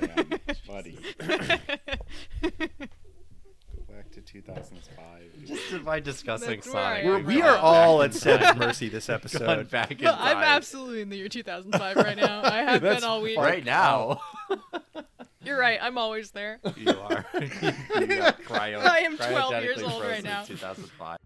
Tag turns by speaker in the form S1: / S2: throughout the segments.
S1: man. It's funny. Go back to 2005.
S2: Just by discussing
S3: That's where I
S2: Sonic.
S3: am
S2: we've
S3: right
S4: we are
S2: gone
S4: all
S2: back-
S4: at Seb's mercy this
S2: gone
S4: episode.
S2: back in
S3: But I'm
S2: time.
S3: absolutely in the year 2005 right now. I have
S4: That's
S3: been all week.
S2: right now.
S3: You're right. I'm always there.
S2: you are. You got cryo-
S3: I am 12 years
S2: cryogenically
S3: old right
S2: frozen in
S3: now.
S2: 2005.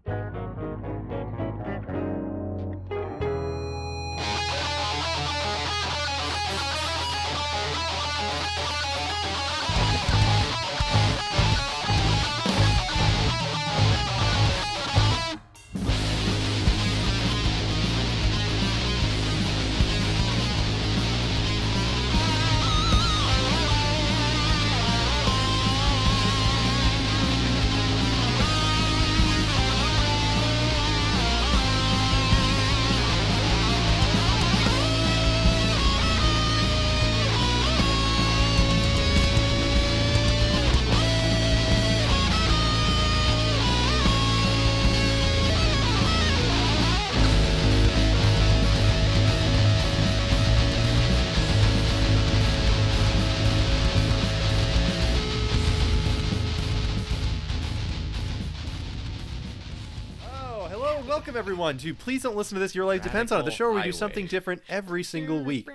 S4: Oh, hello, and welcome everyone to Please Don't Listen to This, Your Life Depends on It, the
S2: Radical
S4: show where we do something
S2: Highway.
S4: different every single week.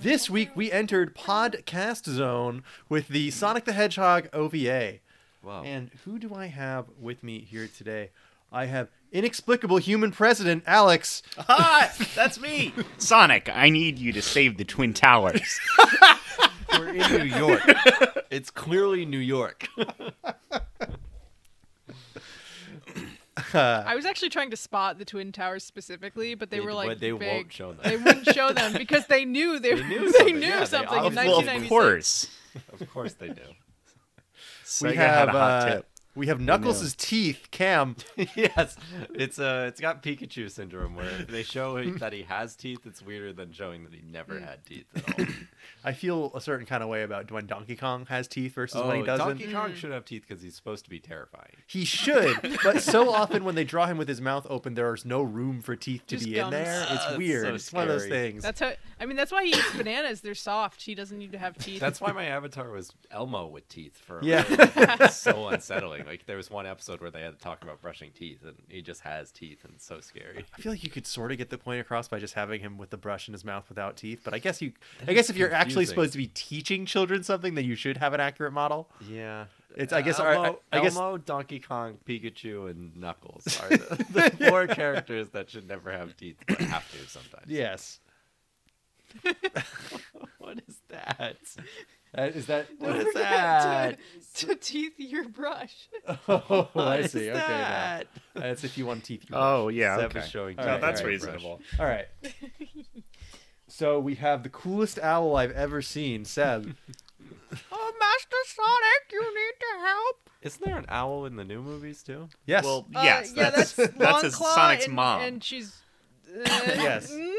S4: This week we entered Podcast Zone with the Sonic the Hedgehog OVA.
S2: Whoa.
S4: And who do I have with me here today? I have inexplicable human president Alex.
S5: Hi, that's me. Sonic, I need you to save the Twin Towers.
S2: We're in New York. It's clearly New York.
S3: I was actually trying to spot the Twin Towers specifically, but they,
S2: They-
S3: were
S2: but
S3: like
S2: they
S3: big.
S2: won't show them.
S3: They wouldn't show them because they knew they,
S2: knew
S3: they
S2: something,
S3: knew
S2: yeah, they
S3: something in
S2: obviously- Well, of
S3: 1996.
S5: course.
S2: Of course they do.
S5: Sega
S4: We
S5: had
S4: have
S5: a hot
S4: uh,
S5: tip.
S4: we have Knuckles' teeth, Cam.
S2: yes, it's uh, it's got Pikachu syndrome where if they show he- that he has teeth, it's weirder than showing that he never had teeth at all.
S4: I feel a certain kind of way about when Donkey Kong has teeth versus when he
S2: Oh,
S4: doesn't.
S2: Donkey Kong should have teeth because he's supposed to be terrifying.
S4: He should, but so often when they draw him with his mouth open, there is no room for teeth to
S3: Just
S4: be
S3: gums.
S4: in there. It's
S2: Ah, it's
S4: weird.
S2: so
S4: it's one of those
S2: scary.
S4: things.
S3: That's how. I mean, that's why he eats bananas. They're soft. He doesn't need to have teeth.
S2: That's why my avatar was Elmo with teeth for a
S4: Yeah.
S2: really long time. It's so unsettling. Like there was one episode where they had to talk about brushing teeth, and he just has teeth, and it's so scary.
S4: I feel like you could sort of get the point across by just having him with the brush in his mouth without teeth. But I guess you, I guess if you're actually
S2: confusing.
S4: supposed to be teaching children something, then you should have an accurate model.
S2: Yeah,
S4: It's- I guess-
S2: Uh, Elmo,
S4: I- I- I guess-
S2: Elmo, Donkey Kong, Pikachu, and Knuckles are the, the four characters that should never have teeth but have to sometimes.
S4: Yes.
S2: What is that?
S4: That, is that?
S2: What is
S3: to,
S2: that?
S3: to teeth your brush.
S4: Oh, I
S2: What is
S4: see. Okay, now.
S2: that?
S4: that's if you want teeth. You
S5: Oh, yeah.
S2: Seb
S5: Okay.
S2: is showing.
S4: All
S2: you
S4: right,
S2: the
S4: that's
S2: right
S5: reasonable.
S2: brush.
S4: brush. All right. So we have the coolest owl I've ever seen, Seb.
S3: Oh, Master Sonic, you need to help.
S2: Isn't there an owl in the new movies too?
S4: Yes.
S5: Well,
S3: Uh,
S5: yes,
S3: yeah,
S5: that's,
S3: that's,
S5: that's his,
S3: Longclaw
S5: Sonic's
S3: and-
S5: mom.
S3: and she's. uh,
S4: Yes.
S3: mm,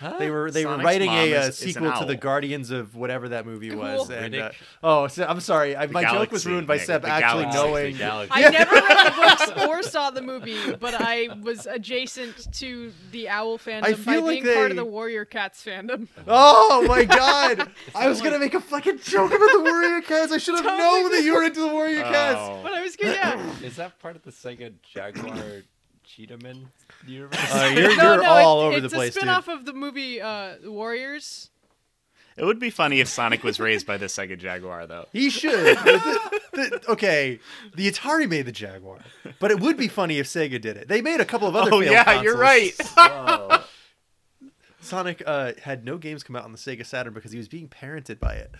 S2: Huh?
S4: They were they were
S5: Sonic's
S4: writing
S5: mom
S4: a
S5: is-
S4: uh,
S5: is an
S4: sequel to the
S5: owl.
S4: Guardians of whatever that movie
S3: Cool.
S4: was. And, uh,
S2: Riddick.
S4: oh, so, I'm sorry, I, my joke was
S5: galaxy,
S4: ruined by
S5: Nick,
S4: Seb
S5: the
S4: actually
S5: galaxy, the
S4: knowing.
S2: galaxy.
S3: I never read the books or saw the movie, but I was adjacent to the owl fandom by
S4: feel like
S3: being part of
S4: they-
S3: the Warrior Cats fandom.
S4: Oh my god! I was gonna make a fucking joke about the Warrior Cats. I should have
S3: Totally
S4: known that you were into the Warrior Cats.
S5: Oh.
S3: But I was good. Yeah.
S2: Is that part of the Sega Jaguar Cheetahman universe?
S4: Uh, you're
S3: no,
S4: you're
S3: no,
S4: all
S3: it-
S4: over
S3: it's
S4: the place,
S3: a
S4: dude.
S3: spin-off of the movie uh, Warriors.
S5: It would be funny if Sonic was raised by the Sega Jaguar, though.
S4: He should. The- the- okay, the Atari made the Jaguar, but it would be funny if Sega did it. They made a couple of other.
S5: Oh,
S4: failed
S5: yeah, you're
S4: consoles.
S5: right.
S2: Whoa.
S4: Sonic uh, had no games come out on the Sega Saturn because he was being parented by it.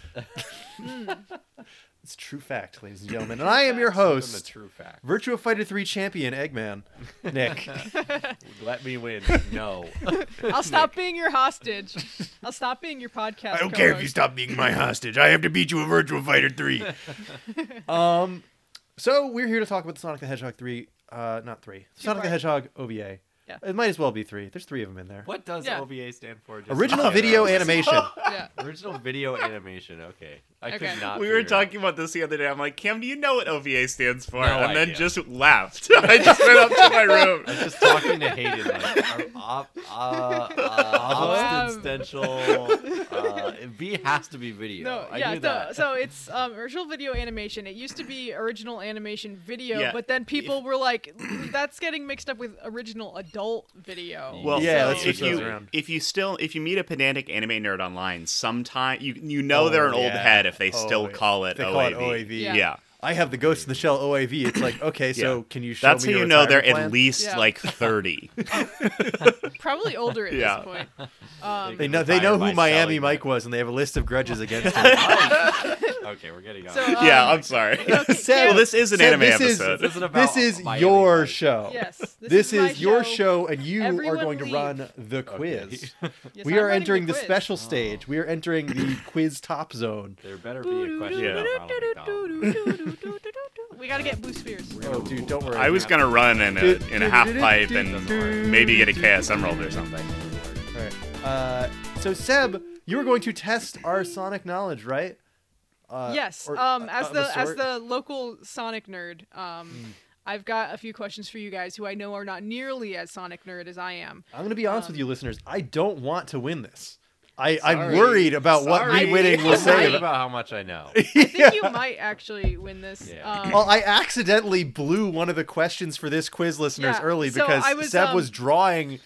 S4: it's true fact, ladies and gentlemen. And I am your
S2: Give them The
S4: host,
S2: true fact.
S4: Virtua Fighter 3 champion Eggman, Nick.
S2: Let me win. No.
S3: I'll stop being your hostage. I'll stop being your podcast.
S6: I don't care if you
S3: co-host.
S6: stop being my hostage. I have to beat you in Virtual Fighter 3.
S4: um, so we're here to talk about the Sonic the Hedgehog 3, uh, not 3, Sonic the
S3: part.
S4: Hedgehog OVA.
S3: Yeah.
S4: It might as well be three. There's three of them in there.
S2: What does
S3: Yeah.
S2: OVA stand for? Just
S4: Original
S2: so I
S4: video
S2: know.
S4: animation.
S3: Yeah.
S2: Original video animation. Okay, I
S3: Okay.
S2: could not.
S5: We were
S2: figure out-
S5: talking about this the other day. I'm like, Cam, do you know what OVA stands for?
S2: No
S5: and then
S2: idea.
S5: just laughed. I just went up to my room.
S2: I was just talking to Hayden. Like, our op, uh, uh,
S3: Wow.
S2: obstential. Uh, v has to be video.
S3: No,
S2: I
S3: yeah, no,
S2: knew that.
S3: so it's um, original video animation. It used to be original animation video,
S5: Yeah.
S3: but then people were like, "That's getting mixed up with original adult video."
S5: Well,
S4: Yeah,
S5: so
S4: let's switch
S5: if
S4: those
S5: you
S4: around.
S5: if you still if you meet a pedantic anime nerd online, sometime you you know
S4: Oh,
S5: they're an old
S4: yeah.
S5: head if they still
S4: Oh,
S5: call it
S4: They
S5: OAV.
S4: call it OAV.
S3: Yeah.
S5: Yeah,
S4: I have the Ghost in the Shell OAV. It's like, okay, so can you show
S5: that's
S4: me
S5: how you
S4: your
S5: know they're
S4: retirement plan?
S5: at least
S3: Yeah.
S5: like thirty.
S3: probably older at
S5: Yeah.
S3: this point. Um,
S4: They know they know who
S2: By
S4: Miami
S2: selling
S4: Mike
S2: it.
S4: was, and they have a list of grudges against him.
S2: okay, we're getting off.
S3: so,
S4: uh,
S3: um,
S5: yeah, I'm sorry.
S4: Sam,
S5: well, this is an
S4: Sam,
S5: anime
S4: this is-
S5: episode.
S2: This isn't about
S4: this is
S2: Miami
S4: your
S2: Vice.
S4: show.
S3: yes, this,
S4: This,
S3: is, my
S4: is your show, and you
S3: Everyone
S4: are going
S3: leave.
S4: to run the quiz.
S3: Yes,
S4: we
S3: I'm
S4: are
S3: running
S4: entering the,
S3: quiz.
S5: Oh.
S4: special stage. We are entering the quiz top zone.
S2: there better be a question about Ronald McDonald.
S3: We gotta get Blue Spears.
S4: Oh, dude, don't worry.
S5: I was gonna run in a in a half pipe and maybe get a KS Emerald or something.
S4: All right. Uh, so Seb, you were going to test our Sonic knowledge, right? Uh,
S3: yes,
S4: or-
S3: um,
S4: uh,
S3: as
S4: of a
S3: the as
S4: sort?
S3: the local Sonic nerd, um, I've got a few questions for you guys who I know are not nearly as Sonic nerd as I am.
S4: I'm gonna be honest
S3: Um,
S4: with you, listeners. I don't want to win this. I, I'm
S5: Sorry.
S4: worried about what
S5: Sorry.
S4: me winning will
S2: We'll say
S4: say.
S3: Right.
S2: about how much I know.
S3: I think you might actually win this.
S2: Yeah.
S3: Um,
S4: Well, Oh, I accidentally blew one of the questions for this quiz listeners
S3: Yeah,
S4: early
S3: so
S4: because
S3: I was,
S4: Seb
S3: um,
S4: was drawing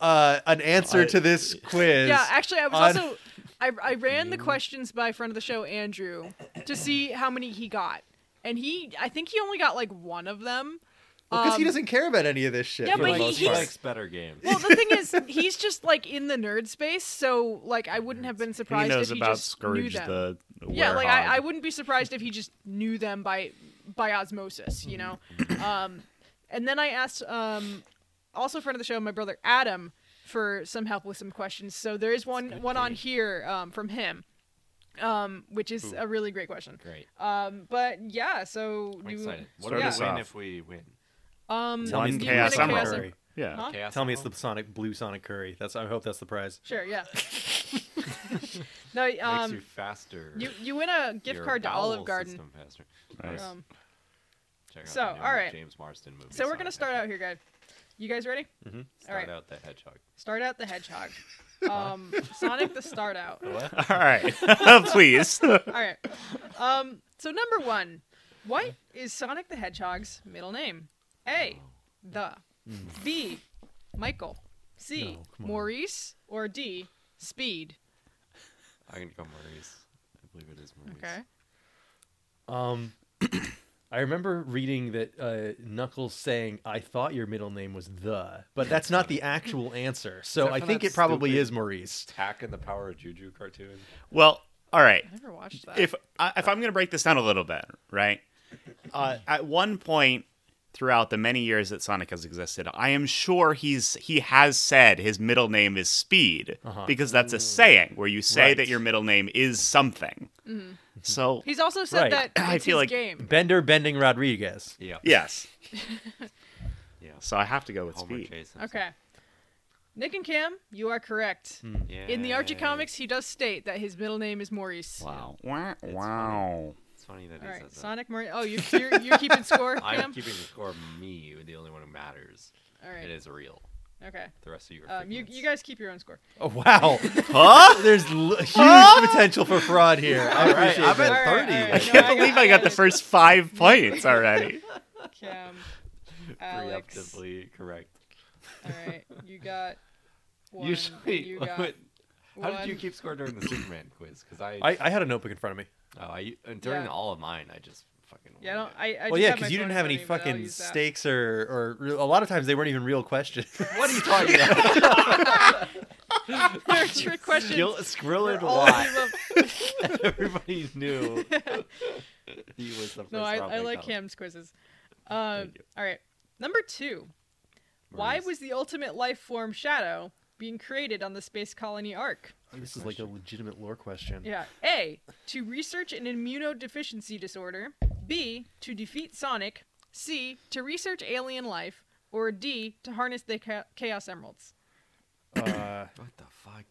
S4: uh, an answer
S2: I-
S4: to this quiz.
S3: Yeah, actually, I was
S4: on-
S3: also I, I ran the questions by friend of the show Andrew to see how many he got, and he I think he only got like one of them.
S4: because he
S3: Um,
S4: doesn't care about any of this shit.
S3: yeah,
S4: for
S3: but
S4: the
S3: he-
S4: most
S2: he
S4: part.
S2: likes better games.
S3: Well, the thing is, he's just like in the nerd space, so like I wouldn't have been
S5: He
S3: surprised
S5: knows
S3: if he
S5: about
S3: just knew
S5: Scourge
S3: them.
S5: the
S3: yeah, like
S5: Werehog.
S3: I, I wouldn't be surprised if he just knew them by by osmosis, you know. um, and then I asked um, also friend of the show, my brother Adam, for some help with some questions. So there is one one on here um, from him, um, which is a really great question.
S2: Great.
S3: Um, but yeah, so
S2: I'm
S3: you-
S2: excited. What
S5: Start
S2: do we
S5: us
S2: win
S5: off.
S2: if we win?
S3: um,
S5: Tell me
S3: you
S5: it's
S3: win
S5: Chaos
S3: a
S5: Emerald.
S3: Em-
S4: curry.
S5: yeah.
S3: Huh?
S2: Chaos
S4: Tell me it's the
S2: Emerald?
S4: Sonic Blue Sonic Curry. That's I hope that's the prize.
S3: Sure, yeah. no,
S2: makes
S3: um,
S2: you faster.
S3: you you win a gift
S2: Your
S3: card to Olive
S2: bowel
S3: Garden.
S2: system faster.
S5: Nice.
S3: Um,
S2: Check out
S3: So,
S2: the new
S3: alright.
S2: James Marston movie.
S3: so we're
S2: Sonic
S3: gonna start
S2: Hedgehog.
S3: out here, guys. You guys ready?
S2: Start
S3: alright.
S2: out the hedgehog.
S3: Start out the Hedgehog. Um, Sonic the Start Out.
S5: All right, please.
S3: All right. Um, so number one, what is Sonic the Hedgehog's middle name? A. The. B. Michael. C. Maurice. Or D. Speed.
S2: I'm gonna go Maurice. I believe it is Maurice.
S3: Okay.
S4: Um, I remember reading that uh, Knuckles saying, "I thought your middle name was the," but that's not the actual answer. So
S2: Except
S4: I
S2: for
S4: think
S2: that
S4: it probably
S2: stupid-
S4: is Maurice.
S2: Tack and the Power of Juju cartoon.
S5: Well, all right.
S3: I never watched that.
S5: If I, if I'm gonna break this down a little bit, right? Uh, at one point throughout the many years that Sonic has existed, I am sure he's he has said his middle name is Speed
S2: Uh-huh.
S5: because that's a saying where you say
S4: Right.
S5: that your middle name is something. So
S3: Mm-hmm. He's also said
S4: Right.
S3: that it's
S5: I feel
S3: his
S5: like-
S3: game.
S4: Bender Bending Rodriguez.
S2: Yeah.
S5: yes,
S2: Yeah.
S5: so I have to go with
S2: Homer
S5: Speed.
S2: Chase.
S3: Okay. Nick and Cam, you are correct.
S2: Hmm.
S3: In the Archie
S2: Yay.
S3: comics, he does state that his middle name is Maurice.
S5: Wow! Wow! Wow!
S2: It's funny that he
S3: All right,
S2: says that.
S3: Sonic Maurice. Oh, you're, you're, you're keeping score, Cam?
S2: I'm keeping the score. Me, you're the only one who matters.
S3: All right.
S2: It is real.
S3: Okay.
S2: The rest of you are.
S3: Um, you,
S2: figments.
S3: you guys keep your own score.
S4: Oh wow!
S5: Huh?
S4: There's l- huge potential for fraud here. I
S2: All right,
S4: appreciate
S2: I'm
S4: that.
S2: at
S3: All right, all
S5: I
S3: right.
S5: can't
S3: No, I got-
S5: believe
S3: I
S5: I
S3: got
S5: got the
S3: it.
S5: first five points already.
S3: Cam, Alex. All
S2: Preemptively correct.
S3: right, you got one.
S2: Usually,
S3: you got
S2: how
S3: one.
S2: did you keep score during the Superman quiz? Because I,
S4: I, I had a notebook in front of me.
S2: oh, I and during
S3: Yeah.
S2: all of mine, I just fucking.
S3: Yeah, I
S2: winged
S3: don't.
S2: it.
S3: I.
S4: well,
S3: I just
S4: yeah,
S3: have my
S4: because you
S3: phone
S4: didn't
S3: in
S4: have
S3: front
S4: any
S3: of me, but I'll
S4: fucking
S3: use that.
S4: stakes or or real, a lot of times they weren't even real questions.
S2: What are you talking about?
S3: They're trick questions.
S2: Gil- Skrill
S3: They're
S2: and
S3: all
S2: Watt.
S3: above-
S2: Everybody knew he was the first.
S3: No, I,
S2: Rob
S3: I like
S2: McDonald.
S3: Cam's quizzes. Um,
S2: you.
S3: all right, number two. Why
S2: Maurice.
S3: was the ultimate life form Shadow being created on the space colony Ark?
S4: this is like a legitimate lore question.
S3: Yeah. A. To research an immunodeficiency disorder. B. To defeat Sonic. C. To research alien life. Or D, to harness the cha- Chaos Emeralds?
S4: Uh,
S2: What the fuck?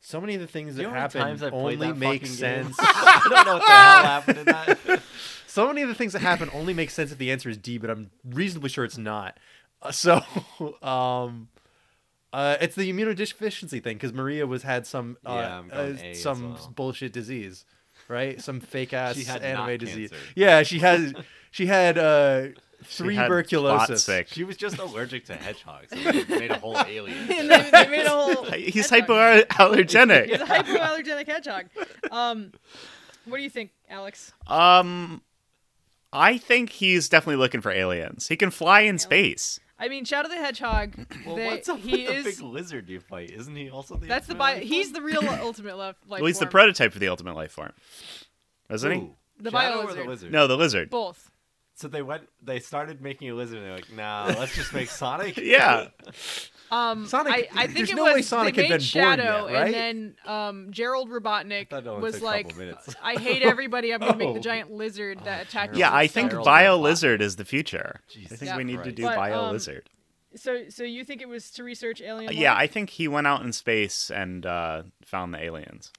S4: so many of the things
S2: The
S4: that
S2: only
S4: happen
S2: times I played
S4: only
S2: that
S4: make
S2: fucking game.
S4: sense.
S2: I don't know what the hell happened in that.
S4: so many of the things that happen only make sense if the answer is D, but I'm reasonably sure it's not. Uh, So, um, uh, it's the immunodeficiency thing because Maria was had some uh,
S2: Yeah, I'm going
S4: uh,
S2: A as
S4: some
S2: well.
S4: bullshit disease, right? Some fake ass
S2: had
S4: anime
S2: not
S4: disease.
S2: cancer.
S4: Yeah, she has she had uh,
S5: She had spot
S4: tuberculosis.
S5: sick.
S2: She was just allergic to hedgehogs. And they made a whole alien.
S3: And they, they made a whole.
S5: He's
S3: hedgehog. He's
S5: hypoallergenic.
S3: a hypoallergenic hedgehog. Um, what do you think, Alex?
S5: um, I think he's definitely looking for aliens. He can fly in space.
S3: I mean, Shadow the Hedgehog.
S2: Well,
S3: they-
S2: what's up
S3: he
S2: with the
S3: is.
S2: big lizard you fight? Isn't he also the?
S3: that's the
S2: ultimate
S3: bi-
S2: life
S3: He's
S2: form?
S3: the real ultimate love. Life
S5: Well, he's the
S3: form.
S5: prototype for the ultimate life form, isn't
S2: Who?
S3: The
S2: Shadow
S3: bio
S2: or
S3: lizard.
S2: the lizard?
S5: he? No, the lizard.
S3: Both.
S2: So they went. They started making a lizard. and They're like, nah, let's just make Sonic.
S5: Yeah,
S3: Um,
S4: Sonic-
S3: I, I think
S4: there's
S3: it
S4: no
S3: was
S4: way Sonic
S3: they
S4: had
S3: made
S4: been born
S3: Shadow,
S4: yet, right?
S3: and then um, Gerald Robotnik
S2: That only
S3: was
S2: took a
S3: like,
S2: couple minutes.
S3: "I hate everybody. I'm gonna make the
S4: Oh.
S3: giant lizard that attaches."
S5: yeah. I
S3: itself."
S5: think
S2: Feral
S5: bio
S2: robot.
S5: lizard is the future. I
S2: Jesus
S5: think
S3: Yeah.
S5: we need to
S2: Christ.
S5: do
S3: But,
S5: bio
S3: um,
S5: lizard.
S3: So, so you think it was to research alien?
S5: Uh, Yeah,
S3: life?
S5: I think he went out in space and uh, found the aliens.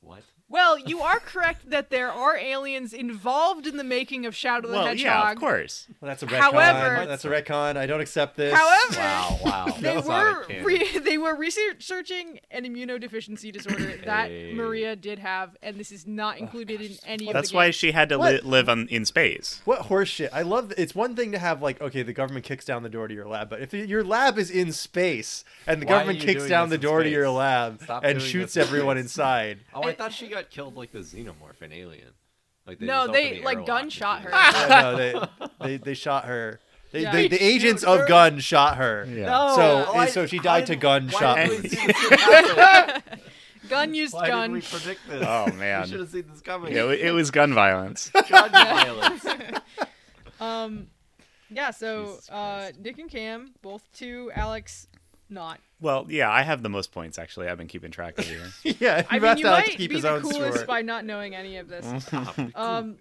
S2: What?
S3: Well, you are correct that there are aliens involved in the making of Shadow the
S5: well,
S3: Hedgehog.
S5: yeah, of course.
S4: Well, that's a retcon.
S3: However-
S4: that's a retcon. I don't accept this.
S3: However-
S2: Wow! Wow!
S3: They
S2: Sonic
S3: were
S2: canon.
S3: re- they were researching an immunodeficiency disorder that
S2: Hey.
S3: Maria did have, and this is not included in any of
S5: That's
S3: the
S5: why
S3: games.
S5: she had to li-
S4: What?
S5: live on, in space.
S4: What horse shit? I love. It's one thing to have like, okay, the government kicks down the door to your lab, but if your lab is in space and the
S2: Why are
S4: government
S2: you
S4: kicks
S2: doing
S4: down the
S2: this in
S4: door to your
S2: space?
S4: lab
S2: Stop
S4: and
S2: doing
S4: shoots
S2: this in
S4: everyone
S2: space.
S4: inside,
S2: Oh, I thought she got killed like the xenomorph in Alien. Like
S3: No,
S2: just
S3: they,
S2: opened the
S3: like,
S2: airlock
S3: gunshot her.
S2: and she was-
S4: Yeah, no, they, they they shot her. They,
S3: Yeah.
S4: they- the
S3: Shoot
S4: agents
S3: her.
S4: of Gun shot her.
S5: Yeah.
S4: So eh,
S2: why-
S4: so she
S2: how
S4: died to
S2: did-
S4: gun
S2: why
S4: shot.
S2: did we see this happen?
S3: gun used
S2: Why did we
S3: gun.
S2: predict this?
S5: Oh man,
S2: We should have seen this coming.
S5: it, wa- it was gun violence.
S2: gun violence.
S3: Um, yeah. So
S2: Jesus
S3: uh,
S2: Christ.
S3: Nick and Cam both two. Alex, not.
S5: Well, yeah, I have the most points actually. I've been keeping track of you.
S4: yeah,
S3: I
S4: you
S3: mean,
S4: have
S3: you
S4: to Alex
S3: might
S4: keep
S3: be
S4: his
S3: the
S4: own
S3: coolest
S4: score.
S3: by not knowing any of this. um,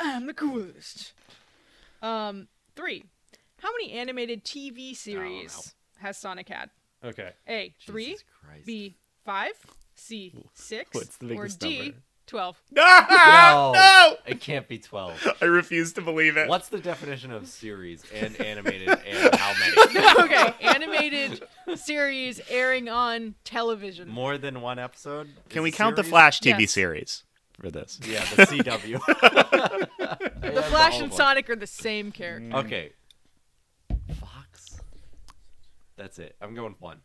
S3: I'm the coolest. Um, three. How many animated TV series has Sonic had?
S4: Okay.
S3: A three,
S2: Jesus Christ.
S3: B five, C six,
S5: What's the
S3: or
S5: biggest
S3: D
S5: number?
S3: twelve.
S2: No.
S5: no,
S2: It can't be twelve.
S5: I refuse to believe it.
S2: What's the definition of series and animated and how many?
S3: okay, animated series airing on television.
S2: More than one episode?
S5: Can
S2: Is
S5: we
S2: it
S5: count the
S2: series?
S5: Flash TV
S3: Yes.
S5: series for this?
S2: Yeah, the CW.
S3: the Flash and Sonic are the same character.
S2: Okay. Fox. That's it. I'm going one.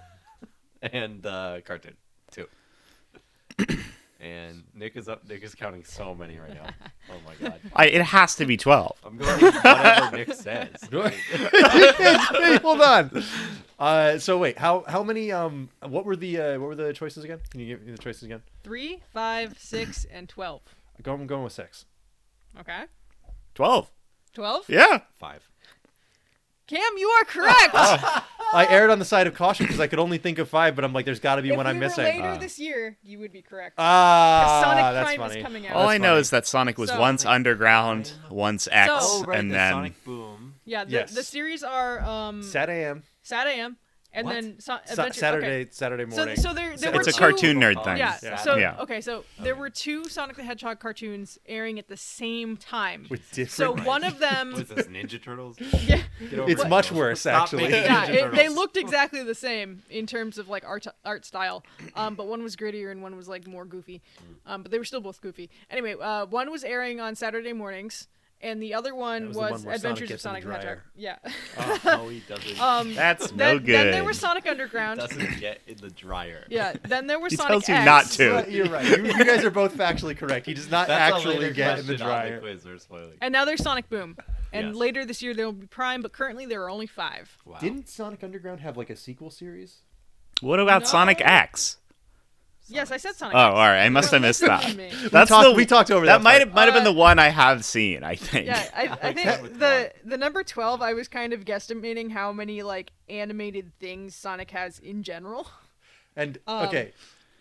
S2: and uh, cartoon two. and Nick is up. Nick is counting so many right now. Oh my god.
S5: I, it has to be twelve.
S2: I'm going with whatever Nick says.
S4: Hey, hold on. Uh, so wait, how how many um what were the uh, what were the choices again? Can you give me the choices again?
S3: Three, five, six, and twelve.
S4: Go- I'm going with six.
S3: Okay,
S5: Twelve.
S3: twelve.
S5: Yeah.
S2: Five.
S3: Cam, you are correct.
S4: I erred on the side of caution because I could only think of five, but I'm like, there's got to be
S3: if
S4: one
S3: we
S4: I'm
S3: were
S4: missing.
S3: later
S4: Ah.
S3: this year, you would be correct.
S4: Ah,
S3: Sonic
S4: that's
S3: Prime is
S4: funny.
S3: coming out.
S5: All
S4: That's
S5: I know
S4: funny.
S5: is that Sonic was
S3: So-
S5: once underground, once X,
S3: Oh,
S2: right,
S5: and
S2: the
S5: then
S2: Sonic Boom.
S3: yeah, the,
S4: yes.
S3: the series are um, Sat,
S4: Sad AM.
S3: AM and
S2: What?
S3: then so-
S4: Sa-
S3: Adventure- okay.
S4: Saturday, Saturday
S3: So,
S4: morning.
S3: so there, there were
S5: it's a
S3: two-
S5: cartoon nerd thing.
S3: Yeah.
S4: Yeah.
S3: So
S5: Yeah.
S3: okay, so there were two Sonic the Hedgehog cartoons airing at the same time.
S4: with different.
S3: So one of
S2: What
S3: them,
S2: is this, Ninja Turtles?
S3: yeah,
S2: Get over
S4: It's
S2: it.
S4: much worse,
S2: Stop
S4: actually.
S2: making
S3: yeah
S2: Ninja
S3: it, they
S2: Turtles.
S3: looked exactly the same in terms of like art art style, um, but one was grittier and one was like more goofy, um, but they were still both goofy. Anyway, uh, one was airing on Saturday mornings, and the other one
S4: That
S3: was,
S4: was the one where Sonic
S3: Adventures of
S4: gets in the
S3: Sonic the Hedgehog. Yeah.
S2: Oh, no, he doesn't.
S3: Um,
S5: that's no
S3: then,
S5: good.
S3: then there were Sonic Underground.
S2: doesn't get in the dryer.
S3: Yeah. Then there were
S5: He
S3: Sonic
S5: tells you
S3: X.
S5: not to.
S4: Right, you're right. You, you guys are both factually correct. He does not
S2: That's a
S4: actually
S2: later
S4: get in the
S2: question on
S4: dryer.
S2: quiz we're spoiling.
S3: And now there's Sonic Boom. And
S2: Yes.
S3: later this year there will be Prime, but currently there are only five.
S2: Wow.
S4: Didn't Sonic Underground have like a sequel series?
S5: What about
S3: No.
S5: Sonic X?
S3: Yes, I said
S5: Oh,
S3: Sonic.
S5: all right. I must have missed
S3: Listen to
S5: that.
S3: me.
S5: That's
S4: we talked,
S5: the
S4: we talked over
S5: That might have might have been
S3: Uh,
S5: the one I have seen. I think.
S3: Yeah, I, I think
S2: with
S3: the the number twelve. I was kind of guesstimating how many like animated things Sonic has in general,
S4: And
S3: Um,
S4: okay,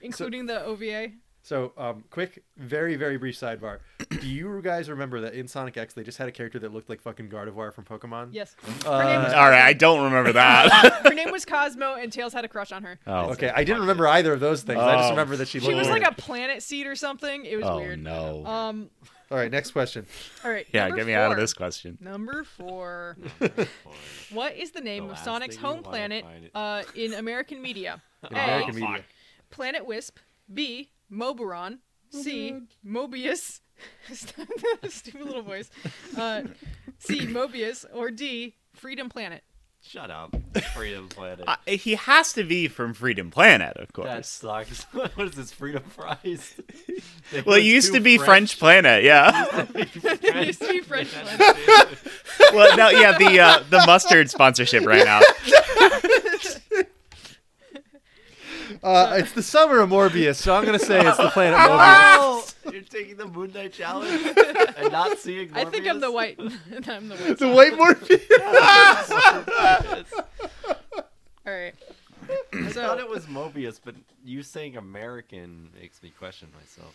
S3: including the OVA.
S4: So, um, quick, very, very brief sidebar. Do you guys remember that in Sonic X they just had a character that looked like fucking Gardevoir from Pokemon?
S3: Yes.
S4: Uh,
S3: her, name was,
S5: All right, I don't remember that.
S3: her name was Cosmo, and Tails had a crush on her.
S5: oh,
S4: Okay, I didn't remember either of those things. I just
S5: Oh.
S4: remember that she looked
S3: She was
S4: weird.
S3: like a planet seed or something. It was
S5: Oh,
S3: weird.
S5: no.
S3: Um.
S4: All right, next question.
S3: All right.
S5: yeah,
S3: number
S5: get me out of
S3: four.
S5: this question.
S3: Number four. what is the name
S2: The
S3: of
S2: last
S3: Sonic's
S2: thing you
S3: home
S2: wanna
S3: planet
S2: find it.
S3: uh, in American media?
S4: In
S2: Oh,
S3: A.
S4: American media.
S3: Planet Wisp. B. Moberon. C. Mobius. Stupid little voice. Uh, C. Mobius. Or D. Freedom Planet.
S2: Shut up, Freedom Planet.
S5: Uh, he has to be from Freedom Planet, of course.
S2: that sucks. what is this, Freedom Fries? They
S5: well,
S2: put
S5: it used
S2: two
S5: to be French, Planet, yeah.
S3: it used to be French Planet.
S5: well, no, yeah, the uh, the mustard sponsorship right now.
S4: Uh, it's the summer of Morbius, so I'm gonna say it's the planet Morbius.
S2: Oh, you're taking the Moon Knight challenge and not seeing.
S3: I think I'm the white.
S2: Morbius?
S3: I'm the white.
S4: the white Morbius.
S3: All right.
S2: I
S3: So-
S2: thought it was Mobius, but you saying American makes me question myself.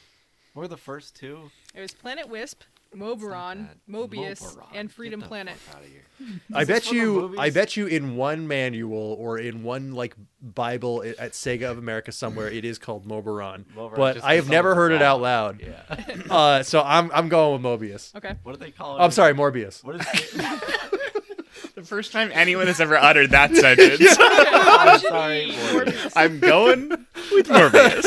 S2: What were the first two?
S3: It was Planet Wisp,
S2: It's not
S3: Moberon,
S2: bad.
S3: Mobius,
S2: Moberon.
S3: and
S2: Get
S3: Freedom
S2: the
S3: Planet.
S2: fuck outta here.
S4: I bet
S2: this one of
S4: you.
S2: Morbius?
S4: I bet you in one manual or in one like Bible i- at Sega of America somewhere, it is called Moberon.
S2: Moberon,
S4: but
S2: just
S4: I have
S2: 'cause
S4: never
S2: someone's
S4: heard it out
S2: wrong.
S4: loud.
S2: Yeah.
S4: Uh, so I'm I'm going with Mobius.
S3: Okay.
S2: What do they call it?
S4: I'm sorry, Morbius.
S2: What is it?
S5: The first time anyone has ever uttered that sentence.
S2: I'm sorry, Morbius.
S5: I'm going with Morbius.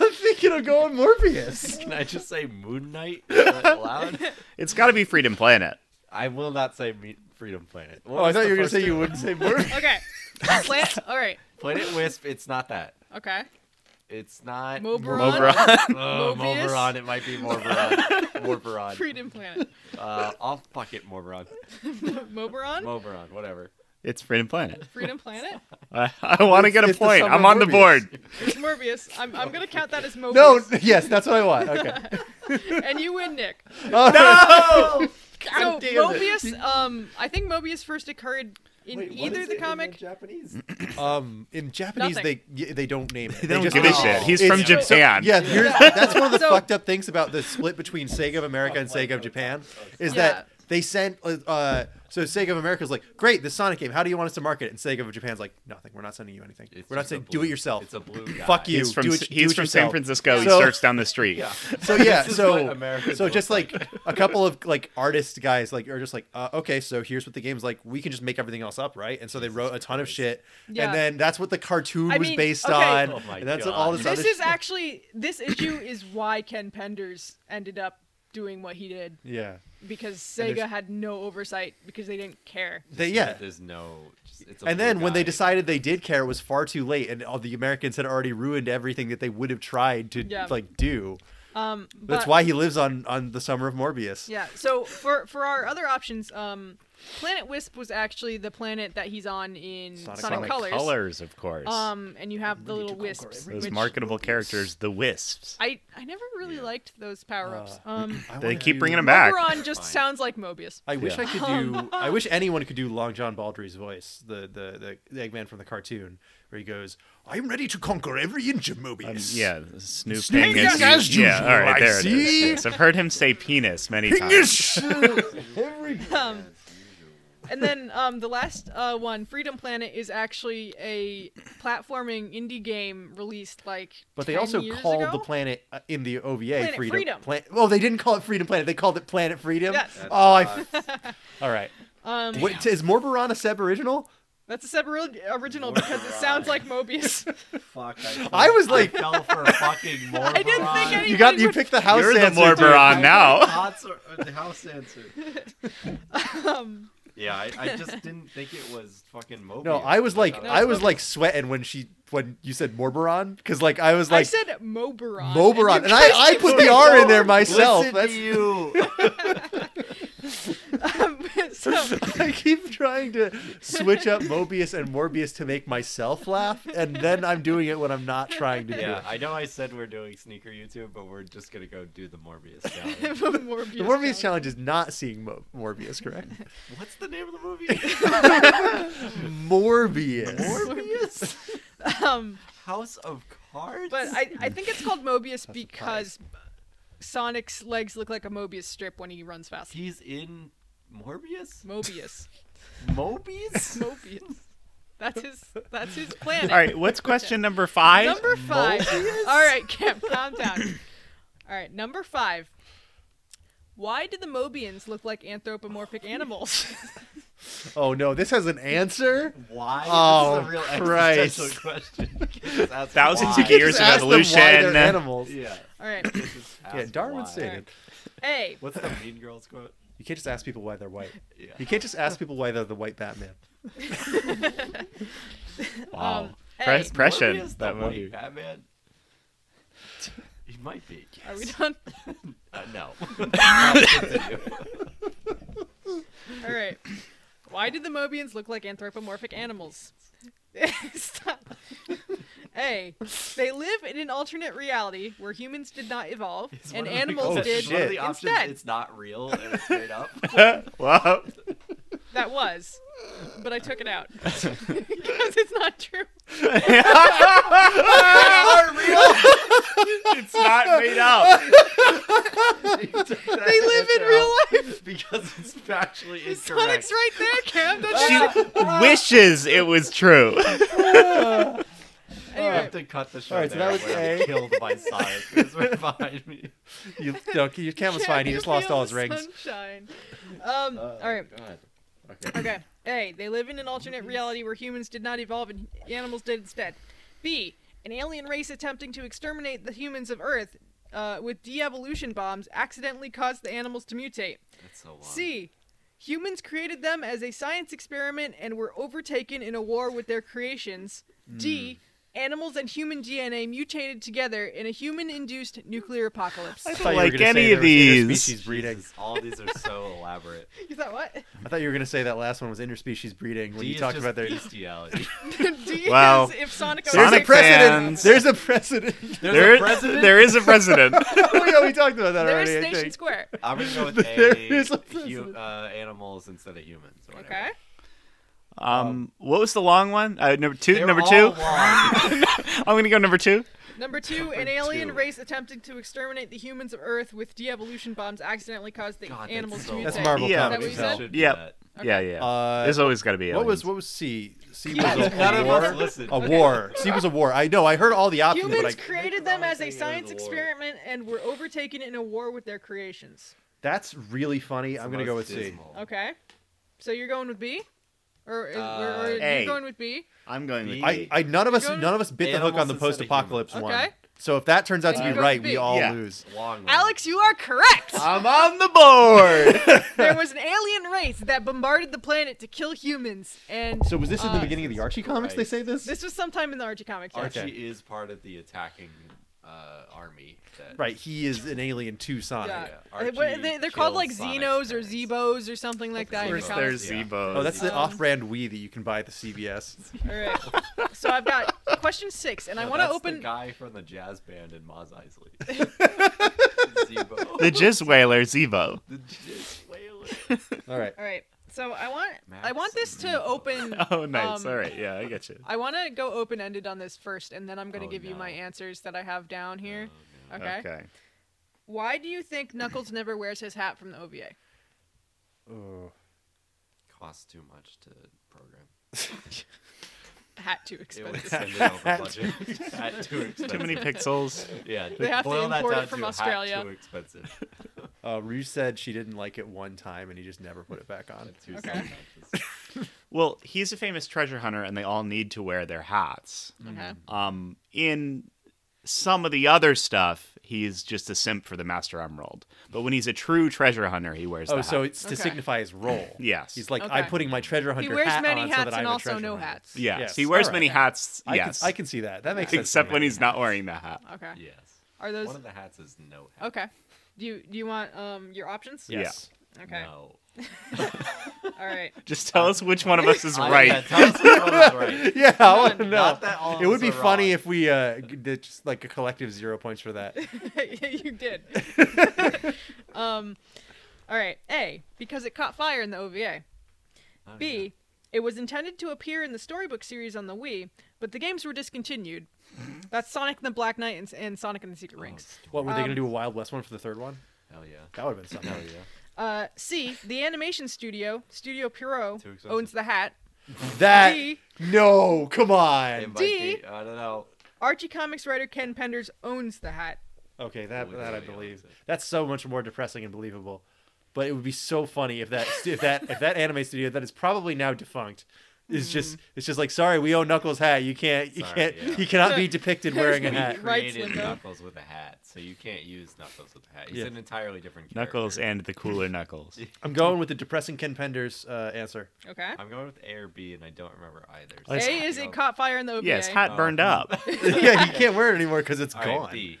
S4: I'm thinking of going Morbius.
S2: Can I just say Moon Knight Is that loud?
S5: It's got to be Freedom Planet.
S2: I will not say me- Freedom Planet. What
S4: Oh, I
S2: was
S4: thought
S2: the
S4: you were gonna
S2: first
S4: say
S2: two?
S4: you wouldn't say Morbius.
S3: Okay. Plant. All right.
S2: Planet Wisp. It's not that.
S3: Okay.
S2: It's not.
S3: Moberon.
S5: Moberon.
S2: Oh,
S3: Mobius?
S2: Morberon. It might be Morberon. Morberon.
S3: Freedom Planet.
S2: Uh, I'll fuck it, Morberon.
S3: Moberon.
S2: Moberon. Whatever.
S5: It's Freedom Planet.
S3: Freedom Planet.
S5: I, I want to
S4: It's-
S5: get a
S4: it's the
S5: point.
S4: summer
S5: I'm on the
S4: Morbius.
S5: board.
S3: It's Morbius. I'm, I'm gonna count that as Mobius.
S4: No, yes, that's what I want. Okay.
S3: And you win, Nick.
S4: All right.
S2: Oh!
S3: so
S4: God damn it.
S3: Mobius. Um, I think Mobius first occurred in either the comic.
S2: Japanese.
S4: Um, in Japanese,
S3: Nothing.
S4: they y- they don't name it.
S5: They don't
S4: just
S5: give a
S4: name
S5: shit.
S4: it.
S5: He's
S4: It's-
S5: from Japan.
S4: Yeah, here's, that's one of the
S3: So-
S4: fucked up things about the split between Sega of America and Sega of Japan is that they sent. Uh, so Sega of America's like, great, this Sonic game. How do you want us to market it? And Sega of Japan's like, nothing. We're not sending you anything. We're not
S2: just a
S4: saying
S2: blue-
S4: do it yourself.
S2: It's a blue guy.
S4: Fuck you.
S5: He's from,
S4: do
S5: S-
S4: it, do
S5: he's
S4: it
S5: from
S4: yourself.
S5: San Francisco. He
S4: So-
S5: surfs down the street.
S2: Yeah.
S4: So yeah,
S2: This is what
S4: so
S2: Americans
S4: so just
S2: look
S4: like a couple of like artist guys like are just like uh, okay, so here's what the game's like. We can just make everything else up, right? And so they wrote a ton of shit,
S3: Yeah.
S4: and then that's what the cartoon
S3: I
S4: was
S3: mean,
S4: based
S3: okay.
S4: on.
S2: Oh my
S4: and that's what
S2: God.
S4: all this,
S3: This
S4: other
S3: is
S4: shit-
S3: actually this issue is why Ken Penders ended up doing what he did
S4: yeah.
S3: because
S4: And
S3: Sega
S4: there's-
S3: had no oversight because they didn't care.
S4: They, yeah,
S2: There's no. Just, it's a
S4: and
S2: blue
S4: then when they
S2: guy.
S4: decided they did care, it was far too late, and all the Americans had already ruined everything that they would have tried to
S3: Yeah.
S4: like do.
S3: Um,
S4: That's
S3: but-
S4: why he lives on on the summer of Morbius.
S3: Yeah. So for for our other options, um, Planet Wisp was actually the planet that he's on in Sonic,
S4: Sonic
S3: Colors.
S5: Colors, of course.
S3: Um, and you have the little wisps.
S5: Those
S3: which
S5: marketable characters, the Wisps.
S3: I I never really liked those power ups.
S4: Uh,
S3: um,
S4: I
S5: They
S4: wanna
S5: keep
S4: do-
S5: bringing them back.
S3: Oberon just sounds like Mobius. Um,
S4: I wish I could do. I wish anyone could do Long John Baldry's voice, the the the, the Eggman from the cartoon, where he goes,
S6: I'm ready to conquer every inch of Mobius.
S5: Um, yeah, Snoop
S6: Snooping
S5: Dingus.
S6: as usual,
S5: Yeah, all right,
S6: I
S5: there it is.
S6: see.
S5: Yes, I've heard him say penis many times.
S6: Dingus!
S3: Um, and then um, the last uh, one, Freedom Planet, is actually a platforming indie game released like.
S4: But they
S3: 10
S4: also
S3: years
S4: called
S3: ago?
S4: the planet uh, in the OVA
S3: Planet
S4: Freedom.
S3: Freedom.
S4: Plan- well, they didn't call it Freedom Planet. They called it Planet Freedom.
S3: Yes.
S4: Oh, I f- all right.
S3: Um,
S4: What, is Morbiron a seb original?
S3: That's a sub original because it sounds like Mobius.
S2: Fuck, I,
S4: I was like-
S2: fell for a fucking Morberon.
S3: I didn't
S4: Uh,
S3: think any.
S4: You got you picked the house
S5: You're the
S4: answer, dude.
S5: Morberon now.
S3: uh,
S2: the house answer.
S3: Um,
S2: Yeah, I, I just didn't think it was fucking Mobius. Uh,
S4: No, I was like,
S2: thought it
S4: I was like sweating when she when you said Morberon because like I was
S3: I
S4: like
S3: said Moberon.
S4: Moberon, and
S3: you
S4: I I put the R in there myself.
S2: Listen
S4: That's,
S2: to you.
S3: Um, so,
S4: I keep trying to switch up Mobius and Morbius to make myself laugh, and then I'm doing it when I'm not trying to
S2: Yeah,
S4: do it.
S2: I know I said we're doing sneaker YouTube, but we're just gonna go do the Morbius challenge.
S3: Morbius.
S4: The Morbius challenge is not seeing Mo- Morbius, correct?
S2: What's the name of the movie?
S4: Morbius.
S2: Morbius.
S3: Um,
S2: House of hard.
S3: But I, I think it's called Mobius because Sonic's legs look like a Mobius strip when he runs fast.
S2: he's in Morbius.
S3: Mobius.
S2: Mobius.
S3: Mobius. That's his that's his planet.
S5: All right, what's question number five?
S3: Number five. All right, Cam, calm down. All right, number five. Why did the Mobians look like anthropomorphic animals?
S4: Oh no, this has an answer.
S2: Why?
S4: Oh,
S2: this is a real
S4: Christ.
S2: existential question. You can't just ask
S5: Thousands of
S2: why.
S4: You
S5: years
S4: just
S5: of
S4: ask them why they're
S5: evolution.
S4: animals.
S2: Yeah.
S3: All right.
S2: you can't just
S4: Yeah,
S2: ask
S4: Darwin
S2: why.
S4: stated
S3: A.
S2: What's the Mean Girls quote?
S4: you can't just ask people why they're white.
S2: Yeah.
S4: You can't just ask people why they're the white Batman.
S5: Wow.
S3: Um,
S5: Pre-
S3: hey.
S5: prescient.
S2: Morbius, the
S5: That
S2: white
S5: movie.
S2: Batman. He might be.
S3: Are we done?
S2: Uh, no.
S3: All right. Why did the Mobians look like anthropomorphic animals? Stop. A. They live in an alternate reality where humans did not evolve
S2: It's one
S3: and
S2: of the
S3: animals
S4: oh,
S3: did
S2: options- One of the options,
S3: instead.
S2: it's not real and it's made up.
S5: Wow.
S3: That was, but I took it out because it's not true.
S5: It's not made up.
S3: They live in real life.
S2: because it's factually incorrect.
S3: Sonic's right there, Cam. That's
S5: She wishes it was true.
S2: You
S3: anyway,
S2: have to cut the show.
S4: All right, so
S2: there
S4: that was
S2: where I'm
S4: A.
S2: Killed by Sonic. This right behind me.
S4: You, no, your camera's
S3: Cam,
S4: fine. He
S3: you
S4: just lost
S3: feel
S4: all his
S3: the
S4: rings.
S3: Sunshine. Um. all right.
S2: God.
S3: Okay. A. They live in an alternate reality where humans did not evolve and animals did instead. B. An alien race attempting to exterminate the humans of Earth uh, with de-evolution bombs accidentally caused the animals to mutate.
S2: That's so long.
S3: C. Humans created them as a science experiment and were overtaken in a war with their creations. D. Animals and human DNA mutated together in a human induced nuclear apocalypse.
S4: I thought you were
S5: like
S4: gonna say
S5: any
S4: there
S5: of
S4: was
S5: these.
S4: Interspecies breeding.
S2: Jesus, all these are so elaborate.
S3: Is that what?
S4: I thought you were gonna say that last one was interspecies breeding when
S2: D
S4: you
S2: is
S4: talked
S2: just
S4: about their.
S2: bestiality.
S3: D
S5: Wow.
S3: is if Sonic
S4: There's a
S5: Sonic
S4: precedent.
S5: fans.
S4: There's a precedent. Oh,
S2: There's
S5: There-
S2: a president.
S5: there is a president.
S4: we already talked about that
S3: There's
S4: already. I
S3: Station
S4: think.
S3: Square.
S2: I'm gonna go with
S4: There
S2: A.
S4: is a
S2: hu-
S4: precedent.
S2: uh, animals instead of humans. or whatever.
S3: Okay.
S5: Um, what was the long one? Uh, number 2
S2: They're
S5: number
S2: all
S5: two.
S2: long.
S5: I'm gonna go number two.
S3: Number two, an alien
S2: two.
S3: race attempting to exterminate the humans of Earth with de-evolution bombs accidentally caused the
S2: God, that's
S3: animals
S2: so
S3: to mutate.
S4: That's Marvel
S5: Yeah.
S4: comics.
S3: Is that what you said?
S4: though.
S2: Should be
S5: Yep.
S2: that.
S5: Yeah, yeah.
S4: Uh,
S5: There's always got to be.
S4: What was
S5: aliens.
S4: what was C? C was
S3: Yeah,
S4: a,
S3: none
S4: a
S3: of
S4: war.
S3: us
S2: listened.
S4: A
S2: Okay.
S4: war. C was a war. I know. I heard all the options,
S3: Humans
S4: but I,
S3: created them as a
S2: Thinking of
S3: science
S2: the war.
S3: experiment and were overtaken in a war with their creations.
S4: that's really funny. I'm gonna go with
S2: Most
S4: C.
S2: dismal.
S3: Okay. So you're going with B? Or, is- or- or
S2: Uh,
S3: you're
S5: A.
S3: going with B?
S5: I'm going
S2: with-
S4: I, I none of us
S3: You're going-
S4: none of us bit the hook on
S2: Animals
S4: the
S2: instead of
S4: post-apocalypse
S3: humans.
S4: one.
S3: Okay.
S4: So if that turns out
S3: And
S4: to
S3: you
S4: be
S3: go
S4: right,
S3: with
S4: we
S3: B.
S4: all
S5: Yeah.
S4: lose.
S2: Long one.
S3: Alex, you are correct!
S4: Uh.
S5: I'm on the board.
S3: there was an alien race that bombarded the planet to kill humans, and
S4: So was this in the
S3: Uh,
S4: beginning of the Archie comics? They
S2: Christ.
S4: say this.
S3: this was sometime in the Archie comics. yes.
S2: Archie
S4: Okay.
S2: is part of the attacking uh, army. That,
S4: Right. He is an alien to Sonic.
S3: Yeah.
S2: Archie
S3: Uh, what- they, are called
S2: kills
S3: like
S2: Sonic's
S3: Xenos or
S2: parents.
S3: Zebos or something like that. in the
S5: There's
S3: comics.
S5: there's
S2: Yeah.
S5: Zebo.
S4: Oh, that's the
S3: Um,
S4: off-brand Wii that you can buy at the CVS.
S3: All right. So I've got question six, and I
S2: No,
S3: want to
S2: that's
S3: open.
S2: the guy from the jazz band in Mos Eisley.
S5: the
S2: Zebo.
S5: jizz whaler Zebo.
S2: The jizz whaler.
S4: All right.
S3: All right. So I want I
S2: Max
S3: want this to
S2: Zebo.
S3: open.
S5: Oh, nice.
S3: um,
S5: All right. Yeah, I get you.
S3: I want to go open ended on this first, and then I'm going to
S2: Oh,
S3: give you my
S2: no. Uh,
S3: answers that I have down
S2: Um,
S3: here. Okay.
S5: Okay.
S3: Why do you think Knuckles never wears his hat from the OVA?
S4: Oh.
S2: Costs too much to program.
S3: Hat too
S2: It was
S3: expensive.
S2: extended over budget. At too expensive.
S5: Too many pixels.
S2: Yeah,
S3: They have to
S2: boil that
S3: import it
S2: down
S3: from
S2: to hat
S3: Australia.
S2: Too expensive.
S4: Uh, Rue said she didn't like it one time, and he just never put it back on.
S2: At two
S3: Okay.
S2: sentences.
S5: Well, he's a famous treasure hunter, and they all need to wear their hats.
S3: Okay.
S2: Hmm.
S5: Um, in some of the other stuff, he's just a simp for the Master Emerald. But when he's a true treasure hunter, he wears.
S4: Oh,
S5: the
S4: so
S5: hat.
S4: it's to
S3: Okay.
S4: signify his role.
S5: Yes.
S4: He's like,
S3: Okay.
S4: I'm putting my treasure hunter
S3: He wears
S4: hat
S3: many
S4: on so
S3: hats
S4: that I'm
S3: and
S4: a
S3: also
S4: treasure
S3: no
S4: hunter.
S3: hats.
S5: yes,
S4: yes,
S5: he wears
S4: all
S5: many
S4: right.
S5: hats.
S4: I
S5: yes,
S4: can, I can see that. That makes sense. to
S5: except
S4: me.
S5: when he's not wearing the hat.
S3: Okay.
S2: yes.
S3: Are those
S2: One of the hats is no hat.
S3: okay? Do you do you want um your options?
S5: Yeah.
S4: Yes.
S3: Okay.
S2: No.
S3: All right.
S5: Just tell us which one of us is
S2: I-
S5: right.
S2: yeah, tell us which one is right.
S4: Yeah, I want to
S3: None.
S4: know.
S2: Not that all of
S4: It would
S2: us
S4: be
S2: are
S4: funny
S2: wrong.
S4: if we uh, g- did just like a collective zero points for that.
S3: Yeah, you did. um, all right. A, because it caught fire in the OVA.
S2: Oh,
S3: B, it was intended to appear in the storybook series on the Wii, but the games were discontinued. That's Sonic and the Black Knight and, and Sonic and the Secret Rings.
S4: What were they gonna do?
S3: Um,
S4: A Wild West one for the third one?
S2: Hell yeah.
S4: That would have been something.
S2: Hell yeah.
S3: Uh, C, the animation studio, Studio Pierrot,
S2: Too expensive.
S3: owns the hat.
S4: That
S3: D,
S4: no, come
S2: It
S4: on.
S2: might
S3: D.
S2: be- I don't know.
S3: Archie Comics writer Ken Penders owns the hat.
S4: Okay, that
S2: Holy
S4: that I
S2: moly,
S4: believe.
S2: Alexa.
S4: That's so much more depressing and believable. But it would be so funny if that if that if that anime studio that is probably now defunct
S3: Mm-hmm.
S4: is just it's just like sorry we own Knuckles hat you can't you
S2: Sorry,
S4: can't
S2: yeah.
S4: you cannot be depicted wearing a
S3: We
S4: hat.
S3: Rights
S2: Created
S3: window.
S2: Knuckles with a hat, so you can't use Knuckles with a hat. He's
S4: Yeah.
S2: an entirely different character.
S5: Knuckles and the cooler Knuckles.
S4: I'm going with the depressing Ken Penders uh, answer.
S3: Okay.
S2: I'm going with A or B, and I don't remember either.
S4: A
S3: A is it caught fire in the OVA.
S5: Yes, hat burned
S4: Oh.
S5: up.
S4: yeah, you can't wear it anymore because it's
S2: All right,
S4: gone.
S2: B.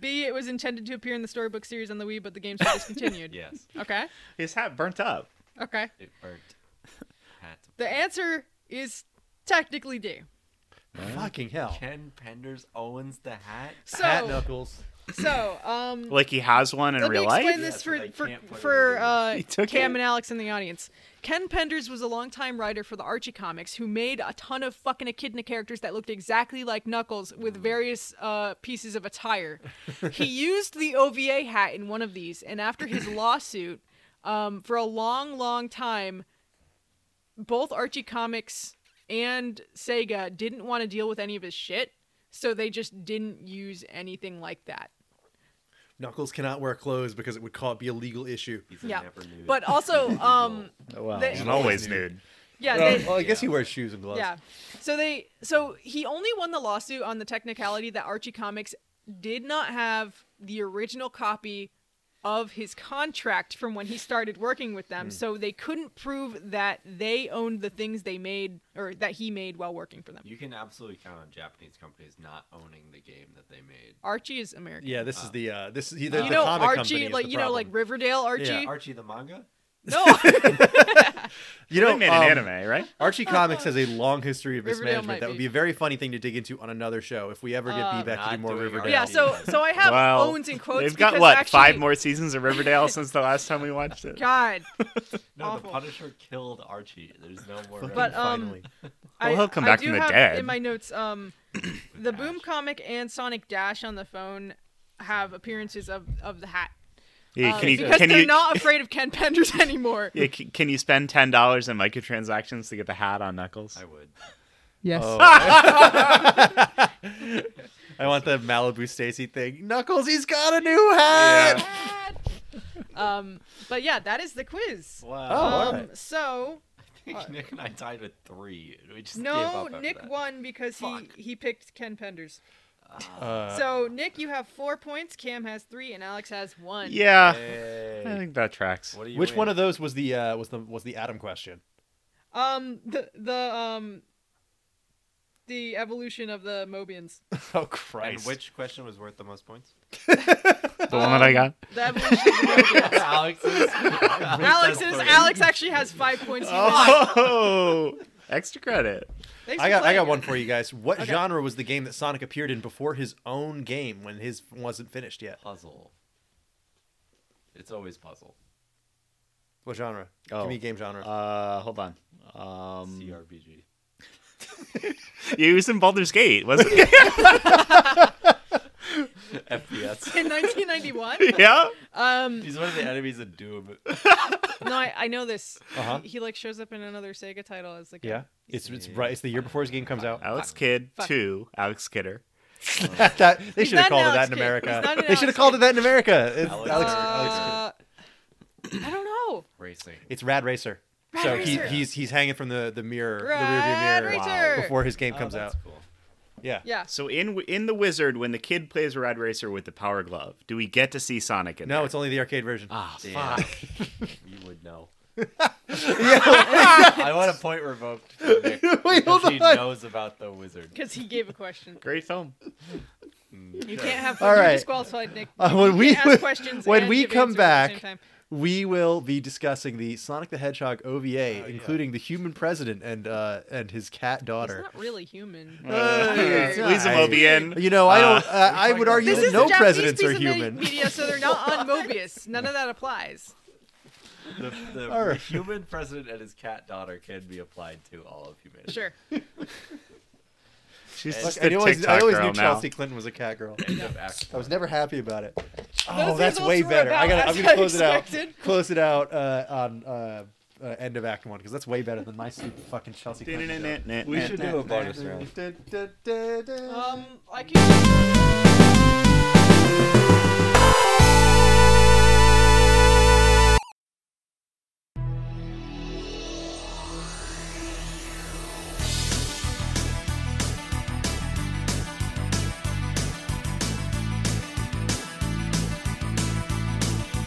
S3: B, it was intended to appear in the storybook series on the Wii, but the games were discontinued.
S2: Yes,
S3: Okay.
S5: His hat burnt up.
S3: Okay.
S2: it burnt. Hat.
S3: The answer is technically D.
S4: Fucking hell.
S2: Ken Penders owns the hat.
S4: Hat
S3: So,
S4: Knuckles.
S3: so, um,
S5: Like he has one in
S3: let me
S5: real
S3: explain
S5: life.
S3: this
S2: Yes,
S3: for
S2: but I
S3: for,
S2: can't put it
S3: for
S2: in.
S3: uh,
S5: He took
S3: Cam
S5: it?
S3: and Alex in the audience. Ken Penders was a longtime writer for the Archie comics who made a ton of fucking echidna characters that looked exactly like Knuckles
S2: Mm.
S3: with various uh, pieces of attire. he used the OVA hat in one of these, and after his lawsuit, um, for a long, long time, both Archie comics and Sega didn't want to deal with any of his shit, so they just didn't use anything like that.
S4: Knuckles cannot wear clothes because it would call be a legal issue.
S2: He's a
S3: Yeah.
S2: never knew.
S3: But also, um,
S4: Well,
S3: They-
S5: And always nude.
S3: yeah,
S4: well,
S3: they,
S4: I guess he wears shoes and gloves.
S3: Yeah. So they so he only won the lawsuit on the technicality that Archie Comics did not have the original copy of his contract from when he started working with
S2: Hmm.
S3: them. So they couldn't prove that they owned the things they made or that he made while working for them.
S2: you can absolutely count on Japanese companies not owning the game that they made.
S3: Archie is American.
S4: Yeah, this is the uh, this is the,
S3: You
S4: the
S3: know
S4: comic company
S3: Archie
S4: is
S3: like
S4: the
S3: you know like
S4: problem.
S3: Riverdale Archie?
S4: Yeah,
S2: Archie the manga.
S3: no.
S4: you know
S5: they made
S4: um,
S5: an anime, right?
S4: Archie Comics has a long history of
S3: Riverdale
S4: mismanagement.
S3: might
S4: That would
S3: be.
S4: be a very funny thing to dig into on another show if we ever get
S3: Uh,
S4: B back to do
S2: Not
S4: more
S2: doing
S4: Riverdale.
S3: yeah, so so I have
S5: Wow.
S3: owns in quotes
S5: They've got
S3: because
S5: what
S3: actually,
S5: five more seasons of Riverdale since the last time we watched it.
S3: God.
S2: No,
S3: Awful.
S2: the Punisher killed Archie. The's no more.
S4: Fucking
S3: But,
S2: reference.
S3: um,
S4: finally.
S3: I-
S5: Well, he'll come
S3: I
S5: back
S3: do
S5: from the
S3: have
S5: dead.
S3: In my notes, um, the Boom
S2: Dash.
S3: Comic and Sonic Dash on the phone have appearances of, of the hat
S5: Yeah,
S3: Um,
S5: can you
S3: because
S5: can
S3: they're
S5: you
S3: not afraid of Ken Penders anymore.
S5: yeah, c- can you spend ten dollars in microtransactions to get the hat on Knuckles?
S2: I would.
S3: Yes.
S5: Oh,
S4: Oh. I want the Malibu Stacy thing. Knuckles, he's got a new hat.
S3: Um, but yeah, that is the quiz.
S4: Oh,
S2: Wow.
S4: all
S3: um,
S4: right.
S3: so
S2: Nick and I tied with three. We just gave
S3: Oh. no,
S2: up after
S3: Nick
S2: that.
S3: won because he
S2: Fuck.
S3: he picked Ken Penders.
S4: Uh,
S3: so Nick, you have four points. Cam has three, and Alex has one.
S5: yeah,
S2: Ah, Hey.
S5: I think that tracks.
S2: What do you
S4: which
S2: win?
S4: one of those was the uh, was the was the Adam question?
S3: Um, the the um. The evolution of the Mobians.
S4: Oh
S2: And
S4: Christ!
S2: which question was worth the most points?
S5: The one that I got.
S3: The evolution of the Mobians.
S2: Alex's.
S3: Alex is Alex actually has five points. Oh.
S5: Oh, extra credit.
S4: I got I got one for you guys. What genre was the game that Sonic appeared in before his own game when his wasn't finished yet?
S2: Puzzle. It's always puzzle.
S4: What genre?
S5: Oh.
S4: Give me a game genre.
S5: Uh, hold on. Um,
S2: CRPG.
S5: you was in Baldur's Gate, wasn't it?
S2: FPS.
S3: in 1991.
S5: yeah.
S3: Um,
S2: He's one of the enemies in Doom.
S3: no, I, I know this.
S4: Uh-huh.
S3: He, he, like shows up in another Sega title as like a-
S4: yeah, it's it's right. It's the year before his game comes out.
S5: Alex Kidd
S3: Fuck.
S5: two. Alex Kidder.
S4: that, they
S3: He's
S4: should have
S3: not an
S4: called it that
S3: Alex
S4: in
S3: Kidd. He's not
S4: America.
S3: an
S4: They should have
S3: Alex
S4: called it
S3: Kidd.
S4: that in America. It's
S2: Alex-
S4: Alex- Alex-
S3: Uh, I don't know.
S2: Racing.
S4: it's Rad Racer.
S3: Rad
S4: so he,
S3: Racer.
S4: he's he's hanging from the the mirror,
S3: Rad
S4: the rearview mirror,
S3: Racer.
S4: before his game
S2: Oh,
S4: comes out.
S2: that's Cool.
S4: Yeah.
S3: Yeah.
S5: So in in the Wizard, when the kid plays Rad Racer with the Power Glove, do we get to see Sonic in
S4: No,
S5: there?
S4: it's only the arcade version.
S5: ah
S2: Damn.
S5: fuck.
S2: you would know. I want a point revoked. For
S4: Wait,
S2: Nick because
S4: hold
S2: he
S4: on.
S2: knows about the wizard.
S3: Because he gave a question.
S5: Great film.
S3: You can't have.
S4: All
S3: you're
S4: right.
S3: disqualified, Nick.
S4: Uh, when
S3: You
S4: we-
S3: can't ask questions
S4: when
S3: and
S4: we
S3: give
S4: come
S3: answers at the
S4: back-
S3: same time.
S4: We will be discussing the Sonic the Hedgehog OVA,
S3: Oh,
S4: including the human president and uh, and his cat
S3: he's
S4: daughter.
S3: not really human.
S4: Uh,
S3: He's
S5: Lisa
S4: not-
S5: Mobian.
S4: You know, I
S5: Uh,
S4: don't. Uh, I would argue
S3: This
S4: that
S3: is
S4: no
S3: the Japanese
S4: presidents
S3: piece
S4: are
S3: of me-
S4: human.
S3: media, so they're not on Mobius. None of that applies.
S2: The, the
S4: All right.
S2: human president and his cat daughter can be applied to all of humanity.
S3: Sure.
S5: She's
S4: Look,
S5: just
S4: I
S5: a
S4: always,
S5: TikTok
S4: I always
S5: girl
S4: knew
S5: now.
S4: Chelsea Clinton was a cat girl.
S2: End of act
S4: I was never happy about it.
S3: Those
S4: Oh, that's
S3: results
S4: way
S3: were
S4: better. I
S3: about
S4: gotta, I'm
S3: as
S4: gonna
S3: I
S4: close it out.
S3: expected.
S4: Close it out uh, on uh, uh, end of Act One because that's way better than my stupid fucking Chelsea Clinton. joke.
S2: We should do a bonus round.
S3: Um, I can.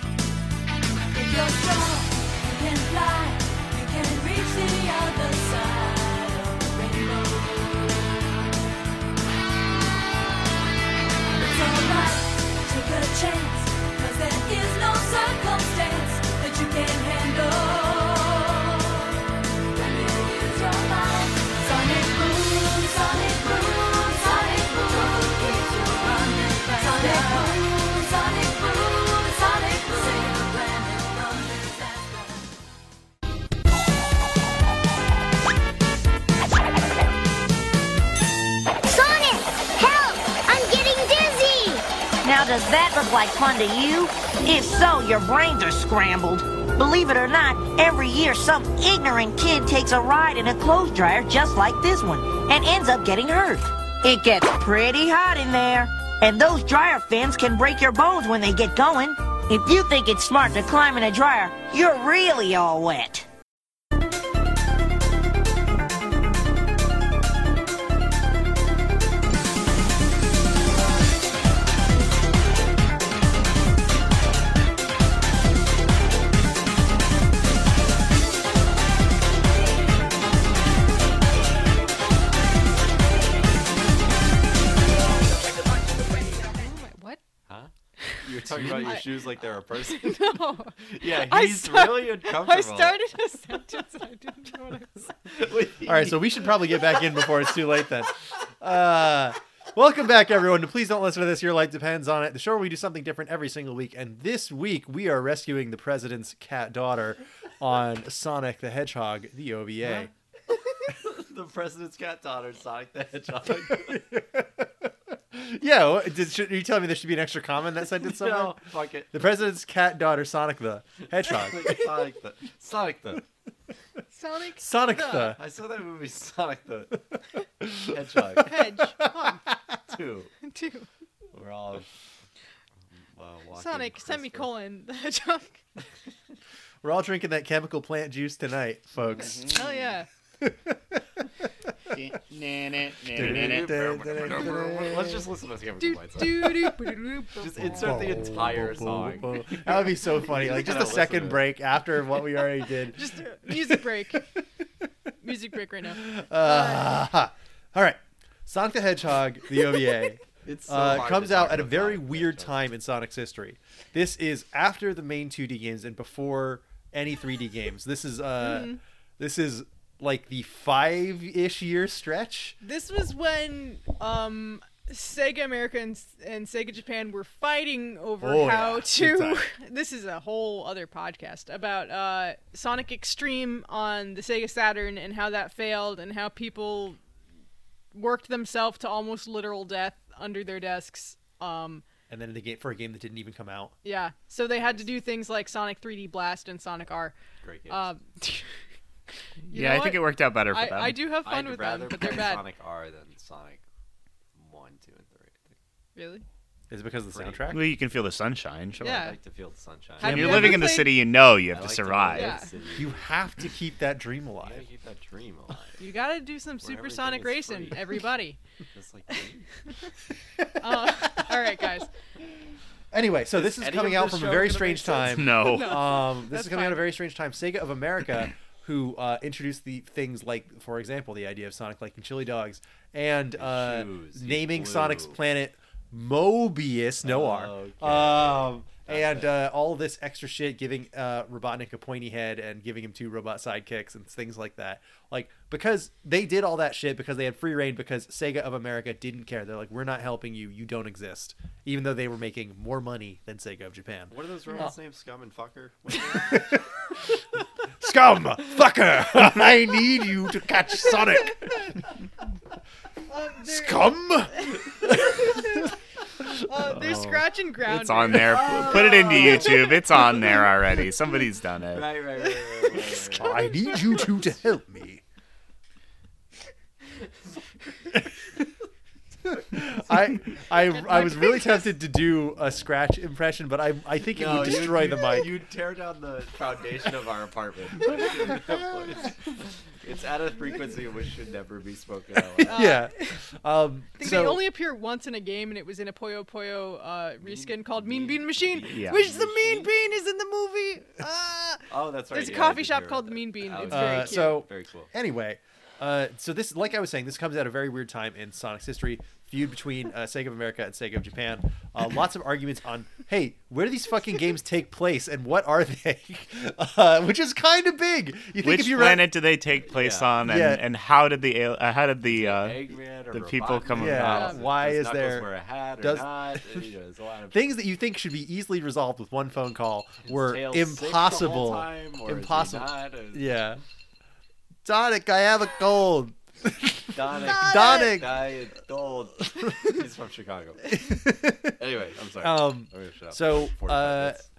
S7: If you're strong, you can fly, you can reach the other side of the rainbow. It's alright, take a chance, 'cause there is no circumstance that you can't handle. When you use your mind, sonic boom, sonic boom, sonic boom keeps you running. Sonic boom, sonic boom, sonic boom. Save the planet from disaster.
S8: Sonic, help! I'm getting dizzy!
S9: Now, does that look like fun to you? If so, your brains are scrambled. Believe it or not, every year some ignorant kid takes a ride in a clothes dryer just like this one and ends up getting hurt. It gets pretty hot in there, and those dryer fins can break your bones when they get going. If you think it's smart to climb in a dryer, you're really all wet.
S3: What?
S2: Huh? You're talking about your shoes like they're a person.
S3: No.
S2: yeah,
S3: I
S2: he's
S3: start-
S2: really uncomfortable.
S3: I started a sentence and I didn't know what I was.
S4: All right, so we should probably get back in before it's too late then. Uh, welcome back, everyone. to Please don't listen to this. Your life depends on it. The show where we do something different every single week. And this week, we are rescuing the president's cat daughter on Sonic the Hedgehog, the OVA.
S2: the president's cat daughter, Sonic the Hedgehog.
S4: Yeah, what, did, should, are you telling me there should be an extra comma in that sentence somewhere?
S2: no, fuck it.
S4: The president's cat daughter, Sonic the Hedgehog.
S2: Sonic the Sonic the.
S3: Sonic
S4: Sonic the.
S2: I saw that movie Sonic the Hedgehog
S3: Hedge. Hog,
S2: too.
S3: too.
S2: We're all uh, walking
S3: Sonic
S2: Christopher-
S3: semicolon the hedgehog.
S4: We're all drinking that chemical plant juice tonight, folks.
S2: Mm-hmm.
S3: Hell yeah.
S2: Let's just listen to this game.
S3: Do do do do
S2: Just insert the entire song.
S4: That would be so funny. Like just a
S2: Gotta listen to
S4: second
S2: it.
S4: break after what we already did.
S3: Just uh, music break. music break right now.
S4: Ah. all right. Sonic the Hedgehog, the OVA,
S2: It's so
S4: uh,
S2: hard to
S4: comes
S2: talk
S4: out at a
S2: about
S4: very
S2: Sonic the
S4: weird
S2: Hedgehog.
S4: time in Sonic's history. This is after the main 2D games and before any 3D games. This is uh,
S2: Mm-hmm.
S4: this is like the five-ish year stretch.
S3: This was when um Sega America and, and Sega Japan were fighting over
S4: Oh,
S3: how
S4: yeah. Big
S3: to.
S4: time.
S3: This is a whole other podcast about uh, Sonic Extreme on the Sega Saturn and how that failed and how people worked themselves to almost literal death under their desks. Um,
S4: And then the game for a game that didn't even come out.
S3: yeah, so they had to do things like Sonic 3D Blast and Sonic R.
S2: Great games.
S3: Um, you
S5: yeah, I
S3: know
S5: think
S3: what?
S5: it worked out better for
S3: I,
S5: them.
S3: I do have fun
S2: I'd
S3: with
S2: rather
S3: them, but they're
S2: play
S3: bad.
S2: Sonic R than Sonic One, Two, and Three. I think.
S3: Really?
S4: Is it because of the
S2: Pretty.
S4: soundtrack?
S5: Well, you can feel the sunshine. Sure.
S3: Yeah.
S2: I like to feel the sunshine.
S3: Have
S5: If
S3: you
S5: you're
S3: ever
S5: living in the
S3: played-
S5: city, you know you
S2: I
S5: have
S2: like
S5: to
S2: live in
S5: survive.
S2: the
S3: Yeah.
S2: city.
S4: You have to keep that dream
S2: You gotta
S4: alive.
S2: keep that dream alive.
S3: You gotta do some
S2: everything
S3: supersonic
S2: is
S3: racing,
S2: free.
S3: everybody.
S2: Just like me.
S3: Uh, all right, guys.
S4: Anyway, so this is
S2: any
S4: coming
S2: of
S4: out
S2: this
S4: from a
S2: show
S4: very
S2: gonna make
S4: strange time.
S5: No.
S4: Um, this
S3: That's
S4: is coming out at
S3: fine.
S4: a very strange time. Sega of America, who uh, introduced the things like, for example, the idea of Sonic liking chili dogs and uh,
S2: shoes, he's
S4: naming
S2: blue.
S4: Sonic's planet Mobius, no
S2: Okay.
S4: R. Um, and uh, all this extra shit, giving uh, Robotnik a pointy head and giving him two robot sidekicks and things like that. Like because they did all that shit because they had free reign because Sega of America didn't care. They're like, we're not helping you. You don't exist. Even though they were making more money than Sega of Japan.
S2: What are those robots' names? Scum and fucker. What
S4: Scum, fucker.
S6: I need you to catch Sonic.
S3: Um, they're,
S6: Scum!
S4: Oh.
S3: uh, they're scratch and ground.
S5: It's on there. Put it into YouTube. It's on there already. Somebody's done it.
S2: Right, right, right, right, right, right,
S4: Oh,
S2: right.
S6: I need you two to help me.
S4: I I I was really tempted to do a scratch impression, but I I think it
S2: No,
S4: would
S2: you-
S4: destroy the mic.
S2: You tear down the foundation of our apartment. it's at a frequency which should never be spoken out loud.
S4: yeah. Um,
S3: I think
S4: so
S3: they only appear once in a game, and it was in a Poyo Poyo uh, reskin called Mean Bean Machine,
S5: Yeah.
S3: which the Mean Bean is in the movie. Ah!
S2: Oh, that's right.
S3: There's a
S2: yeah, I
S3: coffee
S2: did
S3: shop
S2: hear
S3: called the
S2: about that.
S3: Mean Bean.
S2: Oh,
S3: It's
S2: yeah.
S3: very
S4: uh,
S3: cute.
S4: so
S2: Very cool.
S4: anyway, uh, so this, like I was saying, this comes at a very weird time in Sonic's history. Feud between uh, Sega of America and Sega of Japan. Uh, lots of arguments on, hey, where do these fucking games take place and what are they? Uh, which is kind of big. You think
S5: Which
S4: if you
S5: planet
S4: read,
S5: did they take place
S2: Yeah.
S5: on, and,
S4: Yeah.
S5: and how did the al- uh, how did the uh,
S2: Eggman or
S5: the people
S2: Robotnik,
S5: come
S4: Yeah,
S5: about?
S4: why
S2: does
S4: is
S2: Knuckles
S4: there-
S2: Wear a hat or
S4: does-
S2: not? You know, there's a lot of
S4: things that you think should be easily resolved with one phone call were
S2: Tails sick the whole
S4: impossible.
S2: time, or is he
S4: impossible.
S2: not? Is-
S4: Yeah. Sonic, I have a cold.
S2: Donick.
S4: Donick.
S2: Diet Gold. He's from Chicago. Anyway, I'm sorry.
S4: Um,
S2: I'm gonna shut up.
S4: So,
S2: 45
S4: uh,
S2: minutes.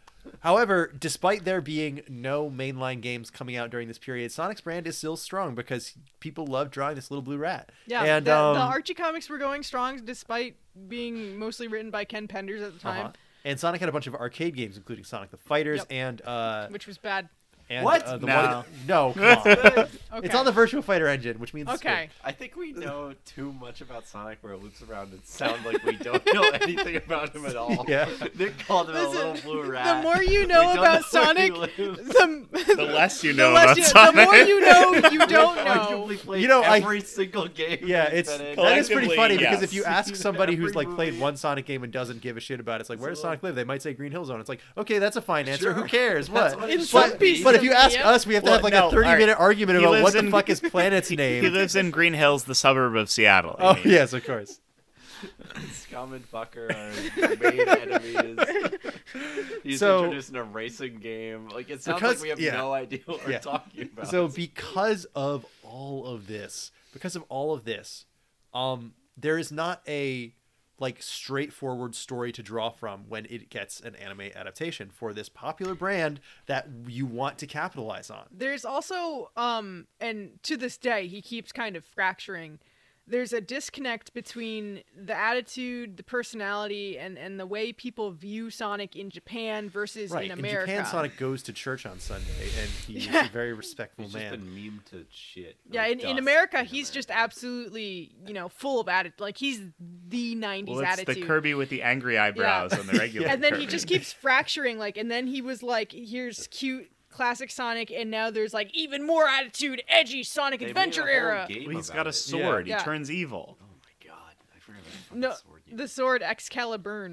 S4: however, despite there being no mainline games coming out during this period, Sonic's brand is still strong because people love drawing this little blue rat.
S3: Yeah,
S4: and
S3: the,
S4: um,
S3: the Archie comics were going strong despite being mostly written by Ken Penders at the time,
S4: uh-huh. and Sonic had a bunch of arcade games, including Sonic the Fighters
S3: Yep.
S4: and uh,
S3: which was bad.
S4: and
S2: What?
S4: Uh, the
S5: No.
S4: one, no, come on.
S3: Okay.
S4: it's on the Virtual Fighter engine, which means it's good.
S3: Okay.
S2: I think we know too much about Sonic where it loops around and sound like we don't know anything about him at all.
S4: Yeah.
S2: They called him
S3: Listen,
S2: a little blue rat.
S3: The more you
S2: We
S3: know
S2: don't
S3: about
S2: know where he
S3: Sonic,
S2: lives.
S3: the,
S5: The less you
S3: the,
S5: know
S3: less
S5: about
S3: you, the
S5: Sonic.
S3: more you know, you don't know.
S2: Arguably played
S4: You know, I-
S2: every single game.
S4: Yeah,
S2: he's
S4: it's
S2: been in.
S4: that is pretty
S5: Collectively,
S4: funny because
S5: yes.
S4: if you ask somebody who's
S2: Every
S4: like played
S2: movie.
S4: one Sonic game and doesn't give a shit about it, it's like where does
S2: Sure.
S4: Sonic live? They might say Green Hill Zone. It's like okay, that's a fine answer. Who
S2: Sure.
S4: cares?
S2: That's
S4: What?
S2: what it
S3: In
S2: should
S3: some
S4: But,
S3: pieces
S4: but if you
S3: of-
S4: ask
S3: yep.
S4: us, we have to
S5: Well,
S4: have like
S5: no,
S4: a thirty
S5: alright.
S4: minute argument
S5: He
S4: about what
S5: lives
S4: the
S5: in-
S4: fuck is planet's
S5: He
S4: name.
S5: lives in Green Hills, the suburb of Seattle.
S4: Oh yes, of course.
S2: Scum and Bucker are his main enemies. He's
S4: So-
S2: introducing a racing game. Like it sounds
S4: Because-
S2: like we have
S4: yeah.
S2: no idea what
S4: Yeah.
S2: we're talking about.
S4: So because of all of this, because of all of this, um, there is not a like straightforward story to draw from when it gets an anime adaptation for this popular brand that you want to capitalize on.
S3: There's also, um, and to this day, he keeps kind of fracturing. There's a disconnect between the attitude, the personality, and, and the way people view Sonic in Japan versus
S4: Right.
S3: in
S4: In,
S3: America.
S4: Japan, Sonic goes to church on Sunday, and he's
S3: Yeah.
S4: a very respectful
S2: he's just
S4: man.
S2: been meme to shit.
S3: yeah,
S2: like
S3: in, in
S2: dust
S3: America,
S2: in
S3: he's just
S2: America.
S3: absolutely, you know, full of attitude. Like, he's the 90s
S5: Well, it's
S3: attitude.
S5: the Kirby with the angry eyebrows on the regular.
S3: and then he
S5: Kirby.
S3: just keeps fracturing like and then he was like here's cute classic sonic and now there's like even more attitude edgy sonic
S2: They made a
S3: adventure
S2: whole
S3: era
S2: game
S5: Well, he's
S2: about
S5: got a
S2: it.
S5: sword.
S3: Yeah.
S5: He turns evil.
S2: Oh my god, I forgot about the fucking
S3: no
S2: sword. game.
S3: the sword excalibur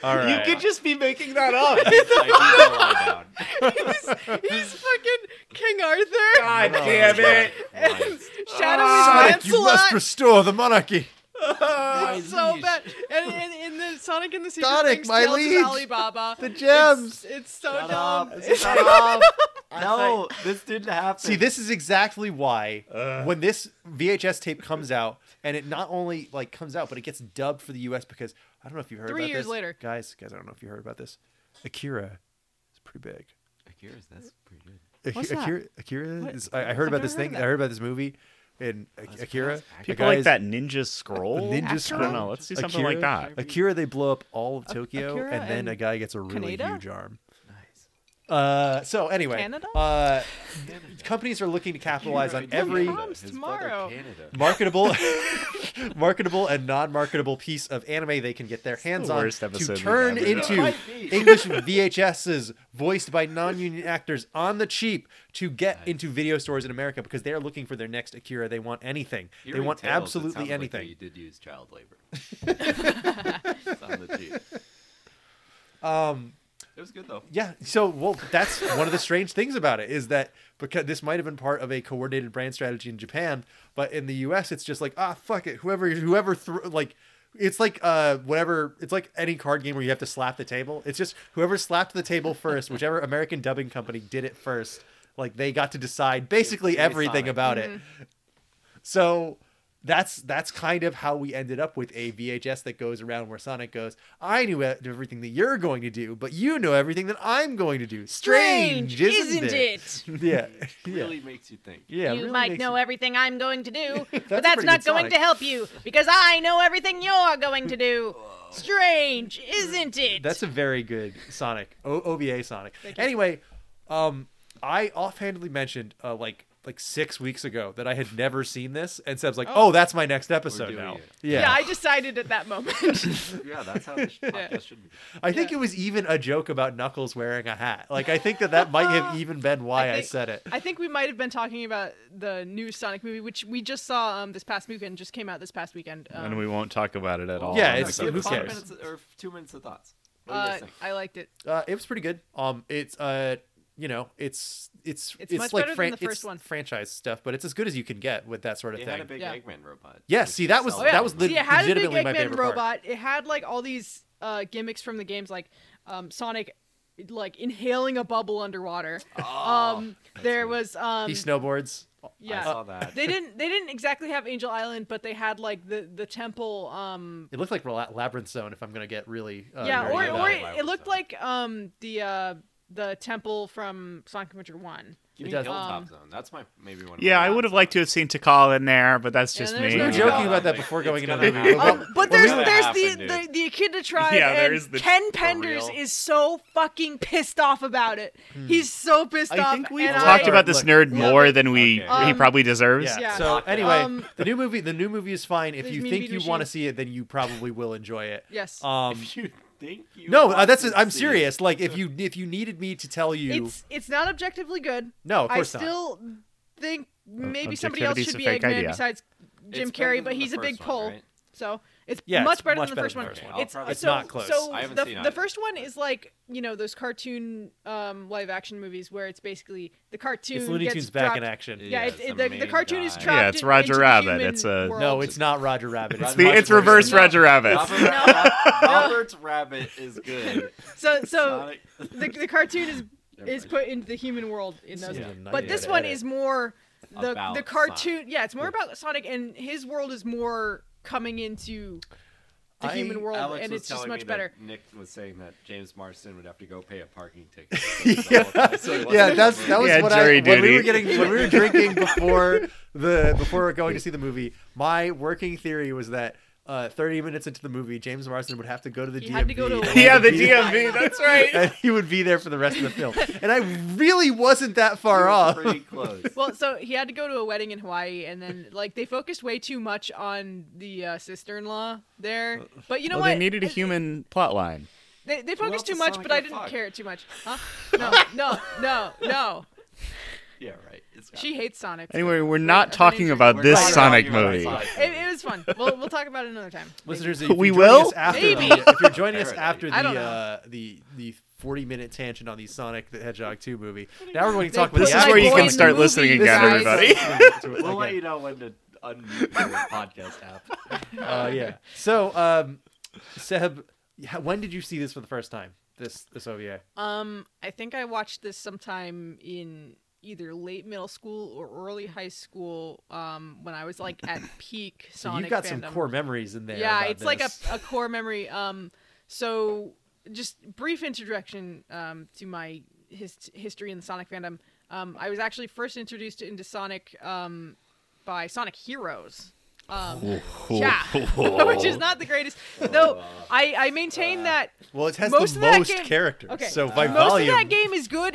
S4: All right.
S5: You could just be making that up.
S2: I need to lie down.
S3: he's, he's fucking king arthur
S5: God damn it.
S2: Why-
S3: shadow
S4: Ah.
S3: and lancelot
S4: restore the monarchy.
S2: why
S3: it's so
S2: leash?
S3: bad and in, in the sonic and the secret
S4: Sonic,
S3: Rings,
S4: my
S3: Tales of
S4: liege.
S3: alibaba
S4: The gems.
S3: it's, it's so
S2: Shut
S3: dumb
S2: up. Shut up. No, this didn't happen.
S4: See, this is exactly why when this VHS tape comes out, and it not only like comes out, but it gets dubbed for the U.S. because I don't know if you heard
S3: Three
S4: about
S3: years
S4: this.
S3: later.
S4: guys, guys, I don't know if you heard about this. Akira is pretty big.
S2: Akira's, that's pretty good.
S3: What's that?
S4: Akira, Akira
S3: What?
S4: is. I, I heard about
S3: never
S4: this
S3: heard of
S4: thing.
S3: that. Oh,
S4: I heard about this movie, and Ak- Akira. a
S5: People
S4: guy's-
S5: like that ninja scroll.
S4: Ninja
S5: I don't know.
S4: Scroll?
S5: Let's do something like
S4: Akira-
S5: that.
S4: Akira, they blow up all of Tokyo,
S3: Akira
S4: and then
S3: and
S4: a guy gets a really
S3: Kaneda?
S4: huge arm. Nice. Uh, so anyway,
S3: Canada?
S4: Uh, companies are looking to capitalize on every
S3: comes
S2: His
S3: tomorrow.
S2: brother Canada.
S4: marketable, marketable and non-marketable piece of anime they can get their hands on
S5: worst episode
S4: to
S5: we've
S4: turn
S5: ever
S4: into
S2: done. Might be.
S4: English VHSs voiced by non-union actors on the cheap to get into video stores in America because they are looking for their next Akira. They want anything. they
S2: Hearing
S4: want
S2: tales, it sounds
S4: absolutely anything.
S2: Like you did use child labor. It's on the cheap.
S4: Um,
S2: It was good though.
S4: Yeah. So, well, that's one of the strange things about it is that because this might have been part of a coordinated brand strategy in Japan, but in the U.S., it's just like ah, fuck it, whoever whoever threw like. It's like uh whatever it's like any card game where you have to slap the table. It's just whoever slapped the table first, whichever American dubbing company did it first, like they got to decide basically
S2: Give me
S4: everything
S2: Sonic.
S4: about it. So that's that's kind of how we ended up with a VHS that goes around where Sonic goes, I knew everything that you're going to do, but you know everything that I'm going to do. Strange, isn't, it? Yeah. Yeah.
S2: Really makes you think.
S4: Yeah,
S3: you
S4: really
S3: might
S4: makes
S3: know
S4: it-
S3: everything I'm going to do,
S4: That's a
S3: but that's
S4: pretty
S3: not
S4: good
S3: going
S4: Sonic.
S3: to help you because I know everything you're going to do. Strange, isn't it?
S4: That's a very good Sonic o- OVA Sonic. Anyway, um, I offhandedly mentioned uh, like like six weeks ago that I had never seen this, and Seb's like, "Oh, that's my next episode
S2: doing
S4: now."
S2: it.
S4: Yeah,
S3: yeah. I decided at that moment.
S2: Yeah, that's how this podcast should be.
S4: I think it was even a joke about Knuckles wearing a hat. Like, I think that that might have even been why I,
S3: think-
S4: said it.
S3: I think we might have been talking about the new Sonic movie, which we just saw um, this past weekend, just came out this past weekend. Um,
S5: and we won't talk about it at all.
S4: Yeah,
S5: on
S4: it's-
S5: this
S2: give
S4: who
S2: us five
S4: cares?
S2: minutes or two minutes of thoughts.
S4: Oh,
S2: What do you
S3: uh,
S2: guys think?
S3: I liked it.
S4: Uh, it was pretty good. Um, it's uh, you know, it's it's
S3: It's much
S4: like
S3: better than
S4: fran-
S3: the first
S4: it's
S3: one.
S4: franchise stuff, but it's as good as you can get with that sort of
S2: It
S4: thing.
S2: had a big
S3: Yeah.
S2: Eggman robot.
S4: Yeah,
S2: which
S4: see, that was-
S2: solid.
S4: that was lit-
S3: Oh, See, it had a big
S4: legitimately my
S3: Eggman
S4: favorite part.
S3: robot. It had like all these uh, gimmicks from the games, like um, Sonic, like inhaling a bubble underwater. um, there was um,
S4: Oh, he snowboards.
S3: yeah.
S2: I saw that.
S3: They didn't. They didn't exactly have Angel Island, but they had like the the temple. Um,
S4: It looked like La- Labyrinth Zone. If I'm gonna get really uh,
S3: yeah,
S4: nerdy
S3: or
S4: about
S3: or
S4: it.
S3: it, it looked like um the uh the temple from Sonic Adventure One.
S2: Give me
S4: does-
S2: Hilltop
S3: um,
S2: Zone. That's my maybe one. of
S5: Yeah,
S2: my
S5: I
S2: top
S5: would have
S2: songs.
S5: liked to have seen Tikal in there, but that's
S3: Yeah,
S5: just
S3: there's
S5: me.
S4: We were
S3: no
S4: joking
S2: Yeah,
S4: about that
S2: like,
S4: before
S2: it's
S4: going into the
S2: gonna
S4: movie.
S2: happen.
S4: Well,
S2: Um,
S3: But
S2: Well,
S3: there's
S2: yeah.
S3: there's
S2: Happened,
S3: the,
S2: dude.
S3: the the Echidna tribe
S5: Yeah, there
S3: and
S5: is the-
S3: Ken Penders
S2: real.
S3: is so fucking pissed off about it. He's so pissed
S4: I
S3: off.
S4: think we've
S3: and
S4: All
S5: Talked
S4: right,
S5: about this
S4: look.
S5: nerd
S3: Yeah,
S5: more
S3: but-
S5: than we
S2: Okay.
S5: he
S3: Um,
S5: probably deserves.
S4: yeah.
S3: Yeah.
S4: So
S2: Locked it.
S4: anyway,
S3: Um,
S4: the new movie the new movie is fine. If
S3: The
S4: you
S3: Mean
S4: think
S3: Bean
S4: you want to
S3: Machine.
S4: see it, then you probably will enjoy it.
S3: Yes.
S4: Um,
S2: If you think you
S4: no,
S2: want
S4: uh, that's
S2: to
S4: I'm
S2: see
S4: serious. Like if you if you needed me to tell you,
S3: It's it's not objectively good.
S4: no, of
S3: I
S4: course not. Uh,
S3: still think maybe somebody else
S5: objectivity's
S3: should
S5: a
S3: be
S5: fake
S3: Eggman
S5: idea.
S3: besides
S2: it,
S3: Jim
S2: it's better
S3: Carrey,
S2: than
S3: but
S2: the
S3: he's a big
S2: first one,
S3: pole.
S2: right?
S3: So it's
S4: Yeah, it's
S3: much better
S4: much
S3: than the
S4: better
S3: first
S4: than
S3: one.
S4: the first
S2: one. I'll
S3: It's,
S2: probably-
S4: It's
S3: so,
S4: not close.
S3: So
S2: I haven't
S3: the,
S2: seen
S3: the
S2: either.
S3: first one is like you know those cartoon um, live action movies where it's basically the cartoon
S4: It's Looney
S3: gets
S4: Tunes back in
S3: dropped-
S4: action.
S3: Yeah,
S2: Yeah,
S3: it,
S2: it's
S3: it,
S2: the
S3: the, the
S2: main
S3: cartoon is
S2: guy.
S3: trapped.
S5: Yeah, it's
S3: in-
S5: Roger
S3: into the
S5: Rabbit.
S3: human
S5: It's a-
S3: world.
S4: No, it's not Roger Rabbit.
S5: It's
S4: It's,
S2: That's
S5: the
S2: much
S5: it's
S2: worse
S5: reverse
S2: than-
S5: Roger Rabbit.
S2: Robert, Rob- Robert Rabbit is good.
S3: So so
S2: Sonic-
S3: the, the cartoon is
S2: Never
S3: is
S2: mind.
S3: put into the human world in those.
S4: Yeah.
S3: But this
S4: Yeah.
S3: one is more the
S2: About
S3: the cartoon. Yeah, it's more about Sonic, and his world is more coming into the
S4: I-
S3: human world,
S2: Alex
S3: and
S2: was
S3: it's just
S2: telling me
S3: much
S2: that
S3: better.
S2: Nick was saying that James Marston would have to go pay a parking ticket. So it wasn't
S4: yeah,
S2: a
S4: that's
S2: movie.
S4: that was
S5: Yeah,
S4: what
S5: jury
S4: I when we
S5: duty.
S4: were getting when we were drinking before the before we were going to see the movie. My working theory was that uh, 30 minutes into the movie, James Marsden would have to go to the
S3: He
S4: DMV.
S3: had to go to
S4: and
S3: a-
S5: yeah, the
S4: be-
S5: DMV. That's right.
S4: and he would be there for the rest of the film. And I really wasn't that far off.
S2: pretty close.
S3: Well, so he had to go to a wedding in Hawaii, and then like they focused way too much on the uh, sister-in-law there. But you know
S5: Well,
S3: what?
S5: they needed a
S3: It-
S5: human plot line.
S3: They, they
S2: else
S3: focused too
S2: does
S3: much,
S2: Sonic
S3: but I
S2: go
S3: didn't
S2: fuck?
S3: care too much. Huh? No, no, no, no.
S2: yeah, right. It's got-
S3: She hates Sonic.
S5: Anyway, we're
S3: Her
S5: not
S3: name's
S5: talking
S3: Rachel.
S5: about
S2: We're
S5: this
S2: not
S5: Sonic
S2: talking about
S5: movie.
S2: Sonic
S3: It, it was fun. We'll we'll talk about it another time.
S4: Listeners, if
S5: We
S4: you're joining
S5: will?
S4: us after
S3: Maybe.
S4: the, if you're joining us
S2: Apparently.
S4: after the
S3: I don't know.
S4: uh, the the 40 minute tangent on the Sonic the Hedgehog 2 movie. Now we're going to talk
S3: They
S4: with
S5: This
S4: the
S5: is
S3: Like
S5: where you
S3: boy
S5: can
S3: in
S5: start
S3: the
S5: listening
S3: movie,
S5: again,
S3: guys.
S5: everybody.
S2: We'll let
S4: Okay.
S2: you know when to unmute your podcast app.
S4: uh, yeah. So, um, Seb, h- when did you see this for the first time? This this OVA.
S3: Um, I think I watched this sometime in either late middle school or early high school. Um, when I was like at peak
S4: So
S3: Sonic.
S4: you've got
S3: fandom.
S4: some core memories in there.
S3: Yeah,
S4: about
S3: it's like a,
S4: this.
S3: a core memory. Um, so just brief introduction um, to my his- history in the Sonic fandom. Um, I was actually first introduced into Sonic um, by Sonic Heroes. Um, yeah, which is not the greatest. Though I, I
S4: Uh,
S3: maintain that
S4: Well, it has
S3: most
S4: the
S3: of that
S4: most
S3: game-
S4: characters.
S3: okay,
S4: So by
S3: most
S4: volume,
S3: of that game is good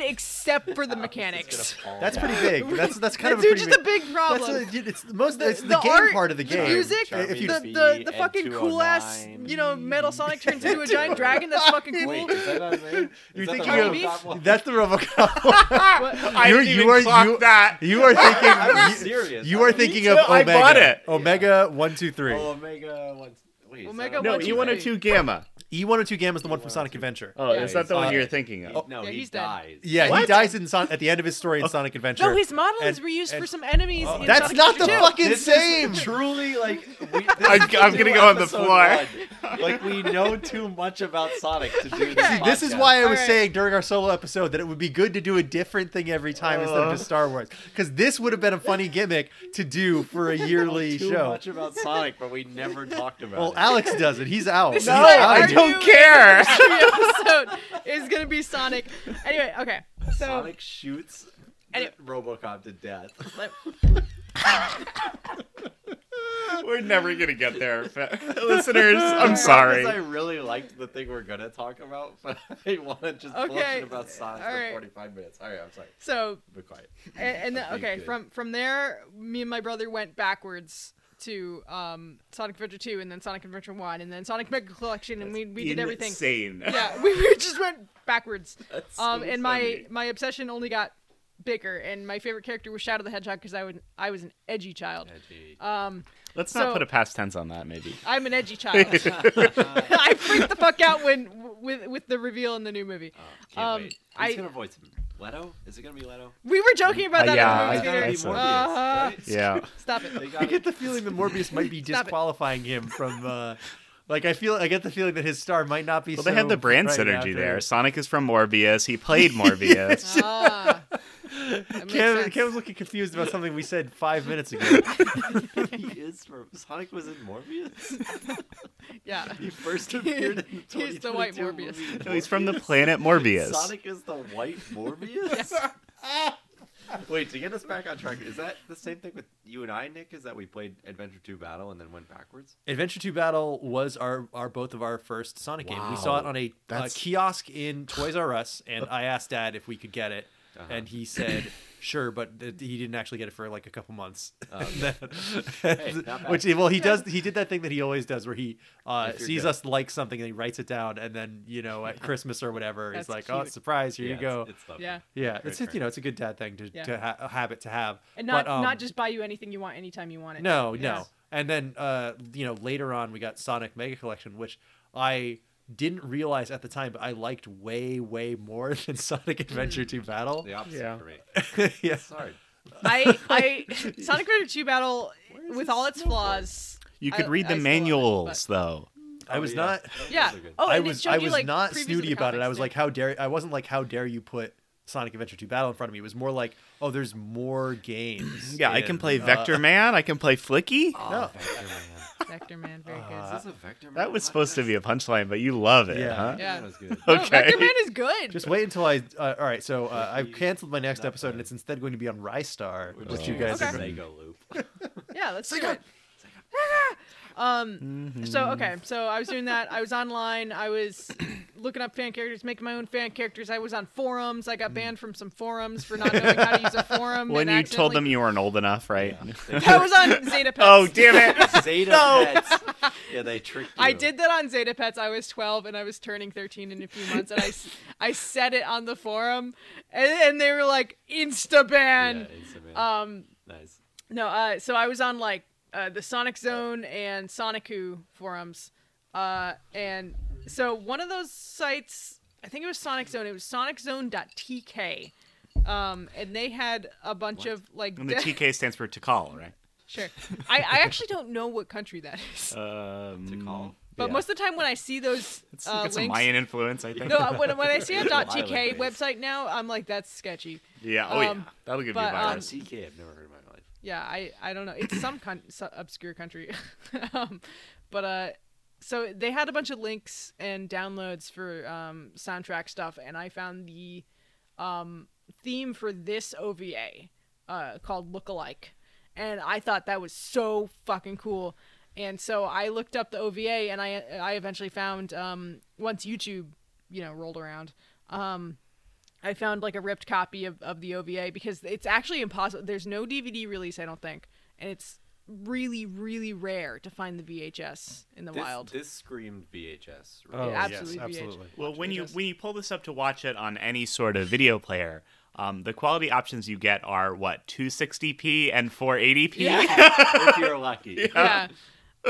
S3: except for the mechanics.
S4: that's pretty big. That's that's kind
S3: That's
S4: of a pretty
S3: just
S4: big,
S3: a big problem.
S4: That's a, it's the most.
S3: The-
S4: it's the,
S3: the
S4: game
S3: art,
S4: part of the
S3: the
S4: game.
S3: music,
S4: If you,
S3: the,
S2: Charming
S3: the,
S2: Bee
S3: the
S2: and
S3: fucking cool ass,
S2: 209.
S3: you know, Metal Sonic turns into a giant dragon. That's fucking cool.
S2: Wait, is that on there?
S4: you're
S2: Is that the
S4: thinking
S2: Robocop one?
S4: of that's the RoboCop.
S3: What-
S5: I
S4: You're-
S5: didn't
S4: you
S5: even
S4: are-
S5: clock
S4: you-
S5: that.
S4: you are thinking.
S2: I'm
S4: you,
S2: serious.
S4: you
S2: I
S4: are
S2: don't-
S4: thinking
S5: too.
S4: of
S5: I
S4: Omega.
S5: bought it.
S4: Omega one two three.
S2: Oh, Omega. One, Please.
S3: We'll
S2: I
S3: make
S2: don't
S3: up
S2: know.
S5: No,
S3: what you
S5: E102
S3: think.
S5: Gamma.
S4: E102 Gamma is the E one from Sonic Adventure.
S5: Oh,
S3: Yeah,
S5: is that the
S4: he's-
S5: one
S4: uh,
S5: you're thinking of?
S2: No,
S3: Yeah,
S2: he
S3: he's dead.
S2: dies.
S4: Yeah, he
S5: What?
S4: dies in Son- at the end of his story in Sonic Adventure.
S3: No, his model is
S4: And-
S3: reused for
S4: and- Oh.
S3: some enemies. in
S4: That's
S3: Sonic
S4: not the
S3: Adventure 2.
S4: fucking
S2: This is
S4: same.
S2: Truly, like we, this
S5: I'm-
S2: is
S5: I'm gonna
S2: new
S5: go on the
S2: episode
S5: floor.
S2: one. Like we know too much about Sonic to do this.
S3: Okay.
S4: This is
S2: podcast.
S4: why I was
S3: Alright.
S4: saying during our solo episode that it would be good to do a different thing every time instead of just Star Wars, because this would have been a funny gimmick to do for a yearly
S2: too
S4: show.
S2: much about Sonic, but we never talked about
S4: Well,
S2: it.
S4: Alex does it. He's out.
S3: This
S4: He's
S3: is like,
S4: out.
S3: are
S5: I don't
S3: you-
S5: care.
S3: Every episode is gonna be Sonic. Anyway, okay. So
S2: Sonic shoots
S3: Any-
S2: RoboCop to death.
S3: let-
S5: We're never gonna get there, fa- listeners. I'm sorry.
S2: Because I really liked the thing we're gonna talk about, but I want to just
S3: Okay.
S2: bullshit about Sonic
S3: All
S2: for
S3: right.
S2: 45 minutes. All right, I'm sorry.
S3: so
S2: Be quiet.
S4: Um,
S3: and, and then,
S2: That'd be
S3: okay,
S2: good.
S3: from from there, me and my brother went backwards to um, Sonic Adventure Two, and then Sonic Adventure One, and then Sonic Mega Collection, and we we did everything.
S5: Insane.
S3: Yeah, we, we just went backwards.
S2: That's
S3: Um,
S2: so
S3: and my
S2: funny.
S3: my obsession only got bigger, and my favorite character was Shadow the Hedgehog because I would I was an edgy child.
S4: uh,
S3: Um,
S5: Let's
S3: So-
S5: not put a past tense on that, maybe.
S3: I'm an edgy child. I freaked the fuck out when with with the reveal in the new movie.
S4: Oh.
S2: Can't
S3: um,
S2: wait. Who's
S3: I-
S2: gonna voice him? Leto? Is it gonna be Leto?
S3: We were joking about
S5: Uh,
S3: that.
S5: yeah,
S3: on the
S5: I-
S3: movie theater.
S5: that's a-
S4: Ah.
S3: Uh-huh.
S5: Yeah.
S3: Stop it.
S2: They
S4: I
S2: got
S4: get the feeling that Morbius might be
S3: Stop it.
S4: disqualifying him from. Uh, like I feel, I get the feeling that his star might not be.
S5: Well,
S4: so
S5: they had the brand
S4: bright
S5: synergy
S4: after.
S5: there. Sonic is from Morbius. He played Morbius.
S3: Ah, that makes
S4: Cam,
S3: sense.
S4: Cam's looking confused about something we said five minutes ago.
S2: he is from Sonic was in Morbius.
S3: yeah.
S2: He first appeared in the
S3: He's the white
S2: 2022
S3: Morbius.
S2: movie
S5: No, he's from the planet Morbius.
S2: Sonic is the white Morbius. Wait, to get us back on track, is that the same thing with you and I, Nick? Is that we played Adventure 2 Battle and then went backwards?
S4: Adventure 2 Battle was our, our both of our first Sonic game. We saw it
S5: Wow.
S4: on a uh,
S5: That's-
S4: kiosk in Toys R Us, and I asked Dad if we could get it,
S2: Uh-huh.
S4: and he said sure, but th- he didn't actually get it for like a couple months.
S2: Um, not bad.
S4: Which well, he does he did that thing that he always does, where he uh,
S2: If you're
S4: sees
S2: good.
S4: us like something and he writes it down, and then you know at Christmas or whatever, he's
S3: That's
S4: like, oh
S3: cute.
S4: surprise, here
S2: Yeah,
S4: you
S2: it's-
S4: go.
S2: It's lovely.
S3: Yeah.
S4: yeah, it's
S2: great
S4: just, you know it's a good dad thing to,
S3: Yeah.
S4: to ha- a habit to have,
S3: And not
S4: But, um,
S3: not just buy you anything you want anytime you want it.
S4: no,
S3: Yes.
S4: no. And then uh, you know, later on we got Sonic Mega Collection, which I didn't realize at the time, but I liked way, way more than Sonic Adventure 2 Battle.
S2: The opposite
S5: Yeah.
S2: for me.
S4: yeah.
S2: Sorry.
S3: I I Sonic Adventure 2 Battle with all its flaws.
S5: You could
S3: I-
S5: read the
S3: I still love it,
S5: manuals, though.
S4: I
S2: Oh,
S4: was
S2: yeah.
S4: not
S3: Yeah.
S2: Those are good.
S3: Oh,
S4: I
S3: and it
S4: was
S3: showed
S4: I
S3: you,
S4: was
S3: like, previews
S4: not
S3: of the
S4: snooty about it. I
S3: comics,
S4: was
S3: too.
S4: like, how dare I wasn't like how dare you put Sonic Adventure 2 Battle in front of me. It was more like, oh, there's more games.
S5: Yeah, I can
S4: in,
S5: play
S4: uh,
S5: Vector Man. I can play Flicky.
S4: no.
S2: Oh, Vector Man.
S3: Vector Man, very good.
S5: Uh,
S2: Is this a Vector Man?
S5: That was supposed to
S2: podcast?
S5: be a punchline, but you love it,
S4: Yeah.
S5: huh?
S3: yeah.
S2: That was good.
S3: No,
S5: Okay.
S3: oh, Vector Man is good.
S4: Just wait until I. Uh, all right, so uh, I've canceled my next episode, and it's instead going to be on Rystar,
S2: We're
S4: which
S2: just
S4: you
S2: doing
S4: guys
S2: Oh, a
S4: have
S3: Okay.
S4: been
S2: Sega loop.
S3: Yeah, let's do it. um,
S5: Mm-hmm.
S3: so okay, so I was doing that. I was online. I was looking up fan characters, making my own fan characters. I was on forums. I got banned from some forums for not knowing how to use a forum.
S5: Mm. When
S3: and
S5: you told them
S3: accidentally-
S5: you weren't old enough, right?
S3: I was on Zeta Pets.
S5: oh, damn it.
S2: Zeta Pets. Yeah, they tricked you.
S3: I did that on Zeta Pets. I was 12 and I was turning 13 in a few months, and I, s- I said it on the forum, and, and they were like insta ban.
S2: Yeah, it's a man.
S3: Um,
S2: nice.
S3: No, uh, so I was on like uh, the Sonic Zone and Sonicu forums, uh, and so one of those sites, I think it was Sonic Zone. It was SonicZone.tk, um, and they had a bunch of like
S5: And the
S3: de-
S5: TK stands for Tikal, right?
S3: sure. I, I actually don't know what country that is,
S5: Um,
S2: To call.
S3: but
S5: yeah.
S3: most of the time when I see those
S5: It's,
S3: uh,
S5: it's a
S3: links.
S5: Mayan influence, I think.
S3: no, uh, when, when I see a
S2: Island
S3: .tk
S2: base.
S3: website now, I'm like, that's sketchy.
S5: yeah, oh
S3: um,
S5: yeah. That'll give you
S3: but,
S5: a
S3: um,
S2: Um,
S5: virus.
S2: TK, I've never heard in my life.
S3: yeah i i don't know it's some con- so- obscure country um, but uh so they had a bunch of links and downloads for um soundtrack stuff and i found the um theme for this ova uh called lookalike and i thought that was so fucking cool and so i looked up the ova and i i eventually found um once youtube you know rolled around um I found like a ripped copy of, of the OVA because it's actually impossible. There's no DVD release, I don't think, and it's really, really rare to find the VHS in the
S2: This,
S3: wild.
S2: this screamed VHS. Right?
S4: Oh, yes,
S3: absolutely VH.
S4: absolutely.
S5: Well, when you
S3: VHS.
S5: when you pull this up to watch it on any sort of video player, um, the quality options you get are what 260p and 480p.
S3: yeah,
S2: if you're lucky.
S3: yeah.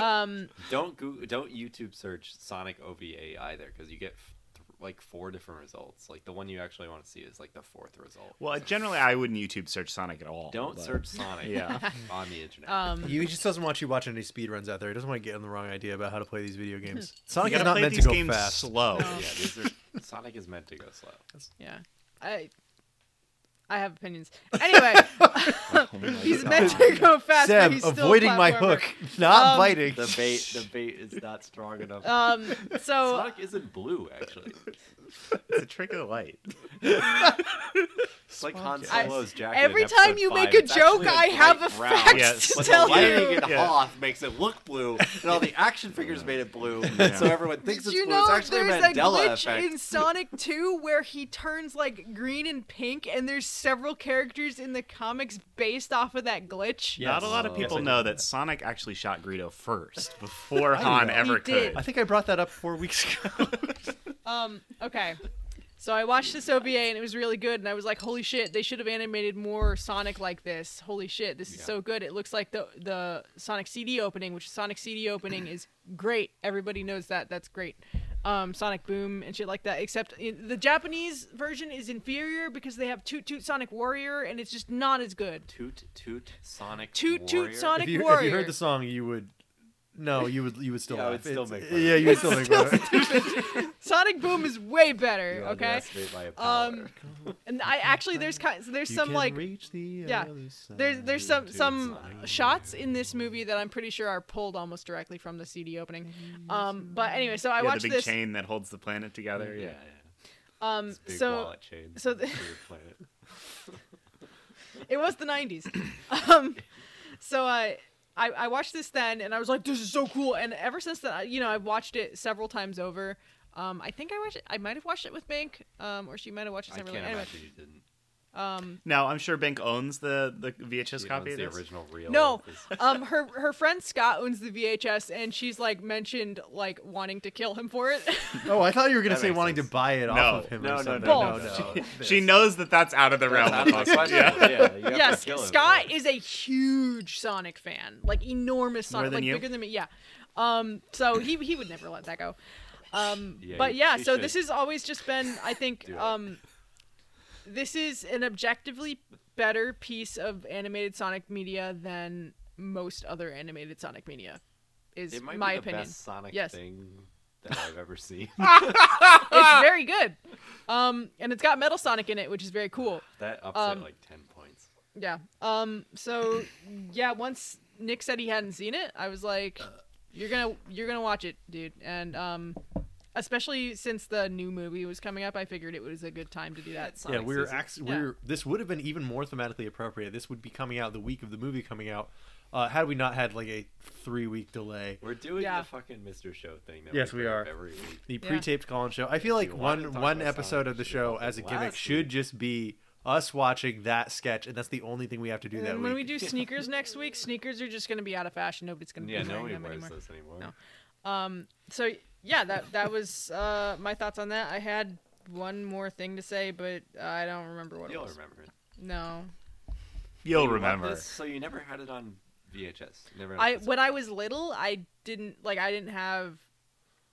S3: Um,
S2: Don't Google, don't YouTube search Sonic OVA either because you get f- th- like four different results. Like the one you actually want to see is like the fourth result.
S5: Well, generally, I wouldn't YouTube search Sonic at all.
S2: Don't
S5: but-
S2: search Sonic
S5: Yeah.
S2: on the internet.
S3: um,
S4: He just doesn't want you watching any speedruns out there. He doesn't want to get on the wrong idea about how to play these
S3: Hmm.
S4: video games.
S5: You
S4: Sonic is
S5: gotta
S4: not
S5: play
S4: meant to
S5: these
S4: go
S5: games
S4: fast.
S5: slow.
S2: yeah, these are, Sonic is meant to go slow.
S3: yeah, I. I have opinions. Anyway,
S4: Oh
S3: he's meant to go fast. but
S4: Seb,
S3: he's still
S4: avoiding my
S3: platformer.
S4: hook, not
S3: Um,
S4: biting.
S2: The bait, the bait is not strong enough.
S3: Um, so
S2: Sonic isn't blue actually.
S5: It's a trick of the light.
S2: It's like Han
S3: I-
S2: Solo's jacket. in
S3: every time
S2: episode
S3: you
S2: five.
S3: make a
S2: It's actually
S3: joke, I have a
S2: bright brown.
S3: fact
S5: Yes.
S3: to
S2: But
S3: tell
S2: the lighting
S3: you.
S2: in
S5: Yeah.
S2: Hoth makes it look blue, and all the action figures made it blue,
S5: Yeah.
S2: so everyone thinks
S3: Did
S2: it's
S3: you
S2: blue. It's
S3: know
S2: actually a
S3: there's a
S2: Mandela
S3: glitch
S2: effect.
S3: in Sonic 2 where he turns like green and pink, and there's several characters in the comics based off of that glitch?
S5: Not a lot of
S2: Oh.
S5: people
S2: Yes, I
S5: know that Sonic actually shot Greedo first before Han
S4: know.
S5: ever
S3: He did.
S5: could.
S4: I think I brought that up four weeks ago.
S3: Um, okay. So I watched this OVA and it was really good, and I was like, "Holy shit! They should have animated more Sonic like this. Holy shit, this is so good! It looks like the the Sonic CD opening, which Sonic CD opening is great. Everybody knows that. That's great. Um, Sonic Boom and shit like that. Except in, the Japanese version is inferior because they have Toot Toot Sonic Warrior, and it's just not as good.
S2: Toot toot Sonic.
S3: Toot
S2: Warrior.
S3: Toot Sonic
S4: if, you, if
S3: Warrior.
S4: you heard the song, you would. No, you would. You would still.
S2: Yeah, I
S4: laugh.
S2: would still
S4: It's-
S2: make fun of
S4: Yeah,
S2: it.
S4: you would still make fun. of it.
S3: Sonic Boom is way better.
S2: You
S3: okay.
S2: underestimate my power.
S3: Um, and I actually there's kind there's
S4: You
S3: some
S4: can
S3: like
S4: reach the
S3: yeah.
S4: other side.
S3: There's there's some
S2: Dude,
S3: some shots in this movie that I'm pretty sure are pulled almost directly from the CD opening. Um, but anyway, so I
S5: yeah, the
S3: watched
S5: big
S3: this.
S5: chain that holds the planet together.
S2: yeah, yeah.
S3: Um,
S2: It's a big
S3: so
S2: wallet chain.
S3: so
S2: to
S3: the-
S2: your planet.
S3: it was the 90s. um, so I, I I watched this then, and I was like, this is so cool. And ever since then, I- you know, I've watched it several times over. Um, I think I watched it. I might have watched it with Bank, um, or she might have watched it
S2: I can't
S3: separately. Anyway,
S2: imagine you didn't.
S3: um,
S5: Now I'm sure Bank owns the the VHS
S2: He
S5: copy
S2: owns
S5: of
S2: the
S5: this.
S2: original reel.
S3: No,
S2: of this-
S3: um, her her friend Scott owns the VHS, and she's like mentioned like wanting to kill him for it.
S4: Oh, I thought you were gonna
S2: That
S4: say
S2: makes
S4: wanting
S2: sense.
S4: to buy it
S5: No.
S4: off of him.
S2: No,
S4: or
S2: no,
S4: something. no,
S3: no, no,
S4: no.
S5: She knows that that's out of the realm
S2: That's
S5: of
S2: out of the
S5: possibility.
S2: question.
S5: Yeah.
S2: yeah. you have to
S3: yes,
S2: kill him,
S3: Scott
S2: yeah.
S3: is a huge Sonic fan, like enormous
S5: More
S3: Sonic,
S5: than
S3: like
S5: you?
S3: bigger than me. Yeah. Um. So he he would never let that go. Um.
S2: Yeah,
S3: but
S2: he-
S3: yeah.
S2: he
S3: So this
S2: should.
S3: has always just been, I think.
S2: Do it.
S3: um. This is an objectively better piece of animated Sonic media than most other animated Sonic media. Is
S2: It might
S3: my
S2: be the
S3: opinion.
S2: best Sonic
S3: Yes. Ah,
S2: thing that I've ever seen.
S3: It's very good. Um. And it's got Metal Sonic in it, which is very cool.
S2: that ups
S3: Um,
S2: it like ten points.
S3: Yeah. Um. So yeah, once Nick said he hadn't seen it, I was like,
S2: Uh,
S3: "You're gonna you're gonna watch it, dude." And um, especially since the new movie was coming up, I figured it was a good time to do that.
S4: Yeah, we were
S2: season.
S4: actually
S3: Yeah.
S4: we were, this would have been even more thematically appropriate. This would be coming out the week of the movie coming out, uh, had we not had like a three week delay.
S2: We're doing
S3: Yeah.
S2: the fucking Mr. Show thing. That
S4: Yes, we
S2: bring
S4: are.
S2: up Every week.
S4: The
S3: Yeah.
S4: pre-taped Colin show. I feel like
S2: you wanted to
S4: one
S2: talk
S4: one
S2: about
S4: episode
S2: Sonic,
S4: of the
S2: you should've
S4: show
S2: done
S4: as a
S2: it
S4: gimmick
S2: last
S4: should
S2: week.
S4: just be us watching that sketch, and that's the only thing we have to do
S3: And
S4: that
S3: when we
S4: week.
S3: do sneakers next week, sneakers are just gonna be out of fashion. Nobody's gonna
S2: Yeah,
S3: be wearing
S2: nobody
S3: them
S2: wears
S3: anymore.
S2: those anymore.
S3: No. So yeah, that that was uh, my thoughts on that. I had one more thing to say, but I don't remember what
S2: You'll
S3: it was.
S2: remember it.
S3: No.
S5: You'll
S2: You want
S5: remember.
S2: this? So you never had it on VHS. Never. had
S3: I
S2: it on
S3: when I was little, I didn't like I didn't have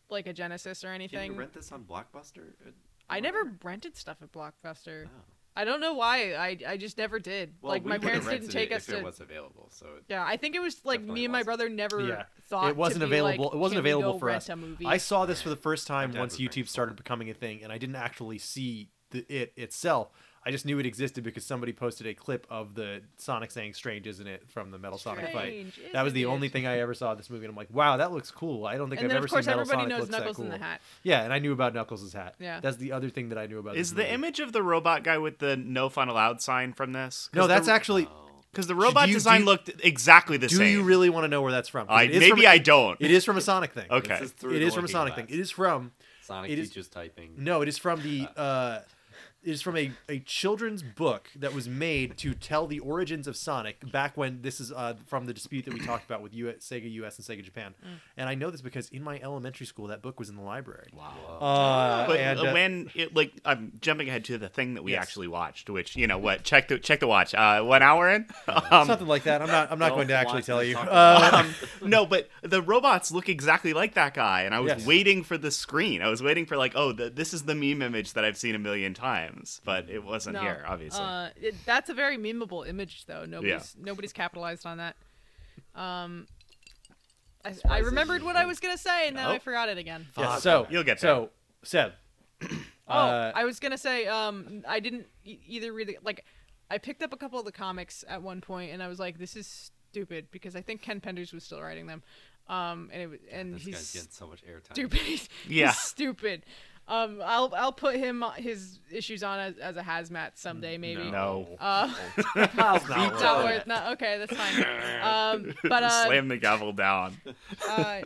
S3: like a Genesis or
S2: Can
S3: anything.
S2: you rent this on Blockbuster? Uh,
S3: I
S2: whatever?
S3: never rented stuff at Blockbuster.
S2: Oh.
S3: I don't know why. I I just never did.
S2: Well,
S3: like
S2: we
S3: my
S2: would've
S3: parents didn't
S2: rented
S3: take
S2: it
S3: us
S2: if
S3: to.
S2: it was available. So it-
S3: Yeah, I think it was like
S2: Definitely
S3: me and my
S2: wasn't.
S3: brother never
S4: Yeah.
S3: thought
S4: it wasn't
S3: to be,
S4: available.
S3: Like,
S4: it wasn't
S3: "Can we
S4: available
S3: go
S4: for
S3: rent
S4: us.
S3: A movie?
S4: I saw this for the first time
S2: dad
S4: once
S2: was very
S4: YouTube started becoming a thing, and I didn't actually see the, it itself. I just knew it existed because somebody posted a clip of the Sonic saying "Strange, isn't it?" from the Metal Sonic fight.
S3: Strange,
S4: That was
S3: isn't
S4: the only
S3: it?
S4: thing I ever saw of this movie, and I'm like, "Wow, that looks cool." I don't think
S3: And
S4: I've
S3: then
S4: ever
S3: of course
S4: seen Metal
S3: everybody
S4: Sonic
S3: knows
S4: looks
S3: Knuckles
S4: that
S3: in
S4: cool.
S3: the hat.
S4: Yeah, and I knew about Knuckles' hat.
S3: Yeah.
S4: that's the other thing that I knew about.
S5: Is
S4: this
S5: the
S4: movie.
S5: image of the robot guy with the no fun allowed sign from this?
S4: No, that's actually.
S5: because the robot
S4: you- do
S5: design
S4: you-
S5: looked exactly the
S4: Do
S5: Oh, same.
S4: you really want to know where that's from? 'Cause
S5: I,
S4: it is
S5: maybe
S4: from,
S5: I don't.
S4: It is from a Sonic thing.
S5: Okay.
S2: This is through
S4: It
S2: the
S4: is from a
S2: looking
S4: Sonic
S2: glass.
S4: thing. It is from
S2: Sonic
S4: it is-
S2: teaches typing.
S4: No, it is from the uh is from a, a children's book that was made to tell the origins of Sonic back when this is uh, from the dispute that we talked about with US, Sega US and Sega Japan.
S3: Mm.
S4: And I know this because in my elementary school, that book was in the library. Wow. Uh,
S5: But
S4: and, uh,
S5: when it like I'm jumping ahead to the thing that we
S4: Yes.
S5: actually watched, which you know what, check the check the watch. Uh, one hour in.
S4: Uh-huh.
S5: Um,
S4: something like that. I'm not. I'm not
S2: Don't
S4: going to actually
S2: watch
S4: tell
S2: this
S4: you.
S2: talk
S4: Uh,
S5: um, no, but the robots look exactly like that guy, and I was
S4: Yes.
S5: waiting for the screen. I was waiting for like, oh, the, this is the meme image that I've seen a million times, but it wasn't
S3: No,
S5: here, obviously.
S3: Uh, it, that's a very memeable image, though. Nobody's nobody's capitalized on that. Um, I, I
S2: Surprised
S3: remembered
S2: they
S3: what
S2: didn't.
S3: I was gonna say, and now I
S5: Nope.
S3: forgot it again.
S4: yes, so
S5: You'll get
S4: So Seb.
S3: Oh,
S4: uh,
S3: I was gonna say um, I didn't e- either read the, like I picked up a couple of the comics at one point, and I was like, "This is stupid," because I think Ken Penders was still writing them, um, and it was and
S2: This guy's
S3: he's
S2: getting so much airtime.
S3: stupid. He's,
S5: Yeah.
S3: he's stupid. Um, I'll I'll put him his issues on as, as a hazmat someday, maybe.
S5: No.
S3: Uh, it's not worth. Not, okay, that's fine. Um, but uh,
S5: Slam the gavel down.
S3: uh,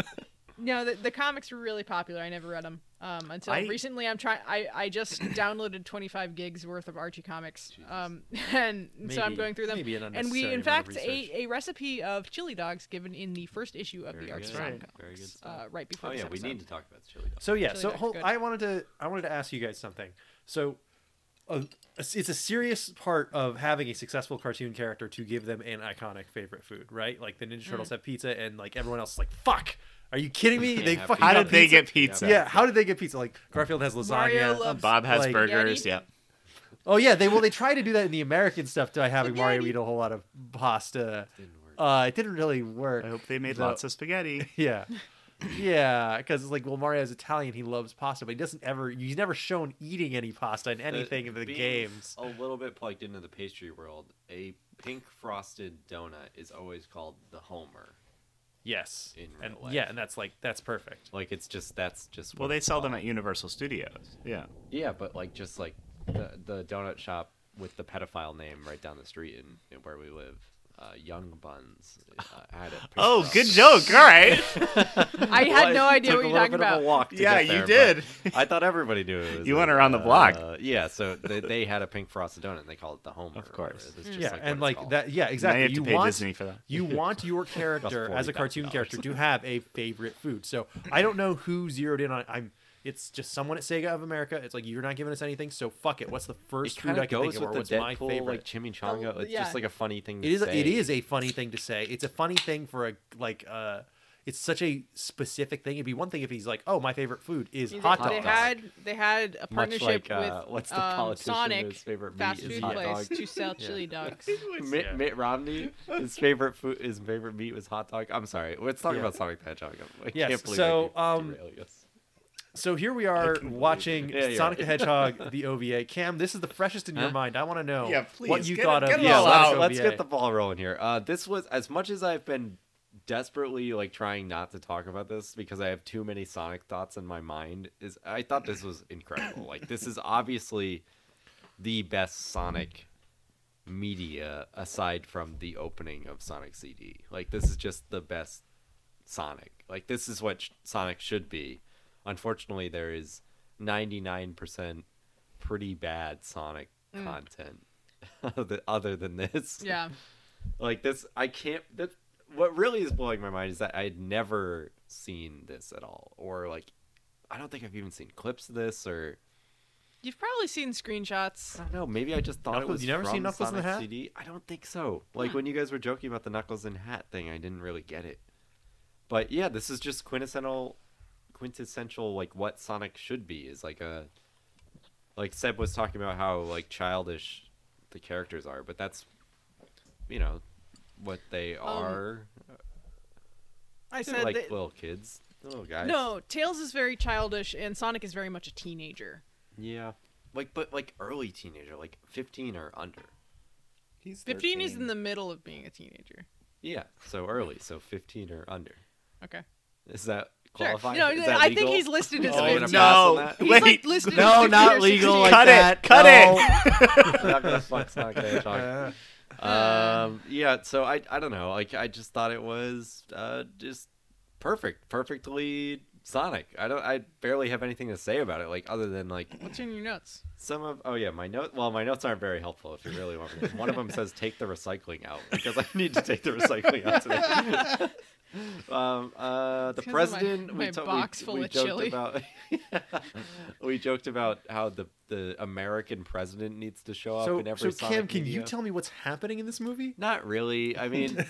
S3: no, the, the comics were really popular. I never read them um, until
S5: I-
S3: recently. I'm trying. I I just downloaded 25 gigs worth of Archie comics, um, and so I'm
S4: Maybe-
S3: going through them.
S4: maybe an
S3: and
S4: unnecessary
S3: we, in
S4: amount of
S3: fact, ate
S4: research.
S3: a recipe of chili dogs given in the first issue of
S2: Very
S3: the Archie
S2: good.
S3: Comic
S2: Right. Very good
S3: comics,
S2: stuff.
S3: uh, right before.
S2: Oh
S3: this
S2: yeah, we
S3: episode.
S2: need to talk about the chili dog.
S4: So yeah,
S3: Chili
S4: so
S3: dog's
S4: hold,
S3: good.
S4: I wanted to I wanted to ask you guys something. So, uh, it's a serious part of having a successful cartoon character to give them an iconic favorite food, right? Like the Ninja
S3: Mm.
S4: Turtles have pizza, and like everyone else is like, "Fuck, are you kidding me? They
S2: have
S4: fucking
S5: How
S4: got
S5: did they
S4: pizza."
S5: get pizza?
S4: Yeah, how did they get pizza? Like Garfield has lasagna.
S3: Mario loves-
S5: Bob has
S4: Like-
S5: burgers.
S3: Yeti?
S5: Yeah.
S4: Oh yeah, they well they try to do that in the American stuff by having Mario
S3: Spaghetti.
S4: eat a whole lot of pasta.
S2: Didn't work.
S4: Uh, it didn't really work.
S5: I hope they made
S4: No.
S5: lots of spaghetti.
S4: Yeah. Yeah, because it's like, well, Mario's Italian. He loves pasta, but he doesn't ever. He's never shown eating any pasta in anything in the
S2: Uh, being
S4: games.
S2: A little bit plugged into the pastry world. A pink frosted donut is always called the Homer.
S4: Yes,
S2: in
S4: and
S2: real life.
S4: yeah, and that's like that's perfect.
S2: Like it's just that's just
S5: Well,
S2: what
S5: they
S2: it's
S5: sell them
S2: called.
S5: at Universal Studios. Yeah.
S2: Yeah, but like just like the the donut shop with the pedophile name right down the street in, in where we live, uh, Young Buns uh, had a. pink
S5: Oh,
S2: frosted-
S5: good joke. All right.
S3: I had no idea
S2: Took
S3: what
S2: a
S3: you were
S2: little
S3: talking
S2: bit of a
S3: about.
S2: walk to
S5: Yeah,
S2: get
S5: you
S2: there, but
S5: did.
S2: I thought everybody knew it was
S5: You
S2: a-
S5: went around the block.
S2: uh, yeah, so they, they had a pink frosted donut and they called it the Homer.
S5: Of course.
S3: Hmm.
S2: It's just
S4: yeah,
S2: like
S4: and
S2: what it's
S4: like
S2: called.
S4: that. Yeah,
S5: Now
S4: exactly.
S5: you have to pay
S4: want
S5: Disney for that.
S4: you want your character as a cartoon
S2: $40,000.
S4: character to have a favorite food. So I don't know who zeroed in on. it. I'm. It's just someone at Sega of America. It's like you're not giving us anything, so fuck it. What's the first
S2: it
S4: food
S2: kind
S4: I
S2: of
S4: can think of?
S2: goes
S4: Or
S2: with the
S4: what's
S2: Deadpool
S4: my favorite?
S2: like chimichanga.
S3: Oh,
S2: It's
S3: yeah.
S2: just like a funny thing to
S4: It is.
S2: say.
S4: It is a funny thing to say. It's a funny thing for a like. uh It's such a specific thing. It'd be one thing if he's like, "Oh, my favorite food is
S3: They,
S4: hot
S3: they
S4: dogs."
S3: had they had a
S2: Much
S3: partnership
S2: like, uh,
S3: with
S2: what's the
S3: um,
S2: politician
S3: Sonic
S2: whose favorite meat
S3: fast
S2: is
S3: food
S2: hot
S3: place
S2: dog?
S3: to sell chili dogs.
S2: Mitt, Mitt Romney, his favorite food, his favorite meat was hot dog. I'm sorry, let's talk
S4: Yeah.
S2: about Sonic the Hedgehog. I
S4: Yes,
S2: can't believe
S4: so,
S2: I
S4: um,
S2: keep derailing us.
S4: So here we are watching
S2: Yeah, you're
S4: Sonic
S2: right.
S4: the Hedgehog, the OVA. Cam, this is the freshest in your
S2: Huh?
S4: mind. I want to know
S5: Yeah,
S4: what
S5: please,
S4: you
S5: get
S4: thought
S5: it-
S4: of.
S5: get it
S4: the
S5: all
S4: Sonic
S5: out.
S4: OVA.
S2: let's get the ball rolling here. Uh, this was as much as I've been desperately like trying not to talk about this because I have too many Sonic thoughts in my mind. Is I thought this was incredible. like this is obviously the best Sonic media aside from the opening of Sonic CD. Like this is just the best Sonic. Like this is what sh- Sonic should be. Unfortunately, there is 99% pretty bad Sonic content other- other than this.
S3: Yeah.
S2: Like this, I can't. That what really is blowing my mind is that I had never seen this at all, or like, I don't think I've even seen clips of this, or
S3: You've probably seen screenshots.
S2: I don't know. Maybe I just thought it
S4: Knuckles-
S2: was.
S4: you never
S2: from
S4: seen Knuckles in the
S2: Sonic
S4: Hat?
S2: CD. I don't think so. Like when you guys were joking about the Knuckles and Hat thing, I didn't really get it. But yeah, this is just quintessential, quintessential like what Sonic should be is like a, like Seb was talking about how like childish the characters are, but that's, you know, what they are.
S3: I
S2: They're
S3: said
S2: like
S3: that-
S2: little kids, little guys.
S3: No, Tails is very childish, and Sonic is very much a teenager.
S2: Yeah. Like, but like early teenager, like fifteen or under.
S1: He's
S3: 15 is
S1: 13.
S4: Oh,
S3: in the middle of being a teenager.
S2: Yeah, so early, so fifteen or under.
S3: Okay.
S2: Is that
S3: Sure.
S2: qualifying?
S3: No,
S2: Is
S3: no,
S2: that
S3: I think
S2: legal?
S3: he's listed as
S2: Oh, I'm gonna
S3: 15.
S2: pass on
S5: no.
S2: that.
S3: He's
S5: Wait.
S3: like listed as
S4: No,
S3: 15 or
S4: not legal
S3: 16.
S4: like
S5: Cut it,
S4: that.
S5: cut
S4: No.
S2: I'm not gonna fuck Sonic the
S4: Uh,
S2: Hedgehog.
S3: Uh,
S2: Um, yeah, so I I don't know. Like I just thought it was uh just perfect, perfectly Sonic. I don't I barely have anything to say about it, like other than like
S3: What's in your notes?
S2: Some of oh yeah, my note. Well, my notes aren't very helpful if you really want. me. One of them says take the recycling out because I need to take the recycling out today. um, uh, the
S3: It's 'cause of my-
S2: president.
S3: my
S2: we to- we-
S3: box full
S2: we
S3: of
S2: joked
S3: chili.
S2: about. we joked about how the the American president needs to show up
S4: So,
S2: in every.
S4: so Cam,
S2: Sonic
S4: can you
S2: media.
S4: tell me what's happening in this movie?
S2: Not really. I mean,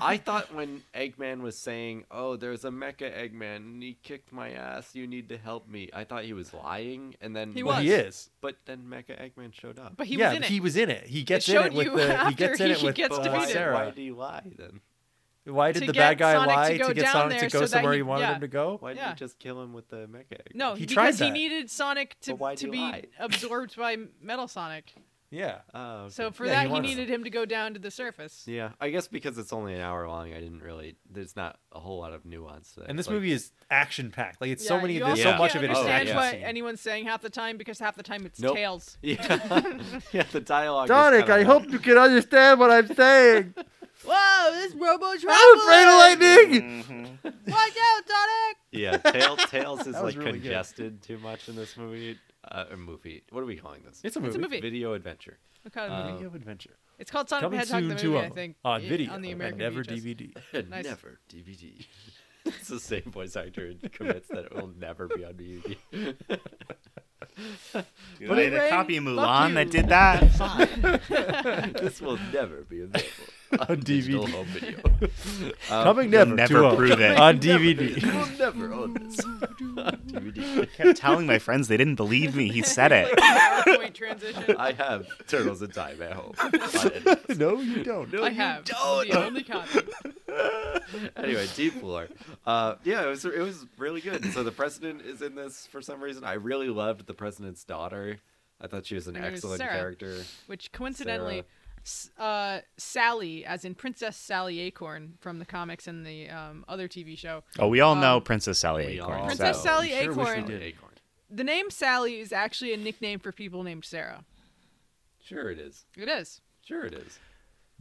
S2: I thought when Eggman was saying, "Oh, there's a Mecha Eggman and he kicked my ass. You need to help me." I thought he was lying, and then
S3: He
S4: Well, he
S3: was.
S4: is.
S2: But then Mecha Eggman showed up.
S3: But he
S4: yeah,
S3: was in
S4: but
S3: it.
S4: he was in it. He gets in
S3: showed
S4: it with
S3: you
S4: the. He
S3: after
S4: gets in it
S3: he
S4: with
S3: gets
S4: uh,
S2: But why,
S3: defeated.
S4: Sarah.
S2: why did he lie then?
S4: Why
S3: to
S4: did the
S3: get
S4: bad guy
S3: Sonic to
S4: lie
S3: go
S4: to get
S3: down
S4: Sonic
S3: there
S4: to go
S3: so that
S4: somewhere
S3: he-
S4: he wanted
S3: yeah.
S4: him to go?
S2: Why didn't
S3: Yeah.
S2: you just kill him with the Mecha Eggman?
S3: No,
S4: He
S3: because
S4: tried that.
S3: he needed Sonic to,
S2: But why do
S3: to
S2: you
S3: be
S2: lie?
S3: absorbed by Metal Sonic.
S4: Yeah.
S2: Oh, okay.
S3: So for
S4: Yeah, he
S3: that, he,
S4: wanted-
S3: needed him to go down to the surface.
S2: yeah, I guess because it's only an hour long, I didn't really. There's not a whole lot of nuance. To that.
S4: And this
S2: Like,
S4: movie is action packed. Like it's so
S3: Yeah,
S4: many.
S3: you
S4: There's
S3: also
S4: so
S2: Yeah.
S4: much of
S3: can't
S4: it is
S3: understand
S2: Oh,
S4: action.
S2: yeah.
S3: what
S4: scene.
S3: anyone's saying half the time because half the time it's
S2: Nope.
S3: tails.
S2: Yeah, yeah. The dialogue.
S6: Sonic, I hope you can understand what I'm saying.
S3: Whoa, this Robo
S6: I'm afraid of lightning.
S4: Mm-hmm.
S1: Mhm.
S3: Watch out, Sonic!
S2: Yeah, Tail, Tails is
S4: That was
S2: like
S4: really good.
S2: congested too much in this movie. Uh, or movie. What are we calling this?
S4: It's a movie.
S3: It's a movie.
S2: Video adventure.
S3: What kind
S2: Um,
S3: of movie?
S4: Video adventure.
S3: It's called Sonic the
S4: Coming
S3: Hedgehog
S4: soon
S3: the movie,
S4: to
S3: I
S4: um,
S3: think.
S4: on
S3: i-
S4: video
S3: on the
S4: and
S3: American
S4: never
S3: VHS.
S4: DVD.
S2: And
S3: Nice.
S2: never DVD. it's the same voice actor who commits that it will never be on DVD.
S1: Dude,
S5: But
S1: I-
S5: it a copy of
S3: fuck
S5: Mulan
S3: you.
S5: that did that.
S2: this will never be available
S4: On
S2: digital
S4: DVD.
S2: home video.
S4: Coming never,
S5: never
S4: to a-
S5: prove it.
S4: on DVD.
S2: We'll never own this on DVD.
S5: kept telling my friends they didn't believe me. He said it.
S3: PowerPoint transition.
S2: I have Turtles in Time at home. on it.
S4: no, you don't.
S3: I have. Don't. The only copy.
S2: anyway, Deep Lore. Uh, yeah, it was it was really good. So the president is in this for some reason. I really loved the president's daughter. I thought she was an
S3: Her name is
S2: excellent
S3: Mm, Sarah.
S2: character.
S3: Which coincidentally, s- uh, Sally, as in Princess Sally Acorn from the comics and the um, other TV show,
S5: Oh, we all know
S3: Um,
S5: Princess Sally
S2: we
S5: Acorn.
S2: all-
S3: Princess
S5: so-
S2: Sal-
S3: Sally
S4: sure wish we
S3: Acorn.
S4: did.
S2: Acorn.
S3: The name Sally is actually a nickname for people named Sarah.
S2: Sure it is.
S3: It is.
S2: Sure it is.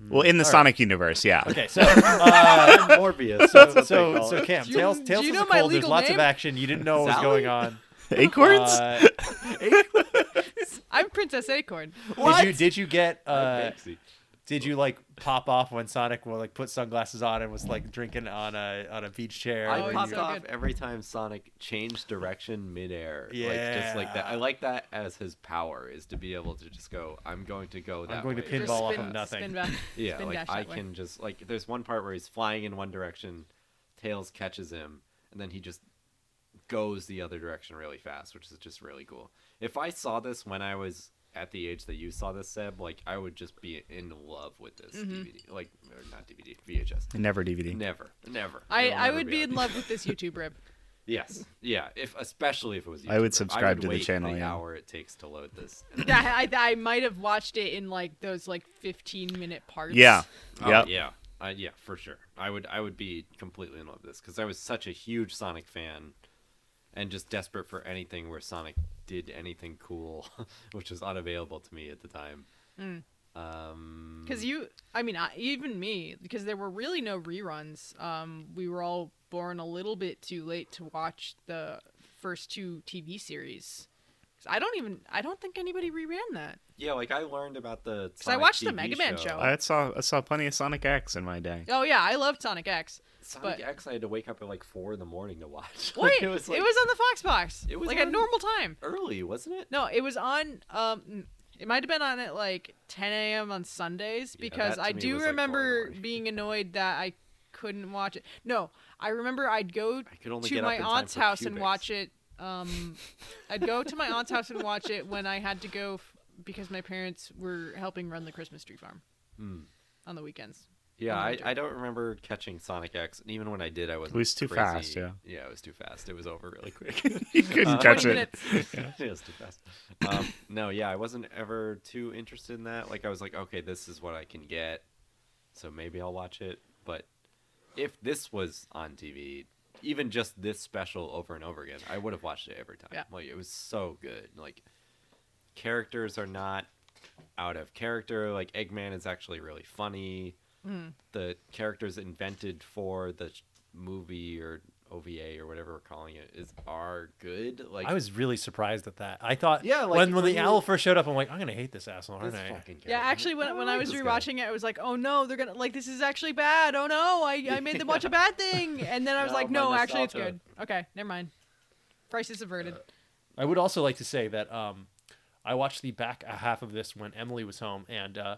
S5: Well, in the
S4: All right.
S5: Sonic universe, yeah.
S4: Okay, so uh,
S2: And Morbius. That's what they
S4: so
S2: call
S4: so
S2: it.
S4: Cam,
S3: Do you-
S4: Tails
S3: do
S4: Tails
S3: you
S4: is
S3: know
S4: a
S3: my
S4: cold. There's
S3: legal
S4: lots
S3: name?
S4: of action. You didn't know what was
S2: Sally?
S4: going on.
S5: Acorns?
S4: Uh,
S3: I'm Princess Acorn.
S4: did you did you get uh,
S2: Banksy.
S4: did you like pop off when Sonic well, like put sunglasses on and was like drinking on a on a beach chair?
S2: I
S3: Oh,
S4: Were
S2: popped
S4: you-
S3: so
S2: off
S3: good.
S2: every time Sonic changed direction midair. Like just like that.
S4: Yeah.
S2: I like that as his power is to be able to just go, I'm going to go that
S4: going to
S2: way.
S4: pinball
S3: Just
S4: off
S3: spin-
S4: of nothing.
S3: Spin back.
S2: Yeah,
S3: spin dash
S2: like I
S3: that way.
S2: can just like there's one part where he's flying in one direction, Tails catches him, and then he just goes the other direction really fast, which is just really cool. If I saw this when I was at the age that you saw this, Seb, like I would just be in love with this
S3: Mm-hmm.
S2: DVD, like or not DVD, VHS.
S5: Never DVD.
S2: Never, never.
S3: I,
S2: It'll
S3: I
S2: never
S3: would be
S2: on
S3: in love with this YouTube rip.
S2: Yes, yeah. If especially if it was, YouTube,
S5: I would subscribe to the
S2: wait
S5: channel,
S2: The
S5: yeah.
S2: hour it takes to load this. and-
S3: Yeah, I, I might have watched it in like those like 15 minute parts.
S5: Yeah.
S2: Oh,
S5: yep.
S2: Yeah. Uh, yeah, for sure. I would I would be completely in love with this because I was such a huge Sonic fan, and just desperate for anything where Sonic did anything cool, which was unavailable to me at the time. Um,
S3: Because you, I mean, I, even me, because there were really no reruns. Um, we were all born a little bit too late to watch the first two TV series. 'Cause I don't even, I don't think anybody reran that.
S2: yeah, like I learned about the. Because
S3: I watched the Mega Man show.
S5: I saw I saw plenty of Sonic X in my day.
S3: Oh yeah, I loved Sonic X.
S2: Sonic
S3: but-
S2: X, I had to wake up at like four in the morning to watch.
S3: Wait,
S2: Like,
S3: it, was on the Fox box.
S2: It was
S3: like
S2: on-
S3: at normal time.
S2: early, wasn't it?
S3: No, it was on. Um, it might have been on at like 10 a.m. on Sundays
S2: Yeah,
S3: because
S2: that to
S3: I
S2: me
S3: do
S2: was, like, four in the
S3: remember
S2: morning.
S3: being annoyed that I couldn't watch it. No, I remember I'd go
S2: I could only
S3: to
S2: get up
S3: my
S2: in time
S3: aunt's
S2: for
S3: house and
S2: pubics.
S3: watch it. Um, I'd go to my aunt's house and watch it when I had to go f- because my parents were helping run the Christmas tree farm
S2: Hmm.
S3: on the weekends.
S2: Yeah,
S3: in the
S2: I,
S3: winter.
S2: I don't remember catching Sonic X, and even when I did, I wasn't.
S5: was too
S2: crazy.
S5: fast, yeah.
S2: yeah, it was too fast. It was over really quick.
S5: You couldn't
S3: 20
S5: catch it.
S3: minutes.
S2: it was too fast. Um, no, yeah, I wasn't ever too interested in that. Like, I was like, okay, this is what I can get, so maybe I'll watch it. But if this was on TV, even just this special over and over again, I would have watched it every time.
S3: Yeah.
S2: Like, it was so good. Like, characters are not out of character. Like, Eggman is actually really funny. The characters invented for the sh- movie or OVA or whatever we're calling it is are good. Like
S4: I was really surprised at that. I thought,
S2: Yeah, like,
S4: when when
S2: when
S4: the
S2: you-
S4: owl first showed up, I'm like, I'm gonna hate this asshole,
S2: this
S4: aren't I?
S2: fucking
S3: Yeah,
S2: character.
S3: actually, when, when I
S2: like
S3: was
S2: this guy.
S3: rewatching it, I was like, oh no, they're gonna like this is actually bad. Oh no, I, I made them watch a bad thing, and then I was
S2: No,
S3: like,
S2: my
S3: no, actually, it's
S2: nostalgia.
S3: good. Okay, never mind. Crisis averted.
S4: I would also like to say that um, I watched the back half of this when Emily was home, and uh,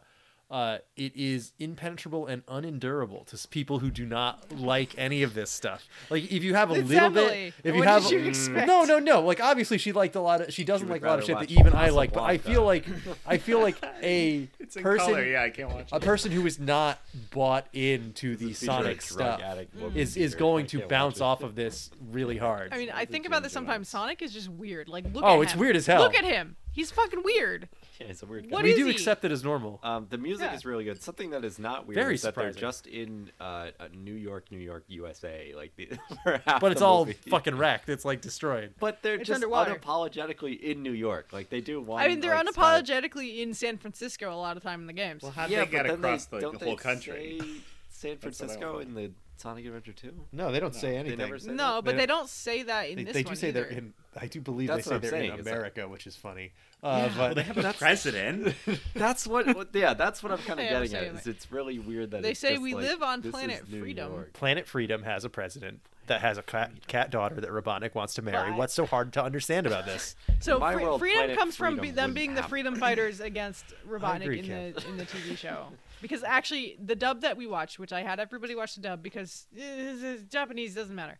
S4: uh, it is impenetrable and unendurable to s- people who do not like any of this stuff. Like if you have a
S3: It's
S4: little
S3: Emily.
S4: bit, if you
S3: What
S4: have Mm.
S3: did you expect?
S4: no, no, no. Like obviously she liked a lot of, she doesn't
S2: would
S4: like a lot of shit
S2: rather
S4: that
S2: watch
S4: even I like. But I
S2: Casablanca.
S4: feel like, I feel like a
S1: It's in
S4: person,
S1: color. Yeah, I can't watch
S4: a
S1: it.
S4: person who is not bought into the
S2: Feature a
S4: Sonic
S2: drug
S4: stuff
S2: addict woman
S4: is is
S2: feature. I
S4: going to
S2: can't
S4: bounce
S2: watch
S4: off
S2: it.
S4: of this really hard.
S3: Mm. I mean, I think about this sometimes. Sonic is just weird. Like, look.
S4: Oh,
S3: at
S4: it's
S3: him.
S4: weird as hell.
S3: Look at him. He's fucking weird.
S2: Yeah, it's a weird.
S3: What
S2: guy.
S4: we
S3: is
S4: do
S3: he?
S4: accept it as normal.
S2: Um, the music
S3: Yeah.
S2: is really good. Something that is not weird
S4: Very
S2: is that they're
S4: surprising.
S2: just in uh, uh, New York, New York, USA. Like, the, for half
S4: but it's
S2: the
S4: all
S2: movie.
S4: fucking wrecked. It's like destroyed.
S2: But they're
S3: It's
S2: just
S3: underwater.
S2: unapologetically in New York. Like they do one.
S3: I mean, they're
S2: like, Sonic-
S3: unapologetically in San Francisco a lot of time in the games.
S1: Well, how'd
S2: yeah,
S1: they get
S2: but then
S1: across
S2: they,
S1: the,
S2: don't
S1: the whole
S2: they
S1: country?
S2: say San
S1: That's what I
S2: Francisco
S1: want.
S2: in the Sonic Adventure 2?
S4: No, they don't say
S2: They
S4: anything.
S2: never say
S3: no,
S2: that?
S3: but
S4: They-
S3: they don't say that in
S4: They,
S3: this
S4: they
S3: one
S4: do say
S3: either.
S4: they're in. I do believe
S2: That's
S4: they
S2: what
S4: say
S2: I'm
S4: they're
S2: saying,
S4: in
S2: it's like-
S4: America, which is funny. Uh,
S5: Well,
S4: but
S5: they have a president.
S2: That's what, what yeah, that's what I'm kind
S3: They
S2: of
S3: don't
S2: getting
S3: say
S2: at.
S3: that.
S2: Is it's really weird that
S3: They
S2: it's
S3: say
S2: just
S3: we
S2: like,
S3: live on
S2: this is
S3: planet
S2: New
S3: freedom.
S2: York.
S4: Planet Freedom has a president that has a cat, cat daughter that Robotnik wants to marry.
S3: Why?
S4: What's so hard to understand about this?
S3: So
S2: my
S3: free-
S2: world,
S3: freedom
S2: Planet
S3: comes from be-
S2: Freedom
S3: them
S2: wouldn't
S3: being the
S2: happen.
S3: freedom fighters against Robotnik
S4: agree,
S3: in
S4: Ken.
S3: the in the TV show. Because actually, the dub that we watched, which I had everybody watch the dub because eh, eh, eh, Japanese doesn't matter.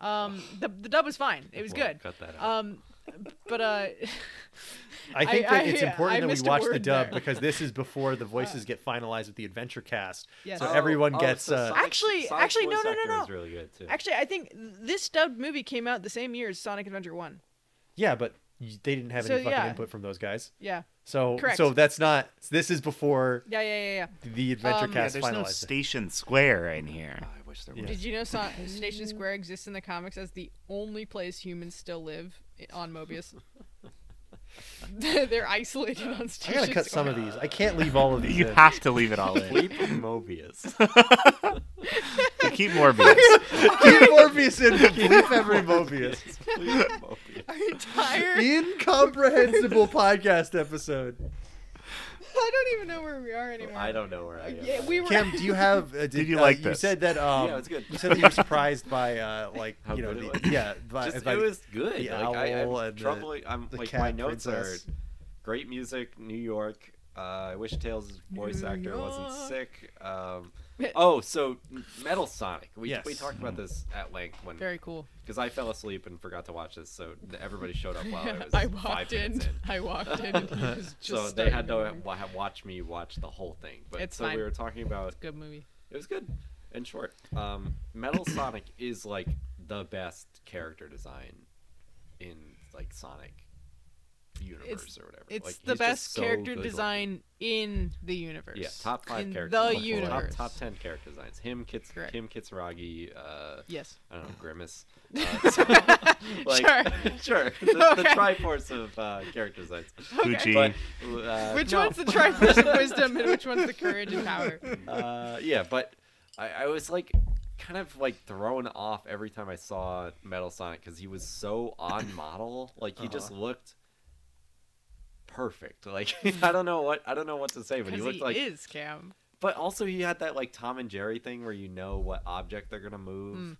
S3: Um, the the dub was fine. It was
S2: Well,
S3: good.
S2: cut that out.
S3: Um, but uh,
S4: I think
S3: I-
S4: that
S3: I-
S4: it's important
S3: I
S4: that we
S3: missed a
S4: watch the
S3: word
S4: dub
S3: there.
S4: because this is before the voices get finalized with the Adventure Cast.
S3: Yes.
S4: So
S3: Oh,
S4: everyone
S2: oh,
S4: gets.
S2: so
S4: uh,
S2: Sonic-
S3: Actually-
S2: Sonic's
S3: actually, no,
S2: voice
S3: no, no,
S2: actor
S3: no.
S2: is really good too.
S3: actually, I think this dubbed movie came out the same year as Sonic Adventure One.
S4: yeah, but y- they didn't have
S3: So,
S4: any fucking
S3: yeah.
S4: input from those guys.
S3: Yeah,
S4: So
S3: Correct.
S4: so that's not. This is before
S3: yeah, yeah, yeah. yeah.
S4: the Adventure
S3: Um, Yeah,
S5: yeah,
S4: Cast
S5: there's no
S4: finalized. it.
S5: station square in here.
S2: I wish there
S4: Yeah.
S2: was.
S3: Did you know Son- Station Square exists in the comics as the only place humans still live i- on Mobius? They're isolated on
S4: I
S3: Station
S4: gotta cut
S3: Square.
S4: some of these. I can't leave all of these.
S5: You
S4: in.
S5: have to leave it all in.
S2: Sleep Mobius.
S5: You keep Morbius.
S4: Keep Morpheus in to bleep every Mobius.
S2: Sleep Mobius.
S3: Are you tired?
S4: Incomprehensible podcast episode.
S3: I don't even know where we are anymore.
S2: I don't know where I am.
S3: Yeah, we were.
S4: Cam, do you have? Uh, did,
S5: you
S4: uh,
S5: like
S4: You
S5: this?
S4: said that. Um,
S2: Yeah, it's good.
S4: You said that you were surprised by, uh, like,
S2: How
S4: you know,
S2: good it
S4: the,
S2: was?
S4: yeah, by,
S2: Just,
S4: by
S2: it was good.
S4: the
S2: like, I,
S4: owl
S2: I'm
S4: and the-
S2: troubling. I'm
S4: the
S2: like
S4: cat
S2: my notes
S4: princess.
S2: are great music, New York. Uh, I wish Tails' voice actor wasn't sick. Um, oh, so M- Metal Sonic. We
S4: Yes. Mm-hmm.
S2: we talked about this at length when
S3: Very cool.
S2: because I fell asleep and forgot to watch this, so th- everybody showed up while I was
S3: I
S2: five
S3: walked in.
S2: minutes in.
S3: I walked in. And he was just
S2: So they had
S3: starting
S2: to
S3: moving.
S2: wa- ha- watch me watch the whole thing. But
S3: It's
S2: so
S3: fine.
S2: we were talking about
S3: Good movie.
S2: it was good and short. Um, Metal Sonic is like the best character design in like Sonic universe
S3: It's-
S2: or whatever.
S3: It's
S2: Like,
S3: the
S2: he's just
S3: best
S2: so
S3: character
S2: good looking.
S3: design in the universe.
S2: Yeah, top five
S3: in
S2: character.
S3: The
S2: design.
S3: universe.
S2: Top, top ten character designs. Him, Kits,
S3: Correct.
S2: Kim Kitsuragi. Uh,
S3: Yes.
S2: I don't know, Grimace. Uh, so, like, sure. The, the
S3: Okay.
S2: triforce of uh, character designs.
S5: Gucci.
S2: But, uh,
S3: Which
S2: no.
S3: one's the triforce of wisdom and which one's the courage and power?
S2: uh, yeah, but I, I was like kind of like thrown off every time I saw Metal Sonic because he was so on model. Like he just
S3: Uh-huh.
S2: looked perfect. Like I don't know what I don't know what to say, but he
S3: Because
S2: looked
S3: he
S2: like.
S3: is Cam.
S2: But also he had that like Tom and Jerry thing where you know what object they're gonna move.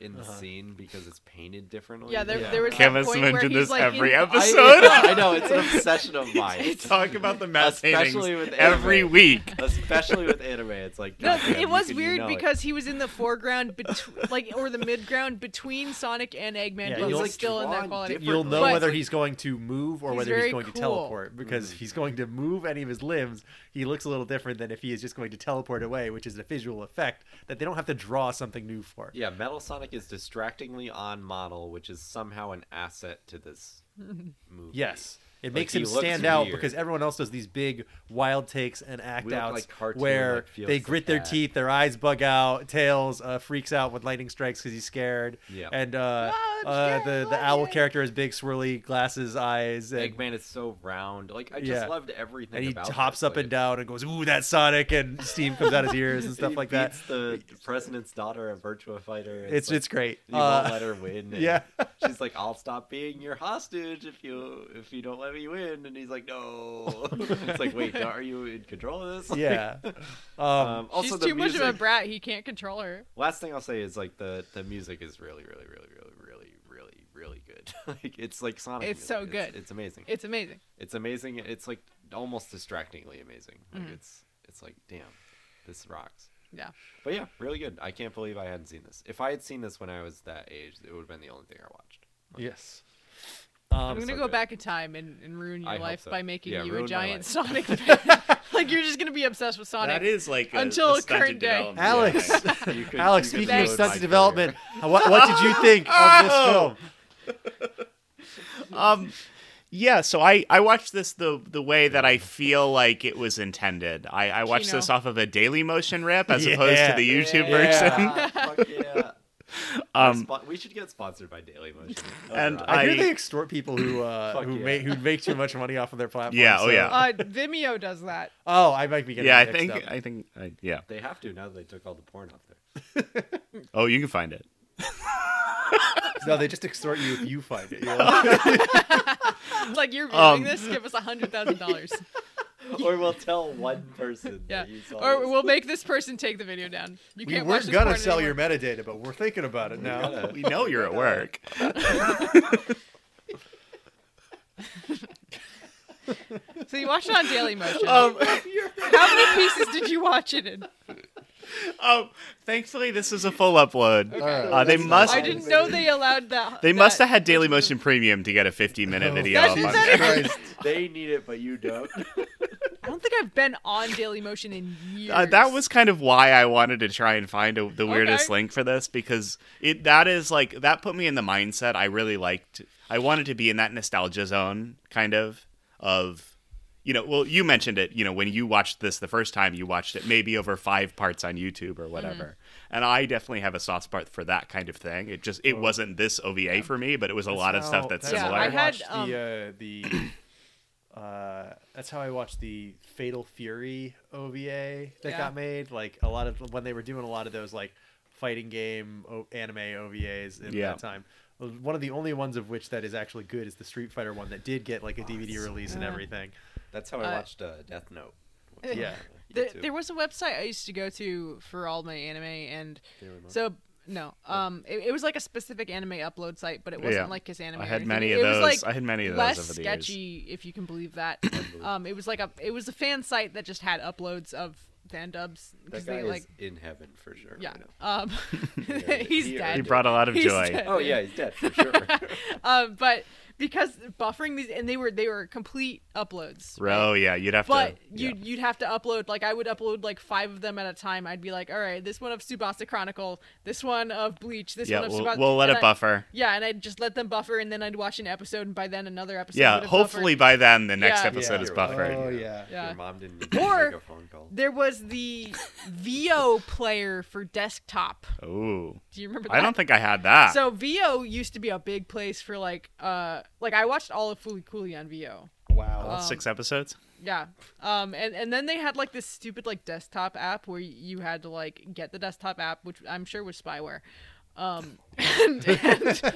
S2: In the scene because it's painted differently.
S3: Hmm. Yeah, there,
S4: Yeah.
S3: there was
S5: Cam
S3: that
S5: has
S3: point where
S5: mentioned
S3: he's
S5: this
S3: like
S5: every
S3: in-
S2: I,
S5: episode.
S2: I know it's an obsession of mine,
S5: Talk about the mass
S2: Especially
S5: paintings
S2: with
S5: every
S2: anime.
S5: week.
S2: especially with anime. It's like
S3: No,
S2: goddamn,
S3: it
S2: you
S3: was
S2: could- you
S3: weird
S2: know it.
S3: because he was in the foreground, bet- like or the midground between Sonic and Eggman,
S4: Yeah,
S3: but
S4: you'll-
S3: was still in that
S2: drawn
S3: quality.
S2: different-
S4: You'll know
S3: But-
S4: whether he's going to move or
S3: He's
S4: whether he's
S3: very
S4: going to
S3: cool.
S4: teleport because he's going to move any of his limbs. He looks a little different than if he is just going to teleport away, which is a visual effect that they don't have to draw something new for.
S2: Yeah, Metal Sonic is distractingly on model, which is somehow an asset to this movie.
S4: Yes. It makes
S2: he
S4: him
S2: looks
S4: stand out
S2: weird.
S4: because everyone else does these big wild takes and act
S2: We look
S4: outs
S2: like cartoon,
S4: where
S2: like, feels
S4: they
S2: like
S4: grit their
S2: that.
S4: teeth, their eyes bug out, tails uh, freaks out when lightning strikes because he's scared.
S2: Yeah.
S4: And uh,
S3: Ah, I'm
S4: uh,
S3: scared
S4: the
S3: of
S4: the owl
S3: lightning.
S4: character has big swirly glasses, eyes, and,
S2: Eggman is so round. Like I just
S4: Yeah.
S2: loved everything.
S4: and he
S2: about
S4: hops
S2: this.
S4: up and
S2: Like,
S4: down and goes, "Ooh, that's Sonic!" and steam comes out his ears and stuff
S2: he
S4: like that.
S2: beats The president's daughter at Virtua Fighter.
S4: It's
S2: like,
S4: it's great.
S2: You won't
S4: Uh,
S2: let her win. and
S4: yeah.
S2: she's like, "I'll stop being your hostage if you if you don't let me win." And he's like, "No." it's like, wait, are you in control of this? Like,
S4: yeah. Um,
S2: um, also,
S3: She's
S2: the
S3: too
S2: music.
S3: much of a brat. He can't control her.
S2: Last thing I'll say is like the the music is really, really, really, really, really, really, really good. like it's like Sonic.
S3: It's
S2: music.
S3: so good.
S2: It's, it's amazing.
S3: It's amazing.
S2: It's amazing. It's like almost distractingly amazing. Like
S3: Mm-hmm.
S2: it's it's like damn, this rocks.
S3: Yeah.
S2: But yeah, really good. I can't believe I hadn't seen this. If I had seen this when I was that age, it would have been the only thing I watched.
S4: yes.
S3: I'm
S4: Um,
S3: gonna
S2: so
S3: go
S2: good.
S3: back in time and, and ruin your
S2: I hope
S3: life
S2: so.
S3: by making
S2: Yeah,
S3: you
S2: ruin
S3: a
S2: my
S3: giant
S2: life.
S3: Sonic fan. like you're just gonna be obsessed with Sonic.
S5: That is like a,
S3: Until
S5: a stunted
S3: current day.
S5: development.
S4: Alex,
S5: Yeah, right.
S2: You could-
S4: Alex,
S2: you could
S4: speaking of
S2: ruin my
S4: stunted
S2: career.
S4: development, what, what did you think of
S3: Oh!
S4: this film?
S5: um yeah so i i watched this the the way that i feel like it was intended i i watched
S3: Chino.
S5: this off of a daily motion rip as opposed to
S4: Yeah.
S5: the youtube version
S4: Yeah.
S2: Yeah, fuck yeah.
S5: um
S2: Spon- we should get sponsored by Daily Motion.
S5: And
S4: I, hear
S5: I-
S4: they extort people who uh,
S2: Fuck
S4: who
S2: yeah.
S4: make who make too much money off of their platform.
S5: Yeah, oh
S4: so-
S5: yeah.
S3: uh, Vimeo does that.
S4: Oh, I might be getting.
S5: yeah i
S4: mixed
S5: think
S4: up.
S5: i think I, yeah
S2: they have to now that they took all the porn off there.
S5: oh you can find it
S4: no, they just extort you if you find it.
S3: It's like you're viewing
S5: Um,
S3: this. Give us a hundred thousand dollars.
S2: or we'll tell one person
S3: Yeah.
S2: that you saw
S3: Or
S2: this.
S3: we'll make this person take the video down. You
S4: we
S3: can't
S4: were
S3: watch this
S4: gonna
S3: porn
S4: sell
S3: anymore.
S4: your metadata, but we're thinking about it now.
S5: we know you're at work
S3: So you watched it on Daily Motion.
S5: um,
S3: How many pieces did you watch it in?
S5: um thankfully this is a full upload
S4: Alright.
S5: uh, they must
S3: I didn't know they allowed that.
S5: they
S3: that-
S5: must have had daily motion premium to get a 50 minute
S4: Oh.
S5: video
S3: That
S5: up
S3: is-
S5: on
S3: that
S5: there.
S4: Christ.
S2: They need it, but you don't.
S3: I don't think I've been on Daily Motion in years.
S5: Uh, that was kind of why I wanted to try and find a, the weirdest
S3: Okay.
S5: link for this because it that is like that put me in the mindset I really liked. I wanted to be in that nostalgia zone kind of of you know, well you mentioned it, you know, when you watched this the first time you watched it maybe over 5 parts on YouTube or whatever.
S3: Mm-hmm.
S5: And I definitely have a soft spot for that kind of thing. It just it wasn't this OVA for me, but it was a lot of stuff that's
S3: that's how
S5: similar.
S3: I
S4: I
S3: had,
S4: watched
S3: um,
S4: the uh, the. Uh, that's how I watched the Fatal Fury OVA that
S3: Yeah.
S4: got made. Like a lot of when they were doing a lot of those like fighting game o- anime OVAs in
S5: Yeah.
S4: that time. uh, One of the only ones of which that is actually good is the Street Fighter one that did get like a DVD release and everything.
S2: That's how I
S3: Uh,
S2: watched uh, Death Note.
S4: Yeah.
S3: There,
S2: YouTube.
S3: there was a website I used to go to for all my anime, and so no, um, it, it was like a specific anime upload site, but it
S5: Yeah.
S3: wasn't like his anime.
S5: I
S3: or
S5: had
S3: anything.
S5: many
S3: it
S5: of
S3: was,
S5: those.
S3: like,
S5: I had many of those
S3: less
S5: over the years.
S3: sketchy, if you can believe that. um, it was like a it was a fan site that just had uploads of fan dubs because
S2: That guy
S3: they
S2: is
S3: like
S2: in heaven for sure.
S3: yeah.
S2: right now.
S3: Um, he's
S2: He-
S3: dead.
S5: he brought a lot of
S3: He's
S5: joy.
S3: dead.
S2: Oh yeah, he's dead for sure.
S3: Uh, but because buffering these and they were they were complete uploads. right?
S5: Oh yeah, you'd have
S3: But
S5: to
S3: you'd you'd have to upload like I would upload like five of them at a time. I'd be like, all right, this one of Subasa Chronicle, this one of Bleach, this
S5: yeah,
S3: one of
S5: we'll,
S3: Subasa.
S5: we'll let
S3: and
S5: it
S3: I-
S5: buffer.
S3: Yeah, and I'd just let them buffer, and then I'd watch an episode, and by then another episode. would
S5: Yeah,
S3: have
S5: hopefully by then the next
S3: Yeah.
S5: episode
S4: Yeah.
S5: is buffered.
S1: Oh,
S4: yeah.
S3: buffered. Yeah.
S2: Your mom didn't
S3: Or-
S2: make a phone call.
S3: There was the VO player for desktop.
S5: Ooh.
S3: Do you remember? that?
S5: I don't think I had that.
S3: So VO used to be a big place for like uh like I watched all of Foolie Cooley on VO.
S4: Wow.
S3: um,
S5: All six episodes?
S3: Yeah. Um and and then they had like this stupid like desktop app where you had to like get the desktop app which I'm sure was spyware. Um and, and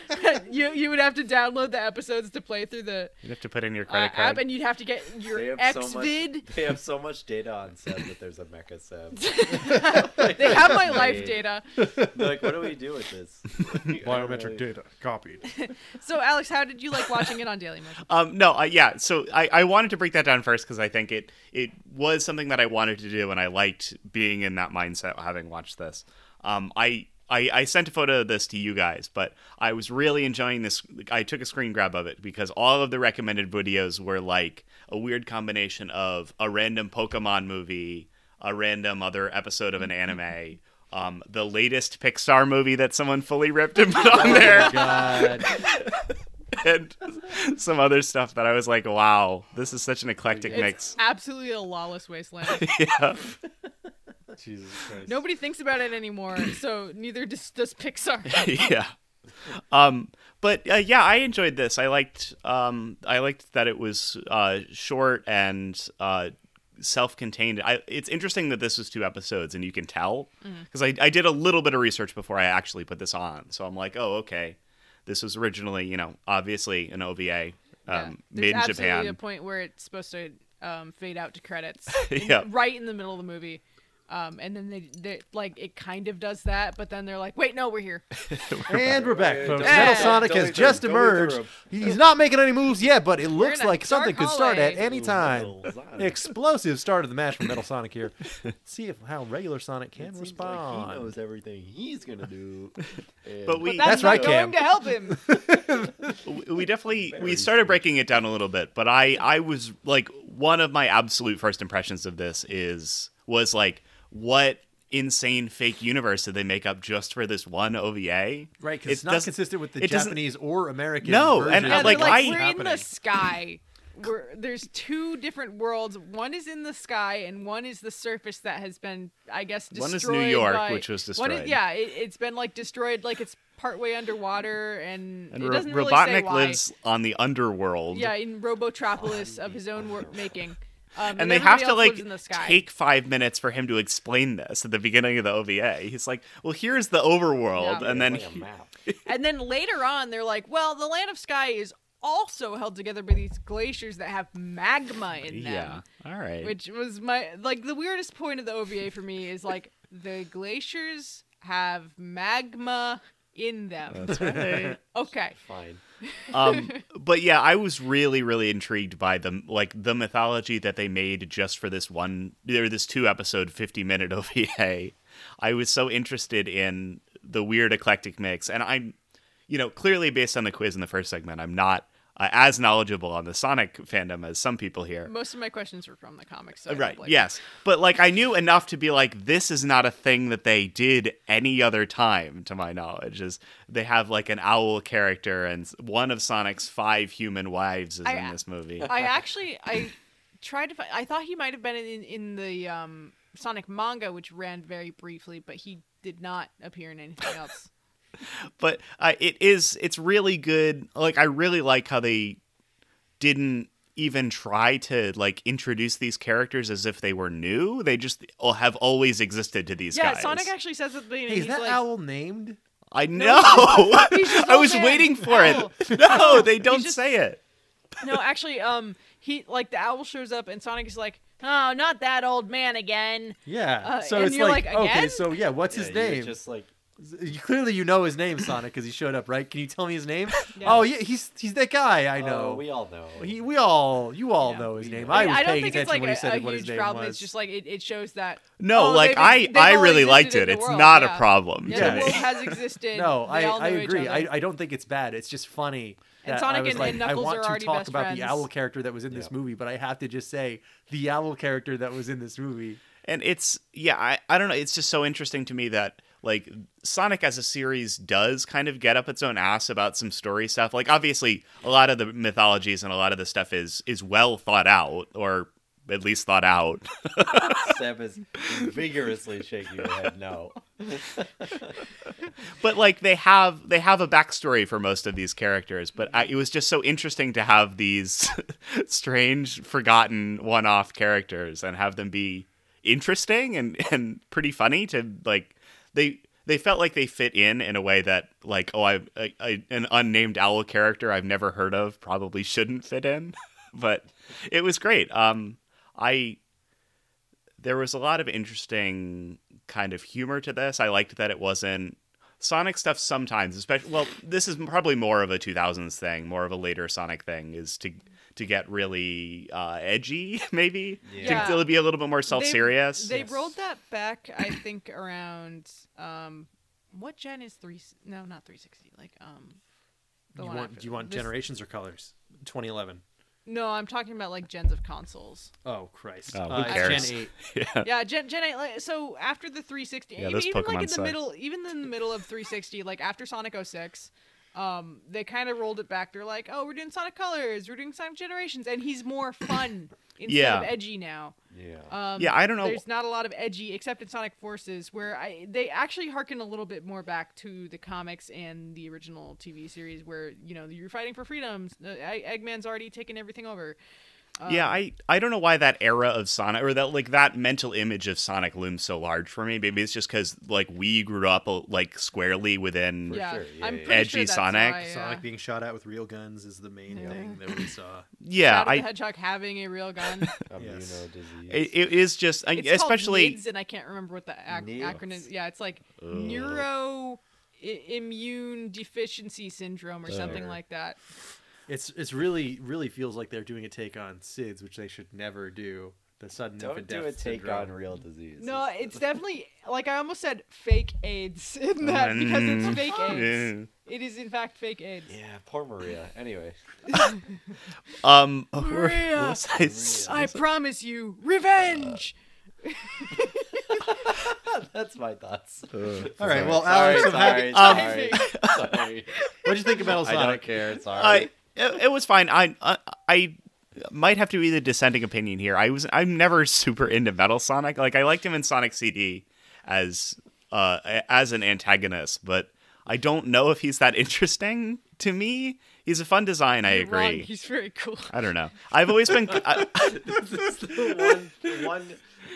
S3: you you would have to download the episodes to play through the
S5: You'd have to put in your
S3: uh,
S5: credit
S3: app
S5: card.
S3: and you'd have to get your
S2: They have so much.
S3: Xvid.
S2: They have so much data on Seb that there's a mecha Seb.
S3: They have my
S2: Hey.
S3: life data.
S2: They're like, what do we do with this?
S4: Biometric data copied.
S3: So Alex, how did you like watching it on Daily Motion?
S5: Um, no, uh, yeah. So I, I wanted to break that down first because I think it it was something that I wanted to do and I liked being in that mindset having watched this. Um, I, I I sent a photo of this to you guys, but I was really enjoying this. I took a screen grab of it because all of the recommended videos were like a weird combination of a random Pokemon movie, a random other episode of an anime. Um, the latest Pixar movie that someone fully ripped and put on there.
S4: God.
S5: and some other stuff that I was like, wow, this is such an eclectic
S1: It's-
S5: mix.
S3: Absolutely a lawless wasteland.
S5: yeah.
S1: Jesus Christ.
S3: Nobody thinks about it anymore, so neither does, does Pixar.
S5: yeah. Um, but uh, yeah, I enjoyed this. I liked um, I liked that it was uh, short and uh, self-contained. I, it's interesting that this was two episodes, and you can tell
S3: Mm-hmm.
S5: because I, I did a little bit of research before I actually put this on. So I'm like, oh, okay, this was originally, you know, obviously an OVA um, made
S3: yeah.
S5: in
S3: There's absolutely
S5: Japan.
S3: a point where it's supposed to um, fade out to credits,
S5: Yeah.
S3: in, right in the middle of the movie, um, and then they, they like it kind of does that, but then they're like, "Wait, no, we're here."
S4: And we're back, folks.
S3: don't-
S4: Metal
S3: don't
S4: Sonic
S1: leave
S4: has
S1: the
S4: just
S1: room, don't leave the
S4: emerged.
S1: room.
S4: He's not making any moves yet, but it looks
S3: in a
S4: like something
S3: dark
S4: could start at
S3: hallway.
S4: any time.
S1: Metal Sonic.
S4: Explosive start of the match for Metal Sonic here. See if how regular Sonic
S1: It
S4: can
S1: seems
S4: respond.
S1: Like he knows everything he's gonna do. and-
S5: But we
S4: That's
S3: not
S4: right, Cam.
S3: going to help him.
S5: we we definitely we
S1: Very
S5: started breaking it down a little bit but i i was like one of my absolute first impressions of this is was like what insane fake universe did they make up just for this one ova
S4: Right, because
S5: It
S4: it's not
S5: doesn't-
S4: consistent with the
S5: it doesn't-
S4: Japanese or American.
S5: No,
S4: version
S5: and,
S4: of
S5: uh,
S3: Yeah,
S4: it.
S5: like,
S3: they're like
S5: I-
S3: we're in the
S4: happening.
S3: sky. We're, there's two different worlds. One is in the sky, and one is the surface that has been, I guess,
S5: One
S3: destroyed.
S5: is New York,
S3: by-
S5: which was
S3: one is-
S5: destroyed.
S3: yeah, it, it's been like destroyed, like it's partway underwater, and,
S5: and
S3: it
S5: Ro-
S3: doesn't really
S5: robotnik
S3: say why.
S5: lives on the underworld
S3: Yeah, in Robotropolis of his own work making. Um,
S5: and they have
S3: everybody
S5: to
S3: else
S5: like
S3: lives in the sky.
S5: take five minutes for him to explain this at the beginning of the OVA. He's like, "Well, here's the overworld,"
S3: Yeah.
S5: and then
S1: Like a map.
S3: And then later on, they're like, well, the land of sky is also held together by these glaciers that have magma in them.
S5: yeah, all right,
S3: Which was my like the weirdest point of the OVA for me is like the glaciers have magma in them. Okay.
S1: Fine.
S5: um, but yeah, I was really, really intrigued by the like the mythology that they made just for this one or this two episode fifty minute OVA. I was so interested in the weird eclectic mix, and I'm, you know, clearly based on the quiz in the first segment, I'm not uh, as knowledgeable on the Sonic fandom as some people here.
S3: Most of my questions were from the comics. So I don't
S5: Right.
S3: blame you.
S5: Yes. But like I knew enough to be like this is not a thing that they did any other time to my knowledge. Is they have like an owl character and s- one of Sonic's five human wives is
S3: I-
S5: in this movie.
S3: I actually I tried to find, I thought he might have been in in the um, Sonic manga, which ran very briefly, but he did not appear in anything else.
S5: but uh, it is it's really good. Like I really like how they didn't even try to like introduce these characters as if they were new. They just all have always existed to these
S3: yeah,
S5: guys.
S3: Sonic actually says at the beginning,
S4: Hey, is
S3: he's
S4: that
S3: like,
S4: owl named?
S5: I know.
S3: He's just
S5: I
S3: old
S5: was
S3: man.
S5: waiting for
S3: Owl.
S5: it. No, they don't
S3: just-
S5: say it.
S3: No, actually, um, he like the owl shows up and Sonic is like, oh, not that old man again.
S4: Yeah.
S3: Uh,
S4: so
S3: and
S4: it's
S3: you're
S4: like,
S3: like,
S4: okay,
S3: again?
S4: so yeah, what's his
S1: Yeah, you're
S4: name?
S1: Just like
S4: You- Clearly, you know his name, Sonic, because he showed up, right? Can you tell me his name?
S3: Yeah.
S4: Oh, yeah, he's he's that guy. I
S1: oh,
S4: know.
S1: we all know.
S4: he, we all, you all
S3: Yeah.
S4: know his name.
S3: I,
S4: I was
S3: I don't
S4: paying
S3: think
S4: attention
S3: it's like
S4: when
S3: a,
S4: he said
S3: a
S4: what his
S3: huge
S4: name
S3: problem.
S4: was.
S3: It's just like it, it shows that
S5: No,
S3: oh,
S5: like
S3: they've-
S5: I,
S3: they've
S5: I
S3: all
S5: really liked
S3: existed
S5: it.
S3: in the
S5: It's
S3: world,
S5: not
S3: yeah.
S5: a problem
S3: Yeah,
S5: to
S3: the
S5: me.
S3: world has existed.
S4: no,
S3: they
S4: I,
S3: all
S4: I
S3: know each
S4: agree. I,
S3: other.
S4: I don't think it's bad. It's just funny.
S3: And
S4: that
S3: Sonic
S4: I was
S3: and-
S4: like,
S3: and
S4: I
S3: Knuckles
S4: want
S3: are
S4: to
S3: already
S4: talk
S3: best
S4: about the
S3: friends.
S4: owl character that was in this movie, but I have to just say the owl character that was in this movie.
S5: And it's yeah, I, I don't know. It's just so interesting to me that like Sonic as a series does kind of get up its own ass about some story stuff. Like obviously a lot of the mythologies and a lot of the stuff is is well thought out or at least thought out.
S1: Seb is vigorously shaking her head. No.
S5: but like they have they have a backstory for most of these characters but I, it was just so interesting to have these strange forgotten one-off characters and have them be interesting and and pretty funny to like they they felt like they fit in in a way that like oh I, I, I an unnamed owl character i've never heard of probably shouldn't fit in but it was great um i there was a lot of interesting kind of humor to this. I liked that it wasn't Sonic stuff sometimes, especially well, this is probably more of a 2000s thing, more of a later Sonic thing is to to get really uh, edgy maybe.
S3: Yeah.
S5: To, to be a little bit more self-serious.
S3: They rolled that back, I think, around um, what gen is three? No, not three sixty. Like um, the
S4: You
S3: one
S4: want,
S3: after
S4: do you want
S3: this-
S4: generations or colors? 2011.
S3: No, I'm talking about like gens of consoles.
S4: Oh Christ!
S5: Oh, who
S4: Uh, it's
S5: cares?
S4: Gen 8.
S3: yeah, gen, gen eight. Like, so after the three sixty, e,
S5: Yeah,
S3: even,
S5: those
S3: even like
S5: Pokemon
S3: in the
S5: suck.
S3: middle, even in the middle of three sixty, like after Sonic 06, Um, they kind of rolled it back. They're like, oh, we're doing Sonic Colors, we're doing Sonic Generations, and he's more fun instead of
S5: Yeah.
S3: edgy now.
S2: Yeah.
S3: Um,
S5: Yeah, I don't know.
S3: There's not a lot of edgy, except in Sonic Forces, where I they actually harken a little bit more back to the comics and the original TV series, where you know you're fighting for freedoms. uh, Egg- Eggman's already taken everything over.
S5: yeah, I, I don't know why that era of Sonic or that like that mental image of Sonic looms so large for me. Maybe it's just because like we grew up uh, like squarely within.
S3: yeah.
S1: sure, yeah,
S3: I'm
S1: yeah.
S3: pretty sure
S5: Edgy
S3: that's
S5: Sonic.
S3: why, uh, yeah.
S4: Sonic being shot at with real guns is the main
S3: Yeah.
S4: thing that we saw.
S5: Yeah,
S3: Shadow the
S5: I
S3: Hedgehog having a real gun.
S4: Yes.
S1: Immunodisease.
S5: it, it is just I-
S3: It's
S5: especially
S3: called NIDS, and I can't remember what the ac-
S1: Nids.
S3: acronym. is. Yeah, it's like neuro I- immune deficiency syndrome or something
S1: Sure.
S3: like that.
S4: It's it's really really feels like they're doing a take on SIDS, which they should never do. The sudden
S1: Don't
S4: infant death
S1: do a take
S4: syndrome.
S1: on real disease.
S3: No, it's definitely like I almost said fake AIDS in that because
S5: Mm.
S3: it's fake AIDS. It is in fact fake AIDS.
S1: Yeah, poor Maria. Anyway,
S5: um.
S3: Maria,
S5: what was I s-
S3: I promise you
S5: Uh,
S3: revenge.
S1: that's my thoughts.
S4: All right,
S1: Uh, Sorry,
S4: well, Alex,
S1: sorry,
S4: I'm
S1: sorry,
S4: happy.
S1: sorry, sorry.
S4: What'd you think about
S1: I don't
S4: Sonic?
S1: care. Sorry.
S5: I Uh, it, it was fine. I, I I might have to be the dissenting opinion here. I was I'm never super into Metal Sonic. Like I liked him in Sonic CD as uh as an antagonist, but I don't know if he's that interesting to me. He's a fun design. I
S3: You're wrong,
S5: agree.
S3: He's very cool.
S5: I don't know. I've always been. I,
S1: It's the one, the one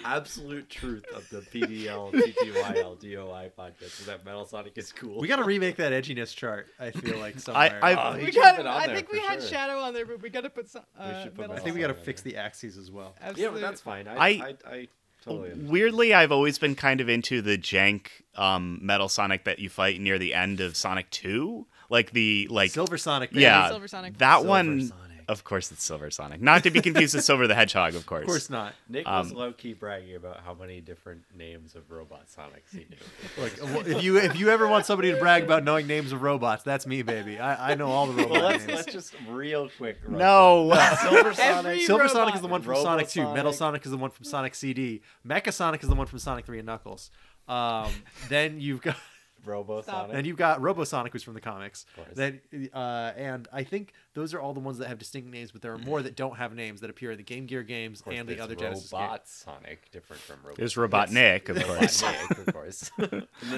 S1: absolute truth of the PDL TTYL DOI podcast is that Metal Sonic is cool.
S4: We got to remake that edginess chart. I feel like somewhere.
S5: I-
S1: Oh,
S5: I
S1: he
S3: We
S1: should have
S3: got.
S1: been on
S3: I
S1: there
S3: think
S1: for
S3: we had
S1: sure.
S3: Shadow on there, but we got to put some. Uh,
S1: should put
S3: metal
S1: Metal
S4: I think we got to fix the axes as well.
S1: Yeah,
S3: Absolute-
S1: but that's fine. I, Oh, I,
S5: I-
S1: I, totally understand.
S5: weirdly, I've always been kind of into the jank um Metal Sonic that you fight near the end of Sonic Two, like the like
S4: Silver Sonic. baby.
S5: yeah,
S3: Silver Sonic.
S5: That
S1: Silver
S5: one,
S1: Sonic.
S5: of course, it's Silver Sonic. Not to be confused with Silver the Hedgehog, of course.
S4: Of course not.
S1: Nick was
S5: Um,
S1: low key bragging about how many different names of robot Sonics he knew.
S4: Look, if you if you ever want somebody to brag about knowing names of robots, that's me, baby. I, I know all the
S1: well,
S4: robot
S1: let's,
S4: names.
S1: let's just real quick. run
S5: No,
S1: through. Silver
S3: Every
S1: Sonic.
S4: Silver
S3: robot.
S4: Sonic is the one from
S1: Robo
S4: Sonic 2. Metal
S1: Sonic.
S4: Sonic is the one from Sonic CD. Mecha Sonic is the one from Sonic 3 and Knuckles. Um, then you've got
S1: Robo
S3: Stop.
S1: Sonic.
S4: then you've got RoboSonic, who's from the comics.
S1: course.
S4: Then uh, and I think those are all the ones that have distinct names, but there are more that don't have names that appear in the Game Gear games
S1: Mm-hmm. Of course,
S4: and the
S1: there's
S4: other Genesis games.
S1: Robot Sonic, different from Robot.
S5: there's Robotnik, of course.
S1: Robotnik, of course.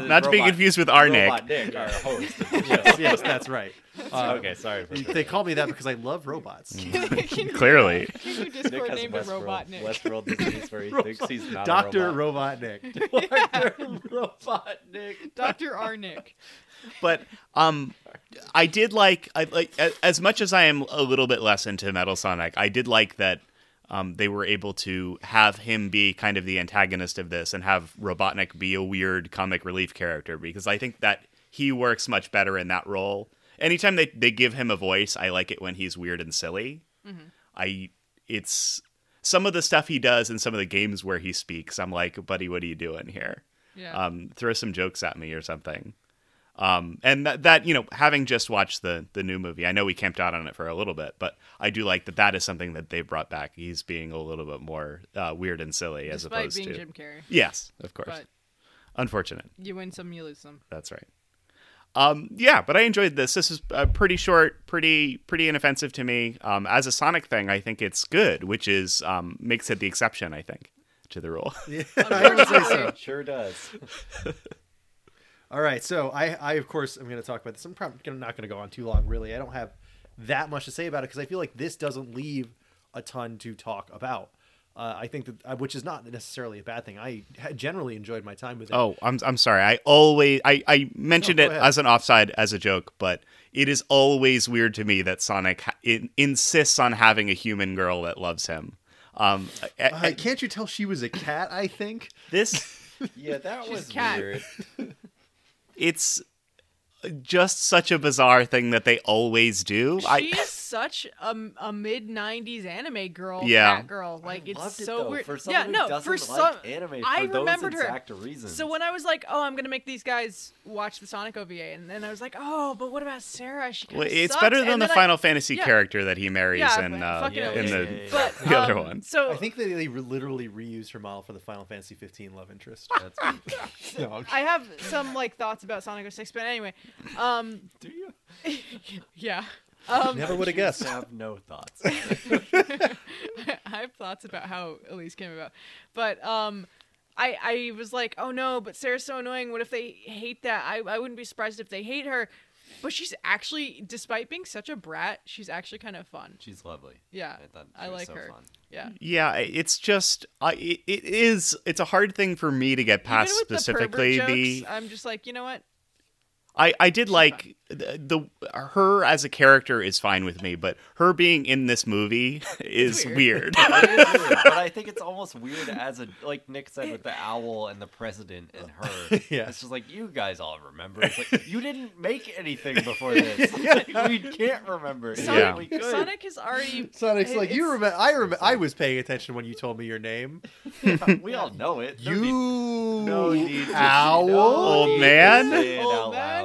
S5: Not to be confused with our Nick.
S1: Robot Nick, our host. of the
S4: Yes,
S1: show.
S4: yes, that's right. Uh,
S1: okay, sorry. For
S4: They call me that because I love robots.
S3: Can you-
S5: Clearly,
S3: Can you Discord name the robot Nick?
S1: Westworld disease where he thinks he's not
S4: Doctor
S1: a robot.
S4: Robotnik.
S1: robot Nick.
S3: Doctor R. Nick.
S5: but um, I did like I like a- as much as I am a little bit less into Metal Sonic. I did like that. Um, they were able to have him be kind of the antagonist of this and have Robotnik be a weird comic relief character because I think that he works much better in that role. Anytime they, they give him a voice, I like it when he's weird and silly. I it's some of the stuff he does in some of the games where he speaks. I'm like, buddy, what are you doing here?
S3: Yeah.
S5: Um, throw some jokes at me or something. Um, and that, that you know, having just watched the the new movie, I know we camped out on it for a little bit, but I do like that. That is something that they brought back. He's being a little bit more uh, weird and silly as
S3: Despite
S5: opposed
S3: being
S5: to
S3: Jim Carrey.
S5: yes, of course.
S3: But
S5: Unfortunate.
S3: you win some, you lose some.
S5: That's right. Um, yeah, but I enjoyed this. This is uh, pretty short, pretty pretty inoffensive to me. Um, as a Sonic thing, I think it's good, which is um, makes it the exception, I think, to the rule.
S1: Sure does.
S4: All right, so I, I of course am going to talk about this. I'm probably gonna, not going to go on too long, really. I don't have that much to say about it because I feel like this doesn't leave a ton to talk about. Uh, I think that, uh, which is not necessarily a bad thing. I ha- generally enjoyed my time with it.
S5: Oh, I'm I'm sorry. I always I, I mentioned
S4: No,
S5: it
S4: go ahead.
S5: as an offside as a joke, but it is always weird to me that Sonic ha- in, insists on having a human girl that loves him. Um, I- I-
S4: Uh, can't you tell she was a cat? I think
S5: this
S1: Yeah, that was
S3: cat.
S1: weird.
S5: it's just such a bizarre thing that they always do. I
S3: She's such a, a mid '90s anime girl,
S5: Yeah.
S3: cat girl. Like it's
S2: Loved it,
S3: so
S2: though,
S3: weird.
S2: For
S3: yeah,
S2: someone who
S3: no,
S2: doesn't
S3: for
S2: like
S3: some.
S2: anime,
S3: I
S2: for those
S3: remembered her.
S2: exact reasons.
S3: So when I was like, "Oh, I'm gonna make these guys watch the Sonic OVA," and then I was like, "Oh, but what about Sarah? She kinda
S5: Well, it's
S3: sucks."
S5: better
S3: And
S5: than the
S3: then I-
S5: Final Fantasy
S3: yeah.
S5: character that he marries
S3: Yeah,
S5: in,
S3: but
S5: uh,
S3: fucking
S5: in
S2: yeah,
S5: the
S2: yeah, yeah.
S3: But
S5: the other
S3: um,
S5: one.
S3: So
S4: I think they they literally reused her model for the Final Fantasy 15 love interest.
S2: That's,
S4: No, I'm-
S3: I have some like thoughts about Sonic 06, but anyway, um,
S2: do you?
S3: yeah, um,
S4: never would have guessed.
S2: have no thoughts.
S3: I have thoughts about how Elise came about, but um, I I was like, oh no, but Sarah's so annoying. What if they hate that? I I wouldn't be surprised if they hate her. But she's actually, despite being such a brat, she's actually kind of fun.
S2: She's lovely.
S3: Yeah,
S2: I thought she
S3: I
S2: was
S3: like
S2: so
S3: her.
S2: fun.
S3: Yeah,
S5: Yeah, I- it's just I it, it is it's a hard thing for me to get past
S3: Even with
S5: specifically
S3: the, pervert jokes,
S5: the
S3: I'm just like, you know what?
S5: I I did like the, the her as a character is fine with me, but her being in this movie is weird.
S2: It is weird, but I think it's almost weird as a like Nick said with the owl and the president and her.
S4: Yeah.
S2: It's just like you guys all remember. It's like you didn't make anything before this. we can't remember.
S5: Yeah.
S2: We
S3: Sonic,
S2: could.
S3: Sonic is already.
S4: Sonic's like you
S3: it's-
S4: remember. I remember. I was paying attention when you told me your name.
S2: We all know it. There'd be
S4: You
S2: no need to
S4: owl.
S5: Old man.
S2: say it
S3: Old
S2: out
S3: man.
S2: loud.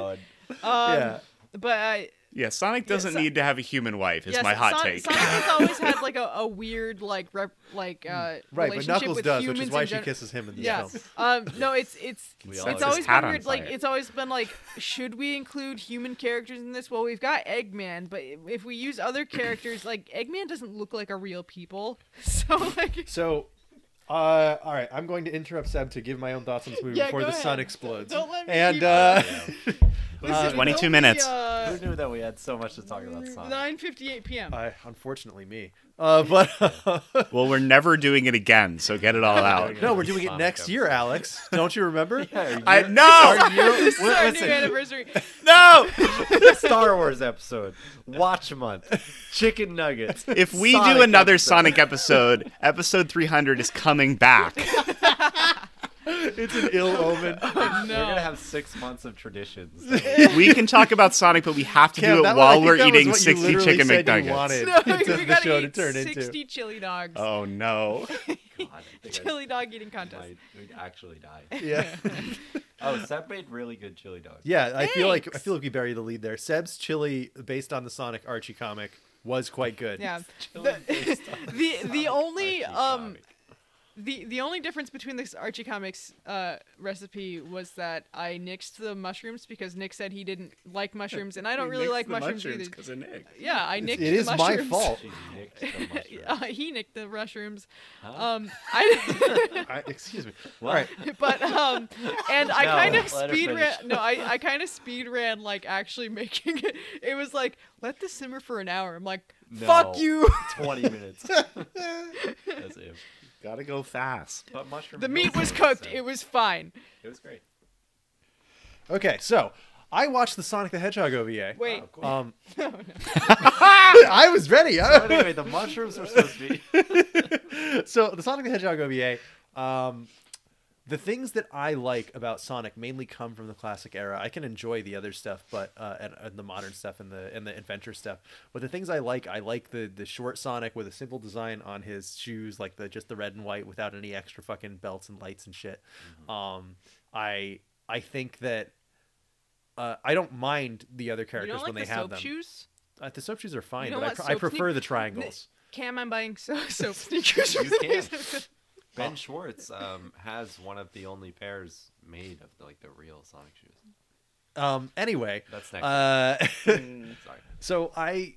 S3: Um,
S4: yeah.
S3: But I.
S5: Yeah, Sonic doesn't
S3: Son-
S5: need to have a human wife. Is
S3: yes,
S5: my hot
S3: Son-
S5: take.
S3: Sonic has always had like a, a weird like rep, like uh,
S4: Mm. Right, but
S3: relationship
S4: Knuckles
S3: with
S4: does,
S3: humans
S4: which is why
S3: in
S4: she
S3: gen-
S4: kisses him in this
S3: Yeah.
S4: film.
S3: Um, no, it's it's
S2: We all
S3: it's
S2: just
S3: always
S5: had
S3: been
S5: on
S3: weird. Like
S5: fire.
S3: it's always been like, should we include human characters in this? Well, we've got Eggman, but if we use other characters, like Eggman doesn't look like a real people. So like,
S4: So, uh, all right, I'm going to interrupt Seb to give my own thoughts on this movie
S3: Yeah,
S4: before
S3: go
S4: the
S3: ahead.
S4: sun explodes.
S3: Don't let me
S4: and
S3: keep-
S4: uh,
S3: listen,
S5: 22
S3: don't
S5: minutes.
S3: Be, uh,
S2: Who knew that we had so much to talk about Sonic?
S3: 9:58 p.m.
S4: I, unfortunately, me. Uh, but
S5: well, we're never doing it again, so get it all out.
S4: no, we're doing it
S2: Sonic
S4: next year, Alex. Don't you remember?
S5: I no
S3: this is our new
S2: listen,
S3: anniversary.
S5: no.
S2: Star Wars episode, Watch Month, Chicken Nuggets.
S5: If we do
S2: Sonic
S5: another
S2: episode.
S5: Sonic episode, episode 300 is coming back.
S4: it's an ill omen.
S2: We're gonna
S3: No.
S2: have six months of traditions.
S5: we can talk about Sonic, but we have to
S4: Cam,
S5: do it
S4: that- I
S5: while
S4: think
S5: we're
S4: that was
S5: eating
S4: what you
S5: 60
S4: literally
S5: chicken
S4: said you
S5: McNuggets.
S4: wanted.
S3: No,
S4: It's
S3: we
S4: the
S3: gotta
S4: show to
S3: eat
S4: turn into.
S3: 60 chili dogs.
S5: Oh no.
S2: God, I think I
S3: Chili dog eating contest.
S2: might we'd actually die.
S4: Yeah,
S2: Oh, Seb made really good chili dogs.
S4: yeah. I feel like I
S3: Thanks.
S4: feel like we buried the lead there. Seb's chili, based on the Sonic Archie comic, was quite good.
S3: Yeah. The, the the only um the the only difference between this Archie comics uh recipe was that I nixed the mushrooms because Nick said he didn't like mushrooms and I don't really like mushrooms, either. Yeah, I nicked
S4: it
S3: the
S4: is my
S3: mushrooms.
S4: fault.
S2: She nicked the mushroom.
S3: Uh, he nicked the mushrooms. Um I
S4: I, excuse me.
S2: What?
S4: All right.
S3: but um and I
S2: No,
S3: kind of
S2: let her
S3: speed ran
S2: finish.
S3: no I, I kind of speed ran like actually making it it was like let this simmer for an hour I'm like fuck
S2: No.
S3: you
S2: Twenty minutes. As if.
S5: Gotta go fast.
S2: But mushroom.
S3: the
S2: milk
S3: meat was
S2: was
S3: cooked
S2: so-
S3: it was fine
S2: It was great.
S4: Okay, so I watched the Sonic the Hedgehog OVA.
S3: wait
S2: Oh, cool.
S4: Um, I was ready.
S2: but anyway, the mushrooms were supposed to be.
S4: so the Sonic the Hedgehog OVA. Um, the things that I like about Sonic mainly come from the classic era. I can enjoy the other stuff, but uh, and, and the modern stuff and the and the adventure stuff. But the things I like, I like the the short Sonic with a simple design on his shoes, like the just the red and white without any extra fucking belts and lights and shit.
S2: Mm-hmm.
S4: Um, I I think that. Uh, I don't mind the other
S3: you
S4: characters
S3: don't like
S4: when they
S3: the
S4: have
S3: soap
S4: them.
S3: shoes
S4: Uh, the soap shoes are fine,
S3: You know
S4: but I,
S3: what,
S4: pr- I
S3: soap
S4: prefer
S3: sne-
S4: the triangles.
S3: Cam, I'm buying so- soap sneakers.
S2: You
S3: for the
S2: can.
S3: reason-
S2: Ben Schwartz um, has one of the only pairs made of like the real Sonic shoes.
S4: Um, anyway,
S2: That's next.
S4: uh,
S2: Sorry.
S4: so I,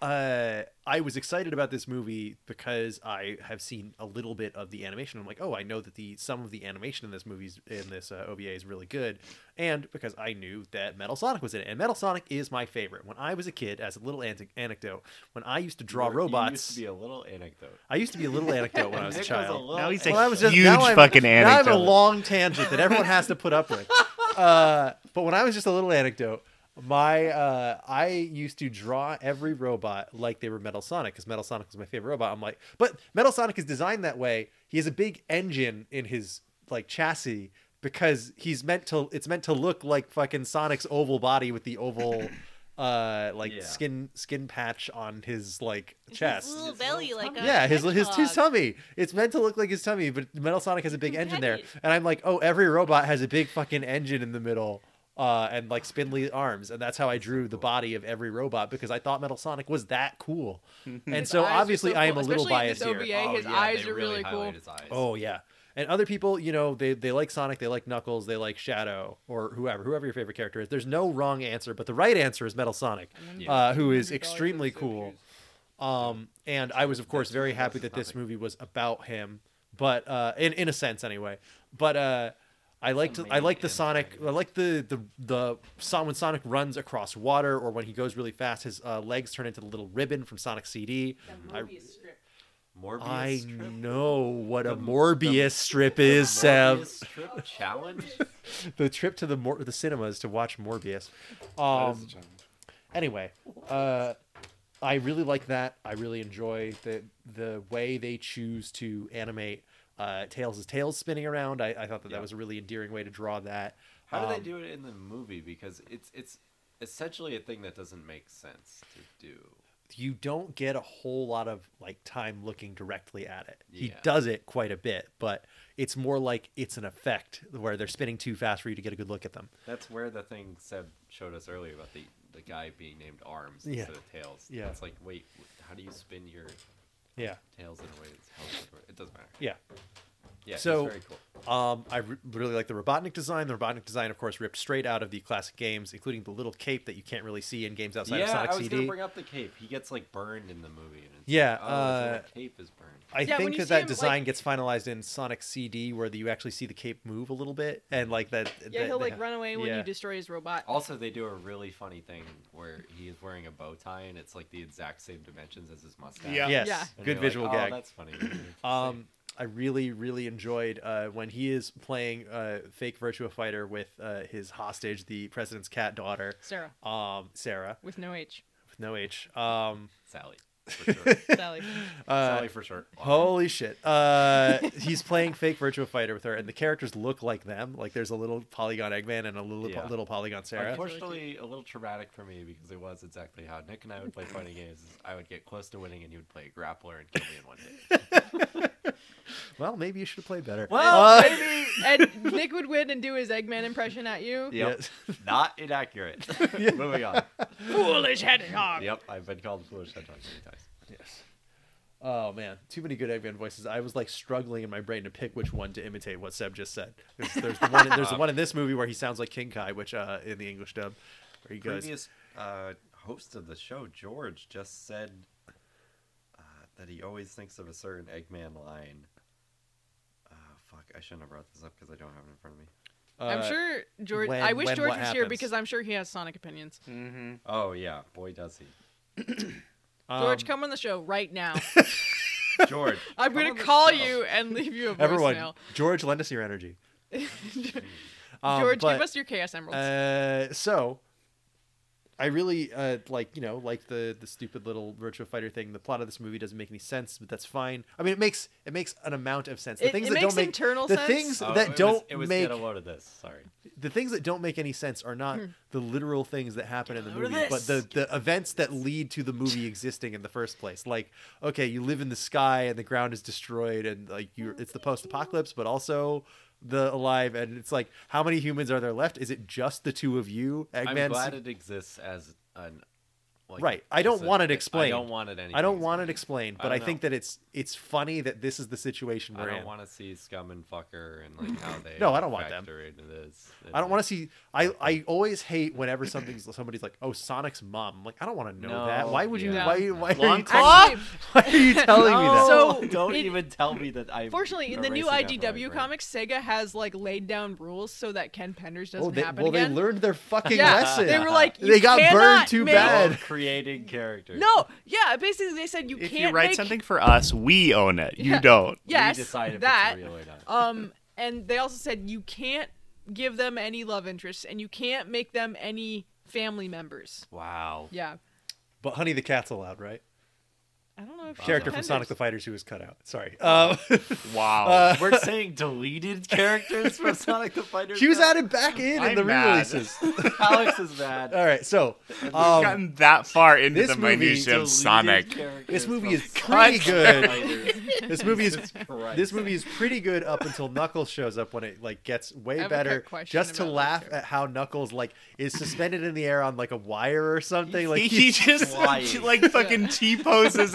S4: uh, I was excited about this movie because I have seen a little bit of the animation. I'm like, oh, I know that the some of the animation in this movie's in this uh, OVA is really good, and because I knew that Metal Sonic was in it, and Metal Sonic is my favorite. When I was a kid, as a little antic- anecdote, when I used to draw
S2: You were- You used
S4: robots,
S2: to be a little anecdote.
S4: I used to be a little anecdote when I was a
S2: Nick
S4: child.
S2: Was a little
S5: Now he's a
S2: anecdote.
S4: Well, I was just
S5: huge
S4: now I'm-
S5: fucking
S4: Now I have a
S5: anecdote.
S4: long tangent that everyone has to put up with. Uh, but when I was just a little anecdote, my uh, I used to draw every robot like they were Metal Sonic because Metal Sonic was my favorite robot. I'm like, but Metal Sonic is designed that way. He has a big engine in his like chassis because he's meant to. It's meant to look like fucking Sonic's oval body with the oval. uh like
S1: Yeah.
S4: skin skin patch on his like chest.
S10: little belly, like
S3: Oh
S10: a
S4: Yeah, his his, his
S10: hedgehog.
S4: tummy. It's meant to look like his tummy, but Metal Sonic has a big engine there.
S10: petty.
S4: And I'm like, oh, every robot has a big fucking engine in the middle, uh, and like spindly arms, and that's how I drew the body of every robot because I thought Metal Sonic was that cool. and so
S3: eyes are
S4: obviously
S3: so
S4: I am
S3: cool,
S4: a little
S3: especially in
S4: biased
S3: this
S4: here.
S3: OVA.
S2: Oh,
S3: Yeah, his eyes are really cool.
S2: highlight his eyes.
S4: Oh yeah. And other people, you know, they, they like Sonic, they like Knuckles, they like Shadow, or whoever, whoever your favorite character is. There's no wrong answer, but the right answer is Metal Sonic, uh, who is extremely cool. Um, and I was, of course, very happy that this movie was about him, but uh, in in a sense, anyway. But uh, I liked I liked the Sonic. I liked the the the son when Sonic runs across water or when he goes really fast, his uh, legs turn into the little ribbon from Sonic CD. I,
S2: Morbius
S4: I
S2: strip.
S4: know what a Morbius strip is, Sev.
S2: Morbius strip challenge.
S4: The trip to the mor- the cinemas to watch Morbius. Um, anyway, uh, I really like that. I really enjoy the the way they choose to animate uh, Tails' tails spinning around. I, I thought that
S2: Yeah.
S4: that was a really endearing way to draw that.
S2: How do
S4: Um,
S2: they do it in the movie? Because it's it's essentially a thing that doesn't make sense to do.
S4: you don't get a whole lot of like time looking directly at it. He
S2: Yeah.
S4: does it quite a bit, but it's more like it's an effect where they're spinning too fast for you to get a good look at them.
S2: That's where the thing Seb showed us earlier about the the guy being named Arms
S4: Yeah.
S2: instead of Tails.
S4: Yeah.
S2: It's like, wait, how do you spin your
S4: Yeah.
S2: tails in a way that's helpful? It doesn't matter.
S4: Yeah.
S2: Yeah,
S4: So-
S2: it's very cool.
S4: Um, I re- really like the Robotnik design. The Robotnik design, of course, ripped straight out of the classic games, including the little cape that you can't really see in games outside
S2: yeah,
S4: of Sonic
S2: I was
S4: CD.
S2: gonna bring up the cape. He gets like burned in the movie, and it's
S4: Yeah,
S2: like, oh, so
S4: uh,
S2: the cape is burned.
S4: I
S3: Yeah, when
S4: think
S3: you
S4: that
S3: see
S4: that
S3: him,
S4: design
S3: like-
S4: gets finalized in Sonic CD, where you actually see the cape move a little bit, and like that.
S3: Yeah,
S4: that-
S3: he'll
S4: that-
S3: like run away when
S4: yeah.
S3: you destroy his robot.
S2: Also, they do a really funny thing where he is wearing a bow tie, and it's like the exact same dimensions as his mustache.
S5: Yeah.
S4: Yes,
S3: Yeah.
S2: And
S4: good
S2: you're like,
S4: visual
S2: oh,
S4: gag.
S2: That's funny.
S4: Um, I really, really enjoyed uh, when he is playing uh, fake Virtua Fighter with uh, his hostage, the president's cat daughter,
S3: Sarah
S4: um, Sarah,
S3: with no H.
S4: with no H. Um,
S2: Sally, for sure.
S3: Sally.
S4: uh,
S2: Sally for sure.
S4: holy shit! Uh, he's playing fake Virtua Fighter with her, and the characters look like them. Like there's a little Polygon Eggman and a little
S2: Yeah.
S4: little Polygon Sarah.
S2: Unfortunately, a little traumatic for me because it was exactly how Nick and I would play fighting games. is I would get close to winning, and he would play a grappler and kill me in one day.
S4: Well, maybe you should have played better.
S2: Well,
S4: Uh,
S2: maybe
S3: and Nick would win and do his Eggman impression at
S4: Oh,
S3: you.
S2: yep. not inaccurate. Moving on.
S3: Foolish hedgehog.
S2: Yep, I've been called foolish hedgehog many times.
S4: Yes. Oh man, too many good Eggman voices. I was like struggling in my brain to pick which one to imitate what Seb just said. 'Cause There's the one. There's the one in this movie where he sounds like King Kai, which uh, in the English dub, where he goes,
S2: previous uh, host of the show, George, just said uh, that he always thinks of a certain Eggman line. Uh, fuck, I shouldn't have brought this up because I don't have it in front of me.
S4: uh,
S3: I'm sure George.
S4: when-
S3: I wish
S4: when
S3: George
S4: what
S3: was here
S4: happens? Um,
S3: because I'm sure he has Sonic opinions.
S2: Oh yeah, boy does he.
S3: George,
S4: um,
S3: come on the show right now.
S2: George,
S3: I'm
S2: come
S3: gonna
S2: on the
S3: call
S2: show.
S3: you and leave you a voicemail.
S4: Everyone, George, lend us your energy. Um,
S3: George,
S4: but-
S3: give us your Chaos Emeralds.
S4: Uh, so I really uh, like you know like the the stupid little virtual fighter thing. The plot of this movie doesn't make any sense, but that's fine. I mean, it makes it makes an amount of sense. The
S3: It-
S4: things
S3: it
S4: that
S3: makes
S4: don't make
S3: internal
S4: the
S3: sense.
S4: things
S2: Oh,
S4: that
S2: it was-
S4: don't
S2: it was
S4: make
S2: get a load of this. Sorry.
S4: the things that don't make any sense are not the literal things that happen in the movie, but the, the events that lead to the movie existing in the first place. Like, okay, you live in the sky and the ground is destroyed, and like you, are it's the post-apocalypse, but also the alive. And it's like, how many humans are there left? Is it just the two of you,
S2: I'm
S4: Eggman?
S2: glad it exists as an. Like,
S4: Right. I don't
S2: just a-
S4: want it
S2: I
S4: explained.
S2: don't want it. Anything
S4: I don't want it explained,
S2: I
S4: but I,
S2: don't
S4: think
S2: know.
S4: that it's it's funny that this is the situation
S2: I
S4: we're
S2: don't
S4: in.
S2: want to see scum and fucker and like how they.
S4: No, I don't want them.
S2: factor Into this.
S4: I don't want to see. I, I always hate whenever something's somebody's like, "Oh, Sonic's mom." I'm like, I don't want to know
S2: No,
S4: that. Why would you?
S2: yeah.
S4: Why? Why are
S5: Long
S4: you
S5: con-
S4: telling?
S3: Actually,
S4: Why are you telling me
S2: Oh.
S4: that?
S3: Oh, So,
S2: don't
S3: in-
S2: even tell me that I.
S3: fortunately, in the new IDW
S2: comic.
S3: comics, Sega has like laid down rules so that Ken Penders doesn't
S4: well, Oh, they,
S3: happen
S4: well,
S3: again.
S4: they learned their fucking
S3: Yeah,
S4: lesson.
S3: they were like,
S4: they
S3: "You
S4: got burned
S3: cannot
S4: too
S3: make-
S4: bad.
S2: creating characters.
S3: no, yeah, basically they said you
S5: If
S3: can't
S5: you write
S3: make...
S5: something for us, we own it. You
S3: Yeah.
S5: don't.
S3: Yes,
S2: we decide if
S3: that.
S2: it's real or not.
S3: um, and they also said you can't give them any love interests and you can't make them any family members.
S2: Wow.
S3: Yeah,
S4: But Honey the Cat's allowed, right?
S3: I don't know if she's
S4: Character from
S3: offended.
S4: Sonic the Fighters who was cut out. Sorry.
S3: Oh.
S4: Um,
S5: Wow.
S2: We're saying deleted characters from Sonic the Fighter.
S4: she was
S2: now?
S4: added back in in
S5: I'm
S4: the
S5: mad.
S4: re-releases.
S2: Alex is bad.
S4: All right, so
S5: We've
S4: um,
S5: gotten that far into
S4: this
S5: the
S4: movie
S5: minutia of
S2: Deleted
S5: Sonic.
S2: characters
S4: this movie
S2: from
S4: is pretty good.
S2: Fighters.
S4: This movie is
S1: Christ.
S4: this movie is pretty good up until Knuckles shows up when it like gets
S3: I
S4: way
S3: have a
S4: better.
S3: quick question
S4: Just to
S3: about that,
S4: laugh
S3: too.
S4: at how Knuckles like is suspended in the air on like a wire or something. Like
S5: He, he just
S1: lying.
S5: like fucking T poses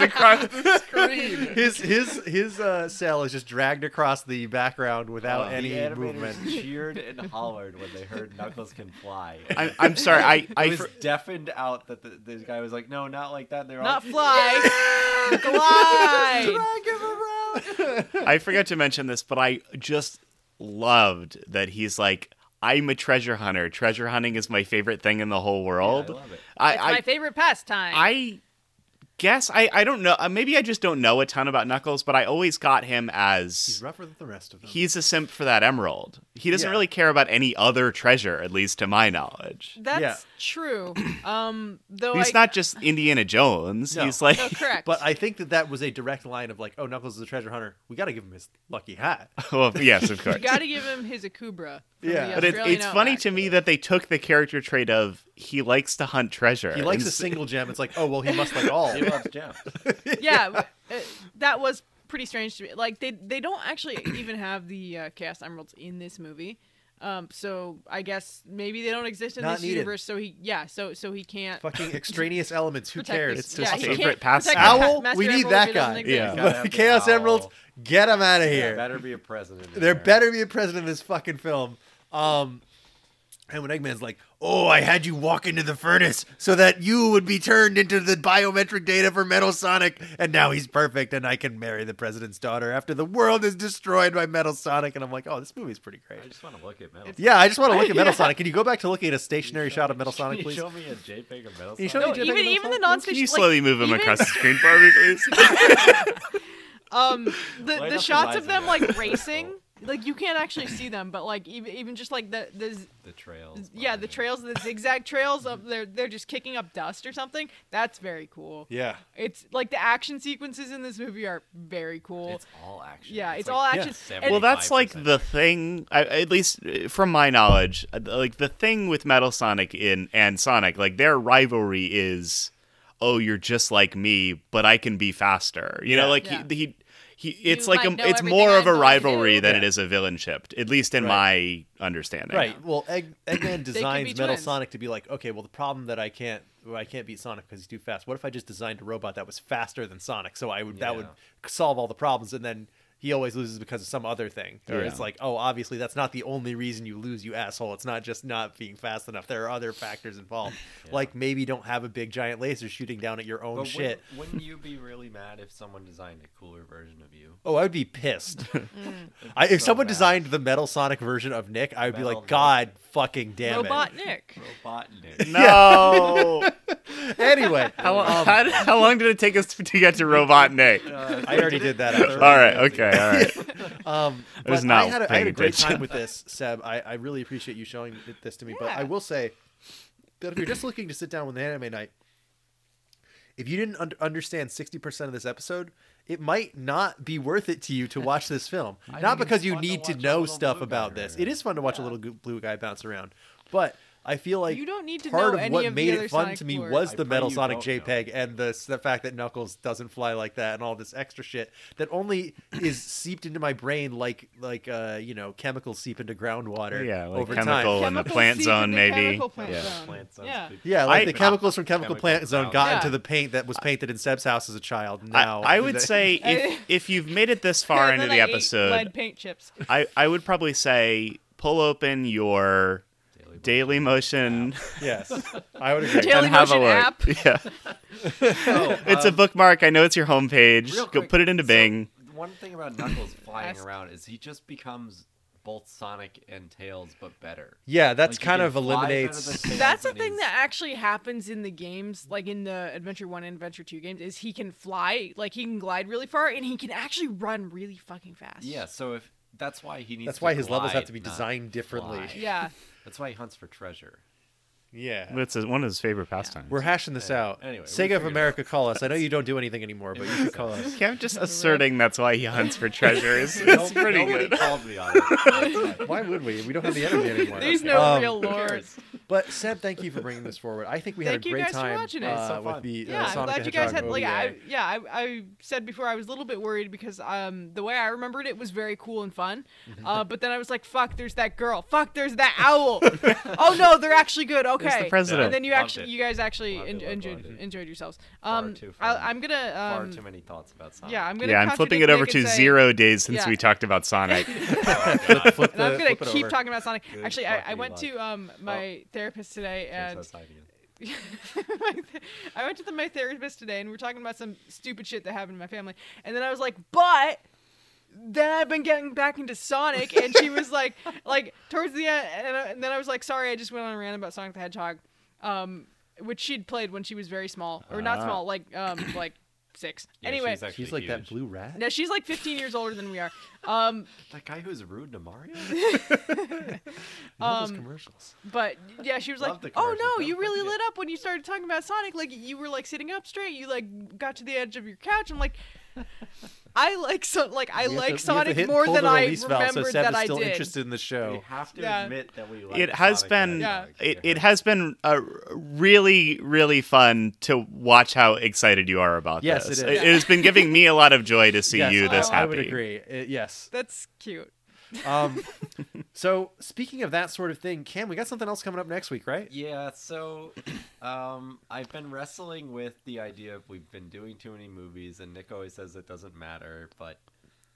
S5: across the screen.
S4: his his his uh, cell is just dragged across the background without
S2: Uh,
S4: any
S2: the animators
S4: movement.
S2: cheered and hollered when they heard Knuckles can fly.
S5: I, I'm sorry. I,
S2: I
S5: I
S2: was
S5: for-
S2: deafened out that the, the guy was like, "No, not like that." They're
S3: Not
S2: all
S3: fly, glide.
S5: I forgot to mention this, but I just loved that he's like, I'm a treasure hunter. Treasure hunting is my favorite thing in the whole world.
S2: I love it.
S5: I,
S3: It's my
S5: I,
S3: favorite pastime.
S5: I guess I, I don't know. uh, Maybe I just don't know a ton about Knuckles, but I always got him
S4: He's
S5: as
S4: rougher than the rest of them.
S5: he's a simp for that emerald. He doesn't
S4: Yeah.
S5: really care about any other treasure, at least to my knowledge.
S3: That's
S4: Yeah.
S3: true. Um, though
S5: He's
S3: I,
S5: not just Indiana Jones.
S4: No.
S5: He's like,
S3: no, correct.
S4: but I think that that was a direct line of like, oh, Knuckles is a treasure hunter. We got to give him his lucky hat.
S5: well, yes, of course.
S3: you got to give him his akubra. from
S4: Yeah.
S3: the
S5: But it's,
S3: Australian
S5: it's funny
S3: Outback.
S5: to me that they took the character trait of he likes to hunt treasure.
S4: He likes a
S5: and-
S4: single gem. It's like, oh well, he must like all.
S1: He loves gems.
S3: yeah, w- uh, that was pretty strange to me. Like they they don't actually even have the uh, Chaos Emeralds in this movie. Um, so I guess maybe they don't exist in
S4: Not
S3: this
S4: needed.
S3: universe. So he yeah, so so he can't.
S4: Fucking extraneous elements. Who
S3: protect
S4: cares?
S3: this-
S5: It's his
S3: yeah, he
S5: favorite
S3: can't
S5: pastime.
S3: protect the pa-
S4: Owl,
S3: Master
S4: we need
S3: Emerald
S4: that
S3: if he doesn't
S4: guy.
S3: exist.
S5: Yeah.
S4: But
S1: have the
S4: Chaos
S1: owl.
S4: Emeralds, get him out of here.
S2: There better be a president. in
S4: there better be a president in this fucking film. Um, and when Eggman's like, "Oh, I had you walk into the furnace so that you would be turned into the biometric data for Metal Sonic, and now he's perfect, and I can marry the president's daughter after the world is destroyed by Metal Sonic." And I'm like, "Oh, this movie's pretty
S2: I
S4: great."
S2: just want to look at metal.
S4: Yeah, I just want to look at Metal Sonic. Can you go back to looking at a stationary shot of Metal Sonic,
S2: Can you
S4: please?
S2: show me a JPEG of metal.
S4: Can you
S2: Sonic?
S4: show me
S3: No,
S4: Jeff
S3: even
S4: Eggman's
S3: even the
S4: Sonic?
S3: non-fiction.
S5: Can you
S3: like,
S5: slowly move him
S3: even-
S5: across the screen for me, please?
S3: Um, the,
S2: Light
S3: the
S2: up
S3: shots
S2: his
S3: of
S2: eyes
S3: them
S2: again.
S3: like racing, like you can't actually see them, but like even even just like the the z-
S2: The trails.
S3: yeah
S2: behind
S3: the
S2: it.
S3: trails, the zigzag trails of they're they're just kicking up dust or something. That's very cool.
S4: Yeah.
S3: It's like the action sequences in this movie are very cool.
S2: It's all action.
S3: yeah, it's,
S2: like
S3: all action.
S2: yeah.
S3: And
S5: well, that's like
S2: 25%.
S5: the thing, I, at least uh, from my knowledge, uh, like the thing with Metal Sonic in and Sonic, like their rivalry is, oh, you're just like me, but I can be faster. You know, like
S3: Yeah.
S5: he. he he, it's
S3: You
S5: like
S3: might know
S5: a, it's
S3: everything
S5: more
S3: I
S5: of a
S3: know
S5: rivalry
S3: too.
S5: than it
S4: Yeah.
S5: is a villainship, at least in my understanding.
S4: Right. Well, Egg, Eggman
S3: be
S4: designs Metal
S3: twins.
S4: Sonic to be like, okay, well, the problem that I can't, well, I can't beat Sonic because he's too fast. What if I just designed a robot that was faster than Sonic? So I would that would solve all the problems, and then he always loses because of some other thing. Or it's
S5: Yeah.
S4: like, oh, obviously that's not the only reason you lose, you asshole. It's not just not being fast enough. There are other factors involved. Like maybe don't have a big giant laser shooting down at your own
S2: But
S4: shit.
S2: Wouldn't, wouldn't you be really mad if someone designed a cooler version of you?
S4: Oh, I would be pissed. I, if
S2: so
S4: someone
S2: bad.
S4: designed the Metal Sonic version of Nick, I would be
S2: Metal
S4: like, God fucking damn
S3: Robot Nick.
S2: Robotnik.
S5: No.
S4: it. Anyway,
S5: how,
S3: um,
S5: how, how long did it take us to, to get to Robotnik?
S4: I already did that.
S5: all
S4: After.
S5: right. Okay. All right.
S4: Um,
S5: I was
S4: but
S5: not
S4: I had a, I
S5: paying
S4: had a great
S5: attention.
S4: time with this, Seb. I, I really appreciate you showing th- this to me. But I
S3: Yeah.
S4: will say that if you're just looking to sit down with an anime night, if you didn't un- understand 60% of this episode, it might not be worth it to you to watch this film. not
S2: think it's
S4: because you
S2: fun to
S4: need to
S2: watch a
S4: know
S2: little
S4: stuff
S2: blue
S4: about
S2: guy
S4: this.
S2: around.
S4: It is fun to watch a little goo- blue guy bounce around. But I feel like
S3: You don't need to
S4: part
S3: know
S4: of
S3: any
S4: what
S3: of the
S4: made
S3: other
S4: it fun
S3: Sonic
S4: to me
S3: lore.
S4: was
S2: I
S4: the
S2: pray
S4: Metal
S2: you
S4: Sonic
S2: don't know.
S4: JPEG and the, the fact that Knuckles doesn't fly like that and all this extra shit that only is seeped into my brain like like uh you know chemicals seep into groundwater
S5: Yeah, like
S4: over
S5: chemical-
S4: time.
S5: in the
S3: Chemical
S5: plant
S3: seed
S5: zone,
S3: in the
S5: maybe.
S3: chemical plant
S5: Yeah.
S3: zone.
S2: Plant sounds
S3: Yeah.
S2: stupid.
S4: Yeah, like
S5: I-
S4: the chemicals from Chemical,
S2: Chemical
S4: Plant Zone
S2: Brown.
S4: got
S3: Yeah.
S4: into the paint that was painted in Seb's house as a child.
S5: I-
S4: Now
S5: I, would say if, if you've made it this far
S3: And
S5: into
S3: then
S5: the
S3: I ate lead
S5: episode,
S3: paint chips.
S5: I, I would probably say pull open your
S2: Daily
S5: Daily Motion
S4: yes, I would agree.
S3: Daily
S5: and have a
S3: Motion
S5: look.
S3: app.
S5: Yeah,
S4: Oh,
S5: it's
S4: um,
S5: a bookmark. I know it's your homepage.
S2: Real
S5: Go
S2: quick,
S5: put it into
S2: so
S5: Bing.
S2: one thing about Knuckles flying
S3: Ask.
S2: around is he just becomes both Sonic and Tails, but better.
S4: Yeah, that's
S2: Like, he
S4: kind
S2: can
S4: of
S2: fly better than
S4: eliminates.
S2: Tails,
S3: That's the
S2: and
S3: thing
S2: he's-
S3: that actually happens in the games, like in the Adventure One and Adventure Two games, is he can fly, like he can glide really far, and he can actually run really fucking fast.
S2: Yeah, so if that's why he needs.
S4: That's
S2: to
S4: why his levels have
S2: glide,
S4: to be
S2: not
S4: designed differently.
S2: fly.
S3: Yeah.
S2: That's why he hunts for treasure.
S4: Yeah.
S5: It's his- one of his favorite pastimes.
S4: We're hashing this out.
S2: anyway, we
S4: Sega
S2: figured
S4: of
S2: it
S4: America, call us. I know you don't do anything anymore, but you should call us.
S5: I'm just asserting that's why he hunts for treasure. It's, it's pretty
S1: Nobody
S5: good.
S1: called me on it.
S4: Why would we? We don't have the energy anymore.
S3: There's no
S4: Um,
S3: real lore.
S4: But Seb, thank you for bringing this forward. I think we had
S3: Thank
S4: a
S3: you
S4: great
S3: guys for
S4: time
S3: watching it.
S4: Uh,
S3: So
S4: with
S1: fun.
S4: the uh,
S3: Yeah, I'm
S4: Sonic
S3: glad
S4: the
S3: you guys
S4: Hedgehog
S3: had like
S4: OVA.
S2: eh?
S3: I yeah I, I said before I was a little bit worried because um the way I remembered it was very cool and fun,
S2: Mm-hmm.
S3: uh but then I was like fuck there's that girl fuck there's that owl oh no they're actually good okay
S5: the president.
S3: and then you
S2: Loved
S3: actually
S2: it.
S3: you guys actually
S2: Loved it,
S3: en-
S2: loved
S3: enjoyed
S2: it.
S3: enjoyed yourselves
S2: Far
S3: um
S2: too fun.
S3: I, I'm gonna
S2: Far
S3: um
S2: too many thoughts about Sonic.
S3: yeah I'm gonna
S5: Yeah, I'm flipping it
S3: contradict
S5: over
S3: Nick and
S5: to
S3: say-
S5: zero days since
S3: Yeah.
S5: we talked about Sonic.
S3: and I'm
S4: the-
S3: gonna
S4: flip it
S3: keep
S4: over.
S3: talking about Sonic
S2: Good
S3: actually I, I
S2: fucking
S3: went
S2: luck.
S3: to um my therapist today
S2: Turns
S3: and
S2: outside again.
S3: my th- I went to the, my therapist today and we are talking about some stupid shit that happened in my family. And then I was like, but then I've been getting back into Sonic. And she was like, like towards the end. And, I, and then I was like, sorry, I just went on a rant about Sonic the Hedgehog, um, which she'd played when she was very small or not
S5: Ah.
S3: small, like, um, like six.
S2: Yeah,
S3: anyway,
S2: she's, actually
S4: She's like that
S2: huge.
S4: blue rat.
S3: now she's like 15 years older than we are. Um,
S2: That guy who's rude to Mario.
S4: Love those
S3: um,
S4: commercials.
S3: But yeah, she was
S2: Love the
S3: like, "Oh
S2: commercials.
S3: no, you
S2: Don't
S3: really
S2: forget.
S3: lit up when you started talking about Sonic. Like you were like sitting up straight. You like got to the edge of your couch." I'm like, "I like so like I
S4: We have to- we
S3: like
S4: have to hit
S3: Sonic
S4: and
S3: more
S4: pull
S3: than
S4: the
S3: I
S4: release valve
S3: remembered
S4: so Seb
S3: that
S4: is
S3: I
S4: still
S3: did."
S4: interested in the
S1: We
S4: show.
S1: have to
S3: Yeah.
S1: admit that we like
S5: Oh. it has
S1: Sonic
S5: been
S1: and
S3: Yeah.
S1: Hedgehog.
S5: it, it has been uh, really really fun to watch how excited you are about
S4: Yes,
S5: this.
S4: it is.
S5: It has been giving me a lot of joy to see
S4: Yes,
S5: you this
S4: I,
S5: happy.
S4: I would agree. Uh, yes.
S3: That's cute.
S4: Um, so speaking of that sort of thing, Cam, we got something else coming up next week, right?
S2: Yeah, so um, I've been wrestling with the idea of we've been doing too many movies, and Nick always says it doesn't matter, but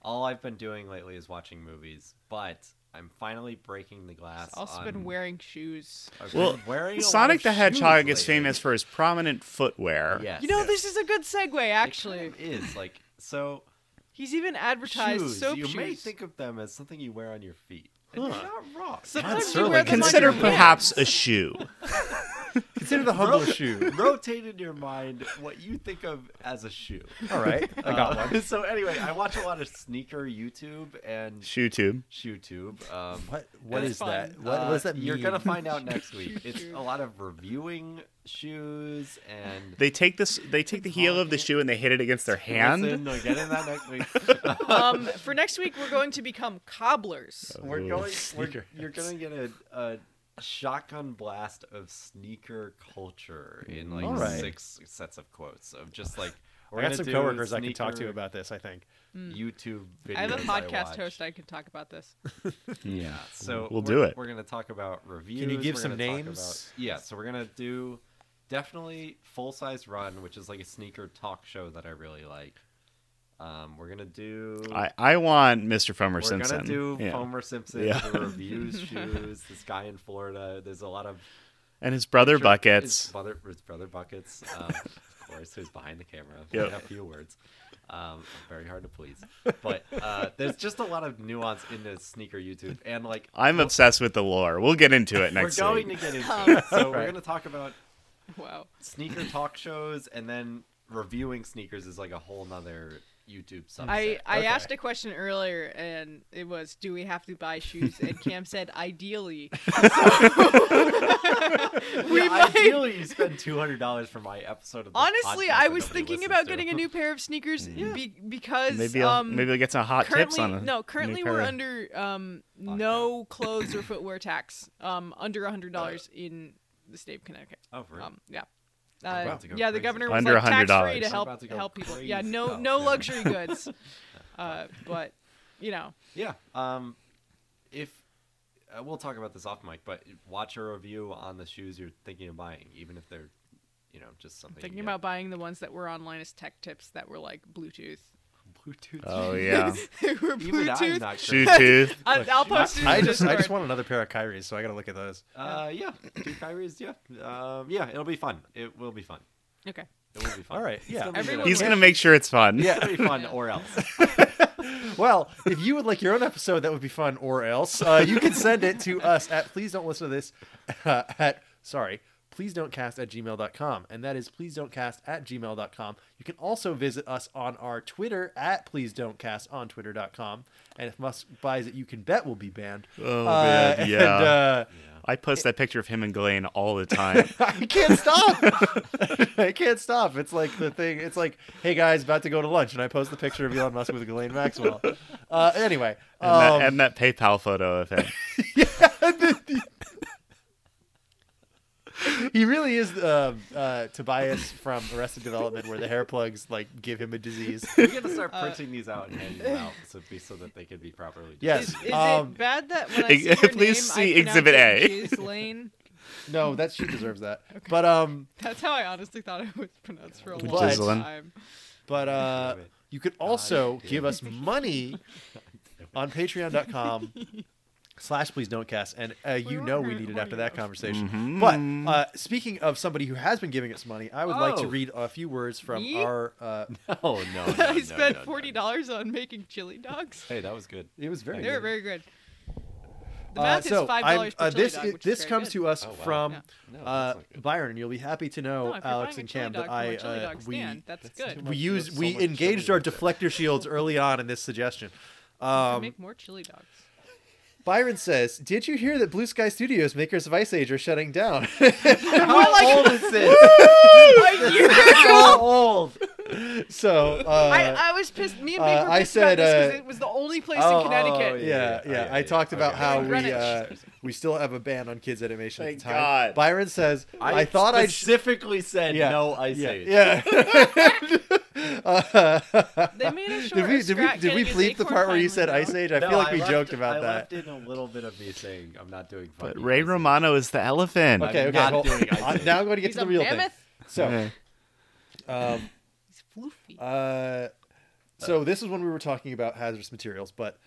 S2: all I've been doing lately is watching movies. But I'm finally breaking the glass.
S3: I've also
S2: on...
S3: been wearing shoes.
S2: I've
S5: Well,
S2: been wearing a lot
S5: Sonic
S2: of
S5: the
S2: shoes
S5: Hedgehog is
S2: lately.
S5: famous for his prominent footwear.
S2: Yes,
S3: You know, this is a good segue.
S2: it
S3: Actually,
S2: kind of is like so.
S3: he's even advertised
S2: shoes,
S3: soap
S2: you
S3: shoes.
S2: may think of them as something you wear on your feet. And you're not wrong.
S3: Sometimes you
S4: Serling.
S3: wear them on
S5: Consider
S3: your hands.
S5: perhaps a shoe.
S4: Consider the humble shoe.
S2: Rotate in your mind what you think of as a shoe.
S4: All right, I got
S2: Uh,
S4: one.
S2: So anyway, I watch a lot of sneaker YouTube and
S5: Shoe tube.
S2: ShoeTube. Um,
S4: What? What
S2: That's
S4: is that?
S3: fine.
S4: What, what does
S2: uh,
S4: that mean?
S2: You're gonna find out next week. It's
S3: ShoeTube.
S2: a lot of reviewing shoes and
S5: They take this. They take the heel of the shoe and they hit it against their
S2: Listen,
S5: hand.
S2: we're getting that next week.
S3: Um, for next week, we're going to become cobblers.
S2: we're
S5: Ooh,
S2: going. We're,
S4: sneaker.
S2: you're gonna get a, a shotgun blast of sneaker culture in like
S4: All right.
S2: six sets of quotes of just like.
S4: I
S2: We're
S4: got
S2: gonna
S4: some
S2: do
S4: coworkers I can talk to
S2: sneaker
S4: about this. I think.
S2: YouTube videos.
S3: Hmm. I have a podcast
S2: watch.
S3: host. I can talk about this.
S5: Yeah.
S2: So
S5: We'll
S2: we're-
S5: do it.
S2: We're going to talk about reviews.
S4: give
S2: we're
S4: some
S2: gonna talk
S4: names?
S2: About, yeah, so we're going to do definitely Full Size Run, which is like a sneaker talk show that I really like. Um, we're going to do.
S5: I, I want Mr. Fomer
S2: we're
S5: Simpson.
S2: gonna do
S5: Yeah.
S2: Homer Simpson
S5: Yeah.
S2: the reviews shoes. This guy in Florida. There's a lot of
S5: And his brother
S2: Sure, His
S5: buckets.
S2: brother, his brother buckets. Um, of course, who's behind the camera?
S5: Yep.
S2: Yeah, a few words. Um, very hard to please, but uh, there's just a lot of nuance in the sneaker YouTube, and like
S5: I'm obsessed with the lore. We'll get into it next
S2: we're going
S5: week.
S2: to get into it. So we're gonna talk about
S3: Wow.
S2: sneaker talk shows, and then reviewing sneakers is like a whole nother YouTube subset.
S3: I, I
S4: Okay.
S3: asked a question earlier, and it was, "Do we have to buy shoes?" And Cam said, "Ideally."
S2: Yeah,
S3: might-
S2: ideally you spend two hundred dollars for my episode of. The
S3: Honestly,
S2: podcast
S3: I
S2: that
S3: was
S2: nobody
S3: thinking
S2: listens
S3: about
S2: to.
S3: getting a new pair of sneakers be- because
S5: Maybe I'll,
S3: um,
S5: maybe we'll get some hot tips
S3: currently
S5: on it.
S3: no currently we're under um, no clothes or footwear tax um, under hundred dollars
S2: Uh,
S3: in the state of Connecticut.
S2: Oh, for real?
S3: Um, yeah. Uh,
S2: about to go
S3: yeah, the
S2: crazy.
S3: governor was
S5: Under
S3: like tax
S5: $100.
S3: free to
S2: I'm
S3: help
S2: about to go
S3: help people. Yeah,
S2: crazy
S3: no
S2: Oh, about
S3: no
S2: that.
S3: luxury goods, uh, but you know
S2: Yeah. Um, if uh, we'll talk about this off mic, but watch a review on the shoes you're thinking of buying, even if they're, you know, just something.
S3: thinking
S2: you
S3: about buying the ones that were online as tech tips that were like Bluetooth.
S2: Bluetooth.
S5: Oh yeah.
S3: they were
S2: even I'm
S3: Bluetooth.
S2: not
S5: Shoe
S2: sure.
S5: tooth.
S3: I, I'll post it. in
S4: I
S3: the
S4: just I just
S3: Discord.
S4: want another pair of Kyrie's, so I gotta look at those.
S2: Uh, yeah. Two Kyrie's. Yeah. Um, yeah. It'll be fun. It will be fun.
S3: Okay.
S2: It will be fun.
S4: All right,
S2: It's
S4: yeah.
S2: gonna be
S3: Everyone
S2: good.
S5: He's gonna make sure it's fun.
S2: It's gonna be fun, or else.
S4: Well, if you would like your own episode, that would be fun, or else uh, you can send it to us at please don't listen to this uh, at sorry please don't cast at gmail.com and that is please don't cast at gmail.com you can also visit us on our twitter at please don't cast on twitter.com and if musk buys it you can bet will be banned Uh,
S5: Oh man,
S4: and,
S5: yeah.
S4: uh,
S5: I post that picture of him and Glenn all the time.
S4: I can't stop. I can't stop. It's like the thing. It's like, hey guys, about to go to lunch, and I post the picture of Elon Musk with Ghislaine Maxwell. Uh, anyway,
S5: And,
S4: um,
S5: that, and that PayPal photo of him.
S4: he really is um, uh, Tobias from Arrested Development, where the hair plugs like give him a disease.
S2: We gotta start
S3: Uh,
S2: printing these out and handing them out so, be, so that they can be properly.
S4: Yes.
S3: Is, is
S4: Um,
S3: it bad that when I
S5: ex-
S3: see your
S5: please
S3: name,
S5: see
S3: I
S5: Exhibit
S3: pronounce it
S5: A.
S3: Ghislaine?
S4: No, that she deserves that. But um,
S3: That's how I honestly thought it was pronounced for a long
S5: Ghislaine.
S3: time.
S4: but uh,
S2: it.
S4: you could also give us money on patreon.com slash please don't cast and uh, you
S3: were
S4: know we
S3: hurt-
S4: need it
S3: were
S4: after
S3: you
S4: that
S3: hurt?
S4: conversation but uh, speaking of somebody who has been giving us money i would like to
S2: Mm-hmm. Oh.
S4: read a few words from
S3: Me?
S4: our uh,
S2: Oh no! no,
S3: I
S2: no,
S3: spent
S2: no, no.
S3: forty dollars on making chili dogs.
S2: Hey, that was good.
S4: it was very
S3: They were
S4: good.
S3: very good. The
S4: Uh,
S3: math
S4: so
S3: is five
S4: I'm-
S3: dollars per
S4: uh,
S3: chili
S4: this
S3: dog,
S4: is-
S3: which is
S4: this
S3: very
S4: comes
S3: good.
S4: to uh, us
S2: Oh, wow.
S4: from
S3: Yeah.
S2: No,
S4: uh,
S2: that's not good.
S4: Byron, and you'll be happy to know,
S3: No, if you're
S4: Alex
S3: buying a
S4: and
S3: chili
S4: Cam,
S3: dog
S4: that
S3: from
S4: I
S3: a chili
S4: uh,
S3: dog
S4: we
S3: stand, that's good.
S4: we
S2: There's
S4: used
S2: so
S4: we
S2: much
S4: engaged
S2: chili
S4: our
S2: with it.
S4: deflector shields early on in this suggestion. Um,
S3: Make more chili dogs.
S4: Byron says, "Did you hear that Blue Sky Studios, makers of Ice Age, are shutting down?"
S2: How old is this?
S1: How old?
S4: so uh,
S3: I, I was pissed. Me and Big
S4: uh,
S3: were
S4: I
S3: pissed
S4: said,
S3: about this
S4: uh,
S3: because it was the only place
S1: oh,
S3: in Connecticut.
S4: yeah,
S2: yeah,
S4: yeah,
S2: yeah,
S4: I
S2: yeah,
S4: talked about
S2: okay.
S4: how
S3: Like
S4: we
S3: Greenwich.
S4: uh, we still have a ban on kids animation.
S5: Thank
S4: at the time.
S5: God.
S4: Byron says, "I,
S2: I,
S4: thought I'd." sh-
S2: specifically said
S4: Yeah.
S2: no ice
S4: yeah,
S2: age.
S4: yeah. Uh,
S3: They made a short
S4: did we did we
S3: Scrat
S4: did we
S3: getting his
S4: bleep the
S3: acorn
S4: part where you
S3: finally
S4: said
S3: out.
S4: Ice Age? I
S2: No,
S4: feel like
S2: I
S4: we
S2: left-
S4: joked about that.
S2: I left in a little bit of me saying I'm not doing.
S5: But
S2: fucking
S5: Ray
S2: ice age."
S5: Romano is the elephant.
S4: Okay,
S2: I'm
S4: okay.
S2: not
S4: well,
S2: doing Ice
S4: I'm
S2: Age.
S4: now going to get
S3: He's
S4: to the
S3: a
S4: real
S3: mammoth.
S4: thing. So, um,
S3: He's floofy.
S4: Uh, so this is when we were talking about hazardous materials, but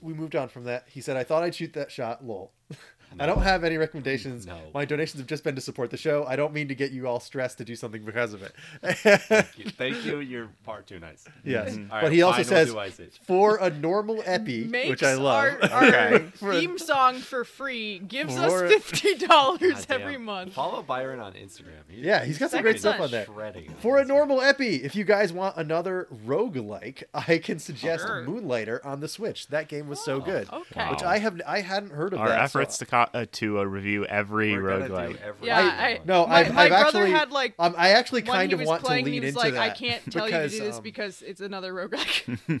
S4: we moved on from that. He said, "I thought I'd shoot that shot." Lol. I don't have any recommendations.
S2: No.
S4: My donations have just been to support the show. I don't mean to get you all stressed to do something because of it.
S2: Thank you. Thank you. You're far too nice. Mm-hmm.
S4: yes,
S2: All
S4: but
S2: right,
S4: he also
S2: fine,
S4: says
S2: we'll do ice age.
S4: for a normal epi,
S3: Makes
S4: which I love.
S3: Our, our
S5: Okay.
S3: theme song for free gives
S4: For-
S3: us fifty dollars
S2: Goddamn.
S3: every month.
S2: Follow Byron on Instagram. He's
S4: yeah, he's got some great
S3: Second
S4: stuff on there.
S2: Shredding.
S4: For a normal epi, if you guys want another roguelike, I can suggest
S3: Sure. Oh,
S4: Moonlighter on the Switch. That game was so good.
S3: Okay.
S4: Which
S5: Wow.
S4: I have I hadn't heard of
S5: Our
S4: that. so-
S5: efforts to co- uh, to uh, review every
S2: We're gonna do
S5: roguelike.
S2: every
S3: Yeah,
S2: single
S3: I-
S2: one.
S4: No,
S3: My-
S4: I've,
S3: my
S4: I've
S3: brother
S4: actually
S3: had, like,
S4: um, I actually
S3: When
S4: kind
S3: he
S4: of
S3: was
S4: want to
S3: playing,
S4: lean
S3: he was
S4: into
S3: like,
S4: that.
S3: I can't tell
S4: because,
S3: you to do this
S4: um,
S3: because it's another roguelike.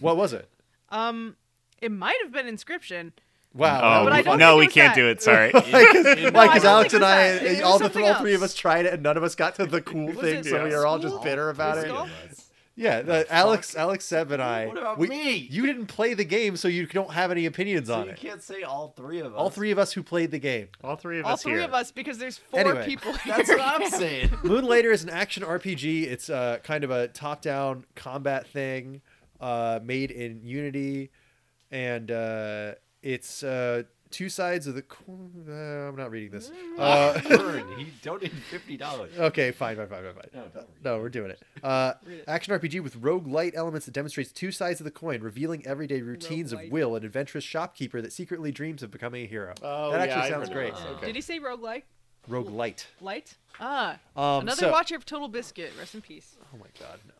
S4: what was it?
S3: um, it might have been Inscription.
S4: Wow,
S3: But I
S5: we-
S3: don't
S5: Oh, no,
S3: think it
S5: we
S3: was
S5: can't
S3: that.
S5: do it. Sorry.
S4: because
S3: No, I don't
S4: Alex and
S3: think it was
S4: I, eh,
S3: that. It was
S4: all the
S3: something
S4: all three of
S3: else.
S4: us tried it, and none of us got to the cool
S3: Was
S4: thing,
S3: it
S4: so we are all just
S3: school?
S4: bitter about it.
S3: School?
S4: Yeah, the, Alex, Alex, Seb, and I.
S2: What about
S4: we-
S2: me?
S4: You didn't play the game, so you don't have any opinions
S2: So
S4: on
S2: you
S4: it.
S2: can't say all three of us.
S4: All three of us who played the game.
S5: All three of
S3: All
S5: us
S3: three
S5: here.
S3: of us because there's four
S4: Anyway,
S3: people here.
S2: That's what I'm saying.
S4: Moonlighter is an action RPG. It's uh, kind of a top-down combat thing uh, made in Unity, and uh, it's uh, two sides of the. co- Uh, I'm not reading this. Uh,
S2: Burn. He donated fifty dollars.
S4: okay, fine, fine, fine, fine, fine.
S2: No, don't read
S4: No, we're doing it. Uh,
S3: Read it.
S4: action RPG with roguelite elements that demonstrates two sides of the coin, revealing everyday routines
S3: Roguelite.
S4: of Will, an adventurous shopkeeper that secretly dreams of becoming a hero.
S5: Oh,
S4: that
S5: yeah,
S4: actually
S5: I've
S4: sounds
S5: heard
S4: great.
S5: of
S3: Did he say roguelike?
S4: Roguelite.
S3: Light? Ah.
S4: Um,
S3: another
S4: so-
S3: watcher of Total Biscuit. Rest in peace.
S4: Oh my god, no.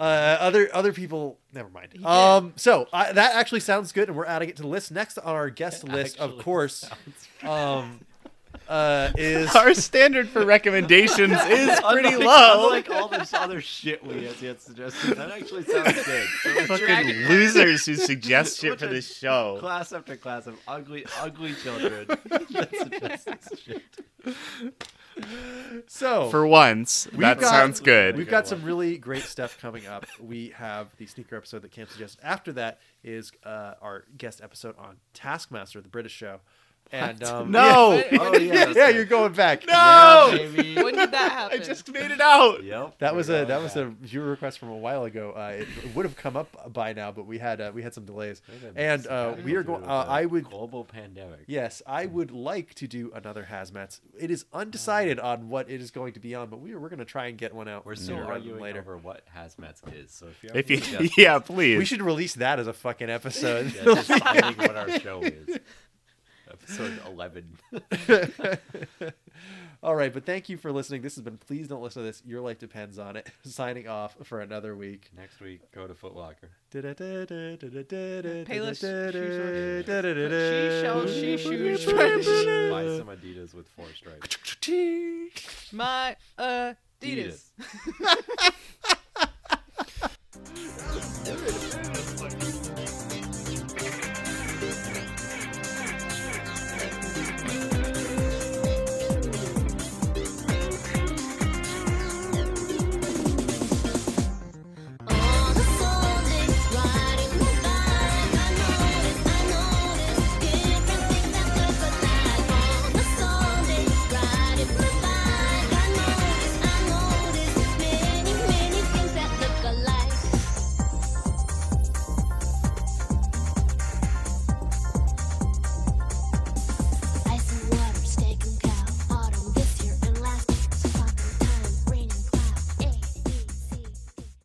S4: Uh, other other people, never mind.
S3: did.
S4: Um, so I, that actually sounds good, and we're adding it to the list. Next on our guest list, of
S2: actually
S4: course, um, uh, is
S5: Our standard for recommendations is pretty
S2: Unlike-
S5: low.
S2: Unlike all this other shit we had yet suggested, that actually sounds good. So it's
S5: Fucking
S2: dragging
S5: losers who suggest shit
S2: What
S5: for
S2: a-
S5: this show.
S2: Class after class of ugly, ugly children that suggest this shit.
S4: so
S5: For once, that
S4: got-
S5: sounds good.
S4: We've got some really great stuff coming up. We have the sneaker episode that Cam suggested. After that is uh, our guest episode on Taskmaster, the British show. And um,
S5: no,
S3: Wait,
S2: Oh yeah,
S4: yeah,
S2: that's
S4: yeah,
S2: right.
S4: you're going back.
S5: no,
S2: Yeah, baby.
S3: When did that
S5: I
S3: happen?
S5: just made it out.
S2: Yep.
S4: That was
S2: we're
S4: a that
S2: going
S4: was
S2: back.
S4: a viewer request from a while ago. Uh, it would have come up by now, but we had uh, we had some delays,
S2: We're gonna
S4: and
S2: be
S4: uh,
S2: surviving
S4: we are
S2: through
S4: going.
S2: the
S4: Uh, I would
S2: global pandemic.
S4: yes, I would like to do another hazmat. It is undecided on what it is going to be on, but we are, we're going to try and get one out.
S2: We're still
S4: sooner rather than
S2: arguing
S4: later.
S2: over what hazmat is. So if you
S5: If
S2: have
S5: you,
S2: suggestions,
S5: yeah, please.
S4: We should release that as a fucking episode.
S2: yeah, just finding what our show is. episode 11.
S4: All right, but thank you for listening. This has been Please Don't Listen to This. Your life depends on it. Signing off for another week.
S2: Next week, go to Foot Locker.
S4: Payless
S3: She shall she shoes
S2: Buy some Adidas with four stripes.
S3: my uh Adidas.